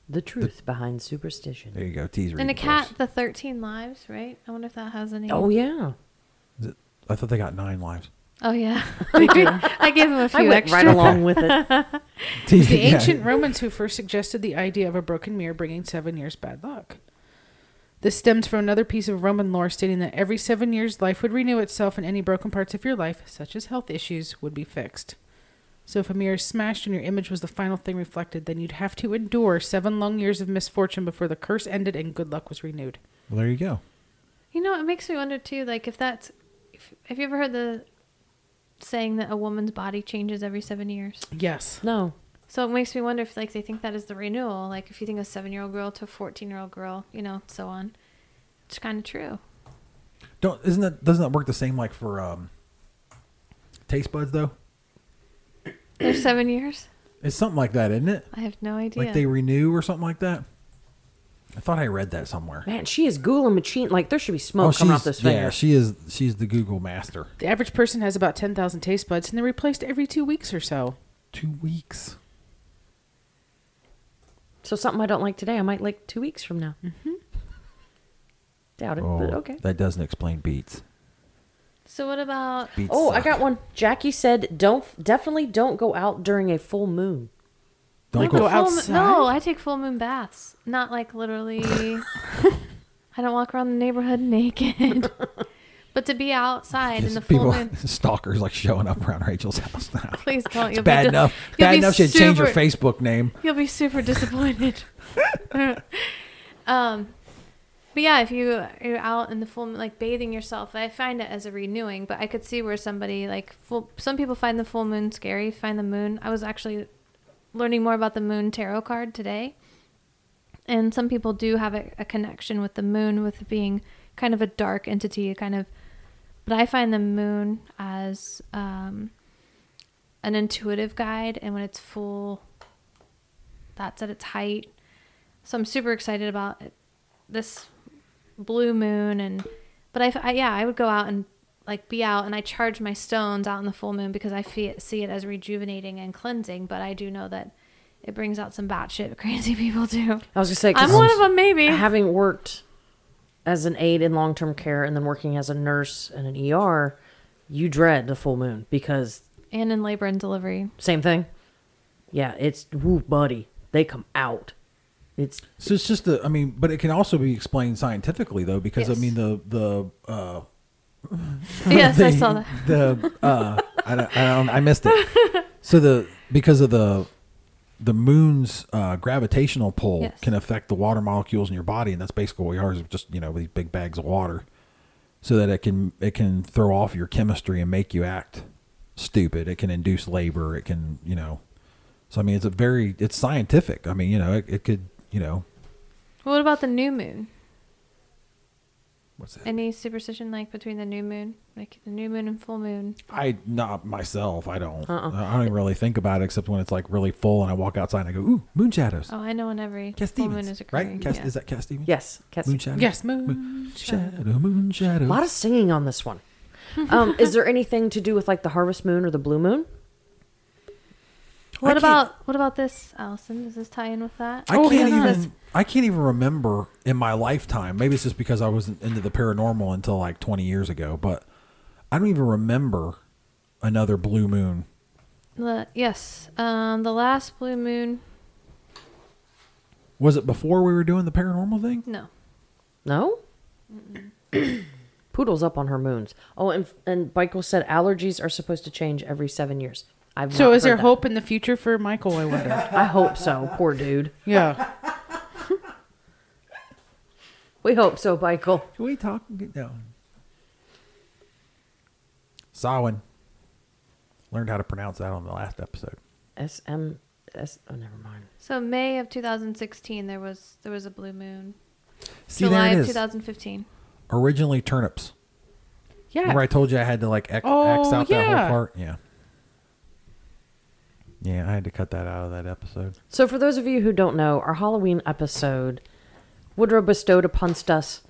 The truth behind superstition. There you go. Teaser. and a cat, the thirteen lives, right? I wonder if that has any. Oh yeah, I thought they got nine lives. Oh, yeah. They do. I gave him a I few went extra. right along with it. The ancient Romans who first suggested the idea of a broken mirror bringing seven years bad luck. This stems from another piece of Roman lore stating that every seven years life would renew itself and any broken parts of your life, such as health issues, would be fixed. So if a mirror is smashed and your image was the final thing reflected, then you'd have to endure seven long years of misfortune before the curse ended and good luck was renewed. Well, there you go. You know, it makes me wonder too. Like, if that's, if, have you ever heard the saying that a woman's body changes every seven years? Yes. No, So it makes me wonder if like they think that is the renewal. Like, if you think a seven-year-old girl to a fourteen-year-old girl, you know, so on. It's kind of true. Don't isn't that doesn't that work the same like for um taste buds though? There's seven years. It's something like that, isn't it? I have no idea. Like they renew or something like that. I thought I read that somewhere. Oh, man, she is ghouling machine. Like there should be smoke coming off she's- those yeah, fingers. she is. She's the Google master. The average person has about 10,000 taste buds and they're replaced every two weeks or so. Two weeks. So something I don't like today, I might like two weeks from now. Mm-hmm. Doubt it, but okay. Oh, that doesn't explain beats. So what about Beats. Oh, I suck. got one. Jackie said, "Don't definitely don't go out during a full moon." Don't Look go. at full Out. what- moon- No, outside? I take full moon baths. Not like literally. I don't walk around the neighborhood naked. but to be outside in the full people moon, stalkers like showing up around Rachel's house now. please don't. It's bad di- enough. you'll Bad be enough she had to change her super- Facebook name. You'll be super disappointed. um, but yeah, if you you're out in the full moon, like bathing yourself, I find it as a renewing. But I could see where somebody like full. Some people find the full moon scary. Find the moon. I was actually learning more about the moon tarot card today, and some people do have a, a connection with the moon with being kind of a dark entity, a kind of. But I find the moon as um, an intuitive guide, and when it's full, that's at its height. So I'm super excited about it- this blue moon and but I, I yeah, I would go out and like be out and I charge my stones out in the full moon because I fe- see it as rejuvenating and cleansing, but I do know that it brings out some batshit crazy people too. I was gonna say, 'cause I'm one of them maybe. having worked as an aide in long term care and then working as a nurse and an ER, you dread the full moon because and in labor and delivery. same thing. Yeah, it's woo, buddy. They come out. It's So it's just the, I mean, but it can also be explained scientifically though, because I Yes. mean the the uh, yes, I the- saw that. the uh, I don't, I don't I missed it. So the because of the the moon's uh, gravitational pull Yes. can affect the water molecules in your body, and that's basically what we are is just you know these big bags of water, so that it can it can throw off your chemistry and make you act stupid. It can induce labor. It can you know. So I mean, it's a very it's scientific. I mean, you know, it, it could you know What about the new moon? What's that? Any superstition like between the new moon, like the new moon and full moon? I not myself. I don't. Uh-uh. I don't even really think about it except when it's like really full and I walk outside and I go, ooh, moon shadows. Oh, I know when every Cat full moon Stevens, is occurring. right? Cat, yeah. Is that Cat Stevens? Yes, Cat Moon Stevens. shadow. Yes, moon. Shadow, moon shadow. A lot of singing on this one. Um, is there anything to do with like the harvest moon or the blue moon? can't- What about oh, what about this, Allison? Does this tie in with that? I Oh, can't yeah. even. I can't even remember in my lifetime. Maybe it's just because I wasn't into the paranormal until like 20 years ago. But I don't even remember another blue moon. The, yes, um, the last blue moon. Was it before we were doing the paranormal thing? No, No. Poodle's up on her moons. Oh, and and Michael said allergies are supposed to change every seven years. I've So not is heard there that. hope in the future for Michael? I wonder. I hope so. Poor dude. yeah. We hope so, Michael. Can we talk? Get down. Samhain. Learned how to pronounce that on the last episode. S M S. Oh, never mind. so May of 2016, there was there was a blue moon. See, July there of it is. 2015. Originally turnips. Yeah. Remember I told you I had to like X, X Oh, out that whole yeah. part? Yeah. Yeah, I had to cut that out of that episode. So, for those of you who don't know, our Halloween episode, Woodrow bestowed upon us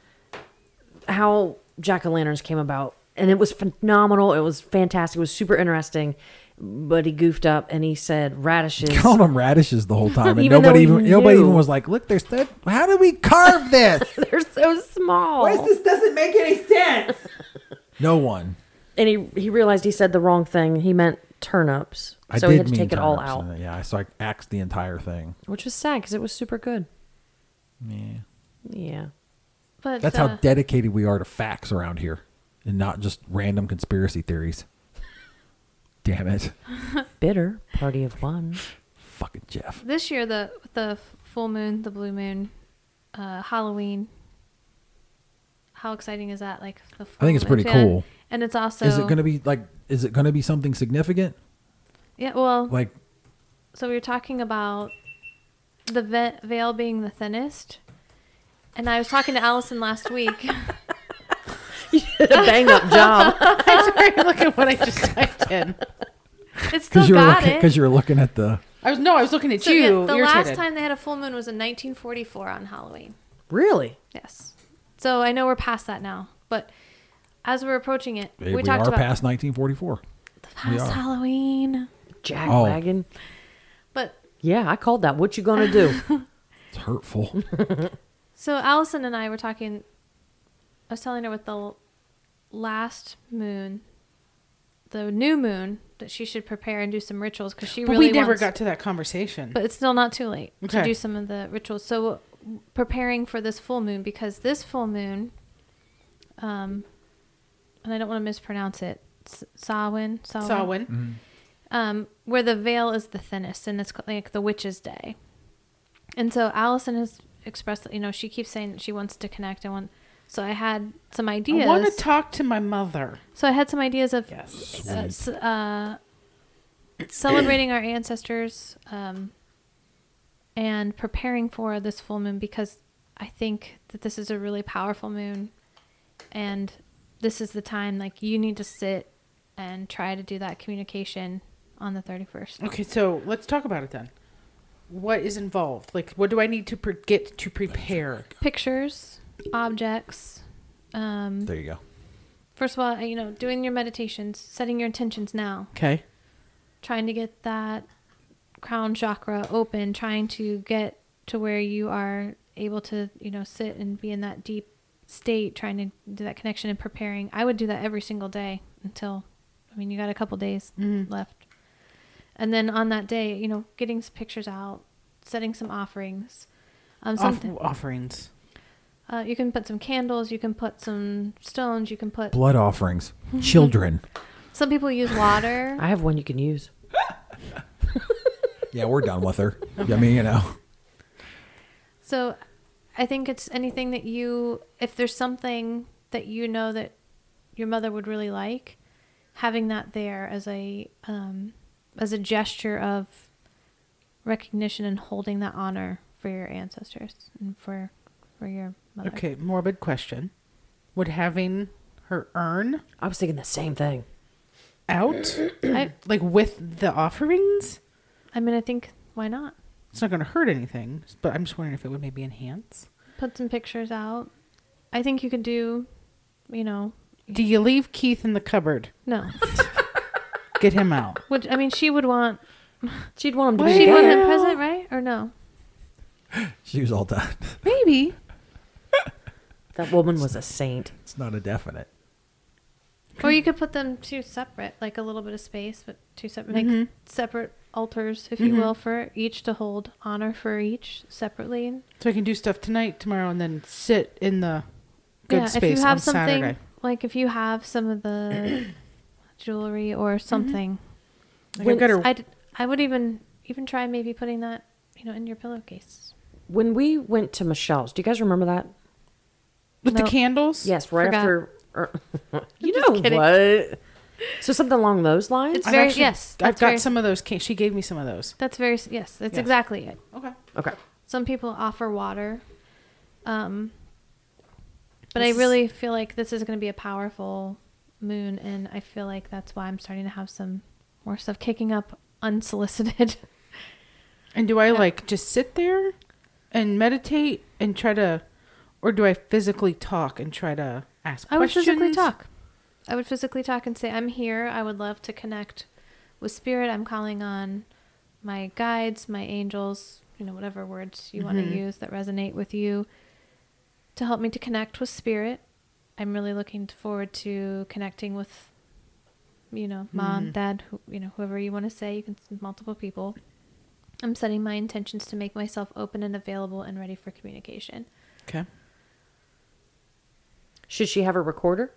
how jack o' lanterns came about. And it was phenomenal. It was fantastic. It was super interesting. But he goofed up and he said radishes. Called them radishes the whole time, and Even though nobody he even nobody knew. even was like, "Look, there's that. How do we carve this? They're so small. doesn't make any sense." no one. and he he realized he said the wrong thing. He meant turnips, I so did he had to mean take it all turnips, out, and, Yeah, so I axed the entire thing. which was sad because it was super good. Yeah. Yeah, But That's uh, how dedicated we are to facts around here, and not just random conspiracy theories. Damn it, bitter party of one. fucking Jeff. this year the with the f- full moon, the blue moon, uh, Halloween. How exciting is that? Like the full think it's moon. pretty Yeah. cool. And it's also is it gonna be like? Is it gonna be something significant? yeah. Well, Like, so we were talking about the ve- veil being the thinnest, and I was talking to Allison last week. a bang up job. I'm sorry. Look at what I just typed in. It's still because you were got looking, it. because you were looking at the. I was no. I was looking at So, you. yeah, the last irritated. time they had a full moon was in 1944 on Halloween. really? Yes. So I know we're past that now, but as we're approaching it, we, we are talked about past 1944. we past are. Halloween. Jack Oh. wagon. But Yeah, I called that. What you gonna do? It's hurtful. So Allison and I were talking. I was telling her with the l- last moon, the new moon, that she should prepare and do some rituals because she But really we never wants- got to that conversation. But it's still not too late to Okay. do some of the rituals. So preparing for this full moon because this full moon, um, and I don't want to mispronounce it, S- Samhain, Samhain, Samhain. um, where the veil is the thinnest, and it's ca- like the witch's day. And so Allison has expressed, that, you know, she keeps saying that she wants to connect. I want, so I had some I ideas. want to talk to my mother. so I had some ideas of Yes. uh, s- uh, celebrating our ancestors um, and preparing for this full moon because I think that this is a really powerful moon, and this is the time like you need to sit and try to do that communication on the thirty first. Okay, so let's talk about it then. What is involved? Like, what do I need to pre- get to prepare? Pictures, objects. Um, there you go. first of all, you know, doing your meditations, setting your intentions now. Okay. trying to get that crown chakra open, trying to get to where you are able to, you know, sit and be in that deep state, trying to do that connection and preparing. I would do that every single day until, I mean, you got a couple days left. And then on that day, you know, getting some pictures out, setting some offerings. Um, Off- something, offerings. uh, you can put some candles, you can put some stones, you can put. Blood offerings, children. Some people use water. I have one you can use. yeah, we're done with her. I mean, you know, So I think it's anything that you, if there's something that you know that your mother would really like, having that there as a, um, as a gesture of recognition and holding that honor for your ancestors and for, for your mother. Okay, morbid question. would having her urn I was thinking the same thing. out, I, like with the offerings, I mean, I think why not it's not going to hurt anything. But I'm just wondering if it would maybe enhance. put some pictures out? I think you could do, you know, Do you leave Keith in the cupboard? no. Get him out. Which I mean, she would want She'd want him to be she'd want there. him present, right? Or no? She was all done. Maybe. That woman was a saint. It's not a definite. Or you could put them two separate, like a little bit of space, but two separate, like Mm-hmm. separate altars, if you will, for each to hold honor for each separately. So I can do stuff tonight, tomorrow, and then sit in the good space if you have on something Saturday. like if you have some of the jewelry or Mm-hmm. something, Like I've got a- I'd, I would even even try maybe putting that you know in your pillowcase. When we went to Michelle's, do you guys remember that? with no. the candles. Yes, right Forgot. after. Or, you just know kidding. what? So something along those lines. It's I've very actually- yes. I've that's got very- some of those. Can- she gave me some of those. That's very s- yes. That's Yes. exactly it. Okay. okay. Some people offer water, um, but This I is- really feel like this is going to be a powerful moon, and I feel like that's why I'm starting to have some more stuff kicking up unsolicited. And do I like just sit there and meditate and try to, or do I physically talk and try to ask I would questions? physically talk. I would physically talk and say, I'm here. I would love to connect with spirit. I'm calling on my guides, my angels, you know, whatever words you want to use that resonate with you to help me to connect with spirit. I'm really looking forward to connecting with, you know, mom, dad, who, you know, whoever you want to say. You can multiple people. I'm setting my intentions to make myself open and available and ready for communication. Okay. Should she have a recorder?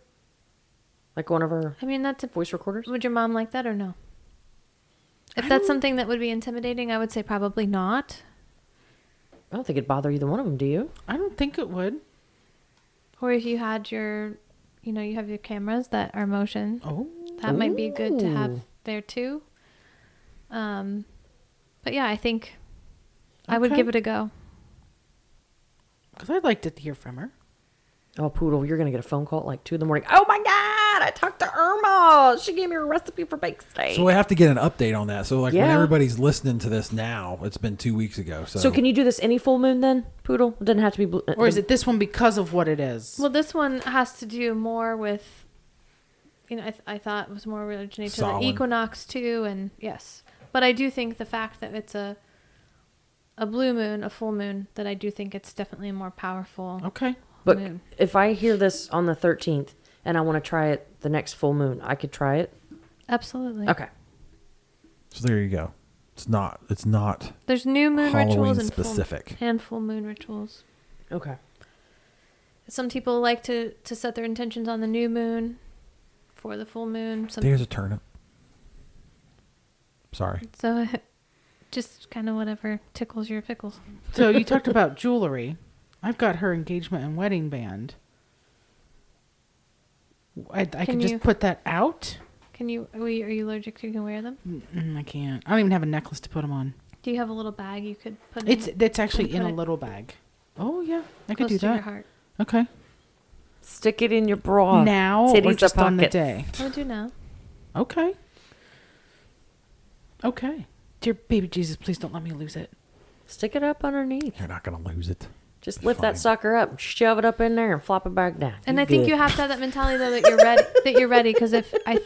Like one of her I mean, that's a voice recorders? Would your mom like that or no? If that's something that would be intimidating, I would say probably not. I don't think it'd bother either one of them, do you? I don't think it would. Or if you had your, you know, you have your cameras that are motion, Oh. that might be good to Ooh. have there too. Um, but yeah, I think I would Okay. give it a go. Because I'd like to hear from her. Oh, Poodle, you're going to get a phone call at like 2 in the morning. Oh my God, I talked to Irma. She gave me a recipe for baked steak. So we have to get an update on that. So like when Yeah. everybody's listening to this now, it's been two weeks ago. So, So can you do this any full moon then, Poodle? It doesn't have to be blue. Or is it this one because of what it is? Well, this one has to do more with, you know, I, th- I thought it was more related to the Samhain. equinox too, and yes, but I do think the fact that it's a a blue moon, a full moon, that I do think it's definitely a more powerful. okay. Oh, But moon. if I hear this on the 13th and I want to try it the next full moon, I could try it. Absolutely. Okay. so there you go. It's not. It's not. There's new moon Halloween rituals and specific. full, and full moon rituals. Okay. Some people like to to set their intentions on the new moon, for the full moon. Some There's a turnip. Sorry. so, just kind of whatever tickles your pickles. So you talked about jewelry. I've got her engagement and wedding band. I, I could Can just you- put that out. Can you? Are you, are you allergic to? You can wear them. Mm, I can't. I don't even have a necklace to put them on. Do you have a little bag you could put? in It's that's actually Mm-hmm. Put in a it little bag. Oh yeah, I could close do to Your that. heart. Okay. Stick it in your bra. now Oh, Titties or or just on the pockets. day. I would do now. Okay. Okay. Dear baby Jesus, please don't let me lose it. Stick it up underneath. You're not gonna lose it. Just lift that sucker up, shove it up in there, and flop it back down. And I think good. you have to have that mentality though that you're ready. that you're ready because if I,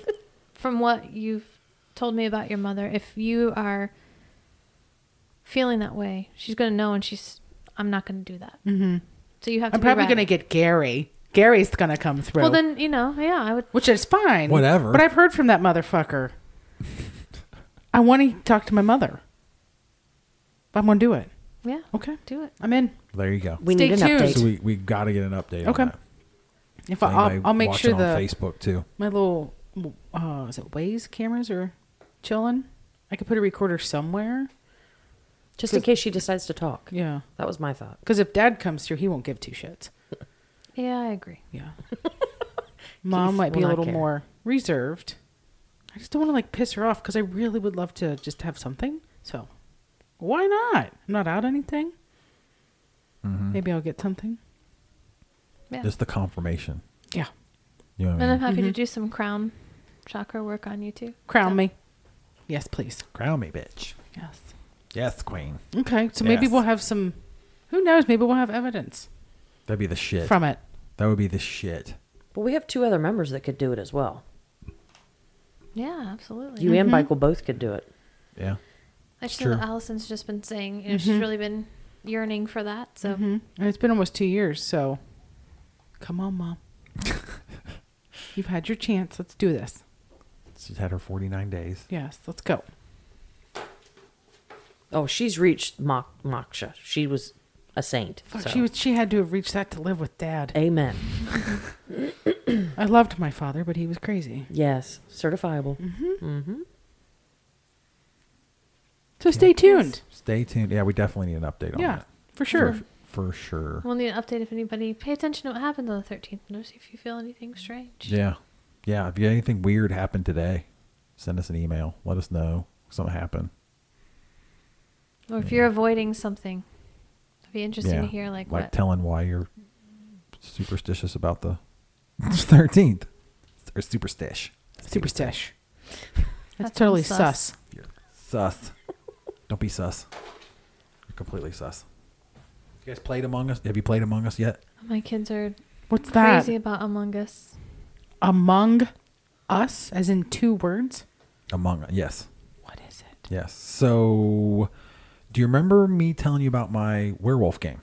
from what you've told me about your mother, if you are feeling that way, she's gonna know, and she's. I'm not gonna do that. Mm-hmm. So you have to. I'm be probably ready. going to get Gary. Gary's going to come through. Well, then you know. Yeah, I would. which is fine. Whatever. But I've heard from that motherfucker. I want to talk to my mother. I'm going to do it. Yeah, Okay. do it. I'm in. There you go. we Stay need an tuned. update. so we we got to get an update. Okay. On that. If I, I'll, Anybody I'll make watching sure the on Facebook too. my little uh, is it Waze cameras are chilling. I could put a recorder somewhere. just in case she decides to talk. Yeah. That was my thought. Because if dad comes through, he won't give two shits. Yeah, I agree. Yeah. Mom Keith might be will a not little care. more reserved. I just don't want to like piss her off because I really would love to just have something. So why not? I'm not out anything. Maybe I'll get something. Yeah. Just the confirmation. Yeah. You know what I And I'm mean? happy Mm-hmm. to do some crown chakra work on you too. Crown me. Yes, please. Crown me, bitch. Yes. Yes, queen. Okay. So maybe Yes. we'll have some. Who knows? Maybe we'll have evidence That'd be the shit. from it. that would be the shit. But we have two other members that could do it as well. Yeah, absolutely. You Mm-hmm. and Michael both could do it. Yeah. I It's just know true. that Allison's just been saying, you know, Mm-hmm. she's really been yearning for that. So And it's been almost two years. So come on, mom. You've had your chance. Let's do this. She's had her 49 days. Yes. Let's go. Oh, she's reached Mok- Moksha. She was a saint. Fuck, so. She was. She had to have reached that to live with dad. Amen. I loved my father, but he was crazy. Yes, certifiable. So stay tuned. Stay tuned. Yeah, we definitely need an update on Yeah, that. for sure. Oh, For sure. we'll need an update if anybody pay attention to what happened on the 13th. Notice if you feel anything strange. Yeah. Yeah. If you had anything weird happen today, send us an email. Let us know if something happened. Or if you're avoiding something, it'd be interesting yeah. to hear like, what. telling why you're superstitious about the 13th or superstish. Super stash. That's That's totally sus. sus. You're sus. Don't be sus. You're completely sus. You guys played Among Us? Have you played Among Us yet? My kids are What's that? crazy about Among Us. Among us, as in two words. Among Us. Yes. What is it? Yes. So, do you remember me telling you about my werewolf game?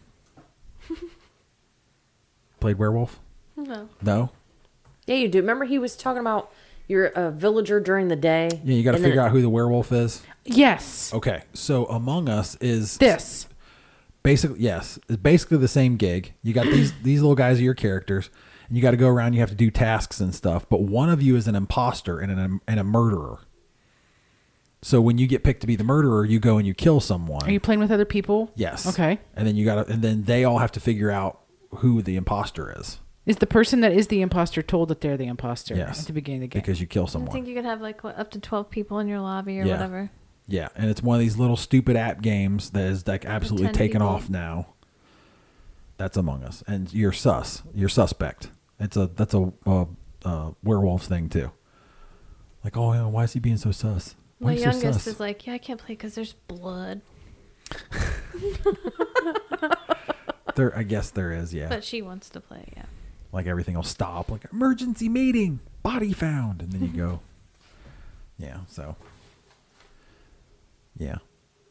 Played werewolf? No. No. Yeah, you do. Remember, he was talking about you're a villager during the day. Yeah, you got to and then figure it- out who the werewolf is. Yes. Okay. So, Among Us is This. basically yes it's basically the same gig you got these these little guys are your characters and you got to go around you have to do tasks and stuff but one of you is an imposter and an and a murderer so when you get picked to be the murderer you go and you kill someone Are you playing with other people? yes Okay. and then you got to and then they all have to figure out who the imposter is Is the person that is the imposter told that they're the imposter yes at the beginning of the game? because you kill I someone think you could have like what, up to 12 people in your lobby or Yeah. whatever. yeah and it's one of these little stupid app games that is like absolutely 10 taken people. off now that's among us and you're sus you're suspect it's a that's a, a, a werewolf thing too like oh yeah, why is he being so sus why My you youngest is like, yeah, I can't play because there's blood. there i guess there is yeah But she wants to play, yeah. like everything will stop like emergency meeting body found and then you go yeah so yeah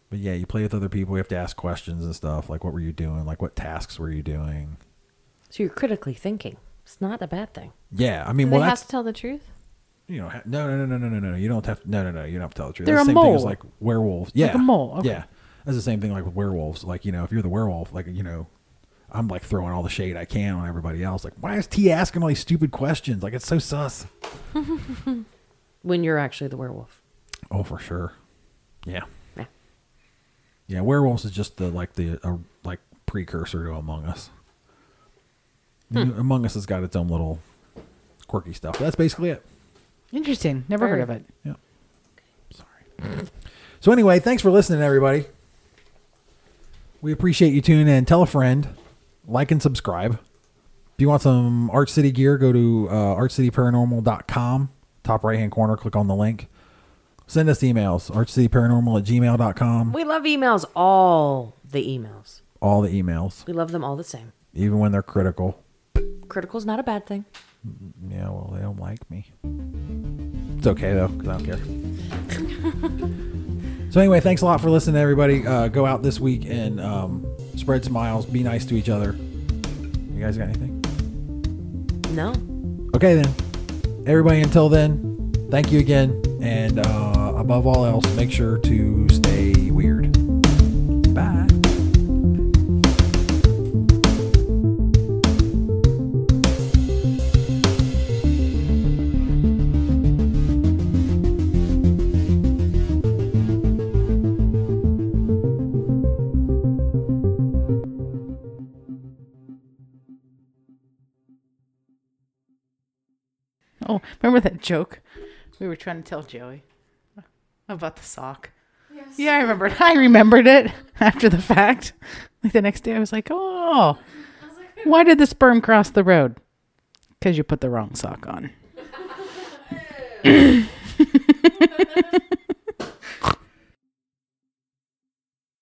but yeah you play with other people you have to ask questions and stuff like what were you doing like what tasks were you doing So you're critically thinking. It's not a bad thing. yeah i mean Do well they that's have to tell the truth? you know, ha- no, no, no, no, no, no, no. You don't have no, no, no. You don't have to tell the truth. They're That's a the same thing as mole. like werewolves. Yeah, a mole, okay. Yeah, that's the same thing like with werewolves. Like you know, if you're the werewolf, like you know, I'm like throwing all the shade I can on everybody else. Like, why is T asking all these stupid questions? Like, it's so sus. When you're actually the werewolf. Oh, for sure. Yeah, Yeah. yeah. Werewolves is just the like the uh, like precursor to Among Us. You know, Among Us has got its own little quirky stuff. But that's basically it. Interesting. Never Very- heard of it. Yeah. Sorry. So anyway, thanks for listening, everybody. We appreciate you tuning in. Tell a friend, like and subscribe. If you want some Arch City gear, go to uh, archcityparanormal.com. Top right hand corner, click on the link. Send us emails, archcityparanormal at gmail.com. We love emails, all the emails. All the emails, We love them all the same. even when they're critical. Critical's not a bad thing. Yeah, well, they don't like me. It's okay though, because I don't care. so anyway, thanks a lot for listening, everybody. Uh, go out this week and um, spread smiles. Be nice to each other. You guys got anything? No. Okay then, everybody. Until then, thank you again, and uh, above all else, make sure to stay weird. Bye. Oh, remember that joke we were trying to tell Joey about the sock? Yes. Yeah, I remembered. I remembered it after the fact. Like the next day, I was like, "Oh, why did the sperm cross the road? Because you put the wrong sock on.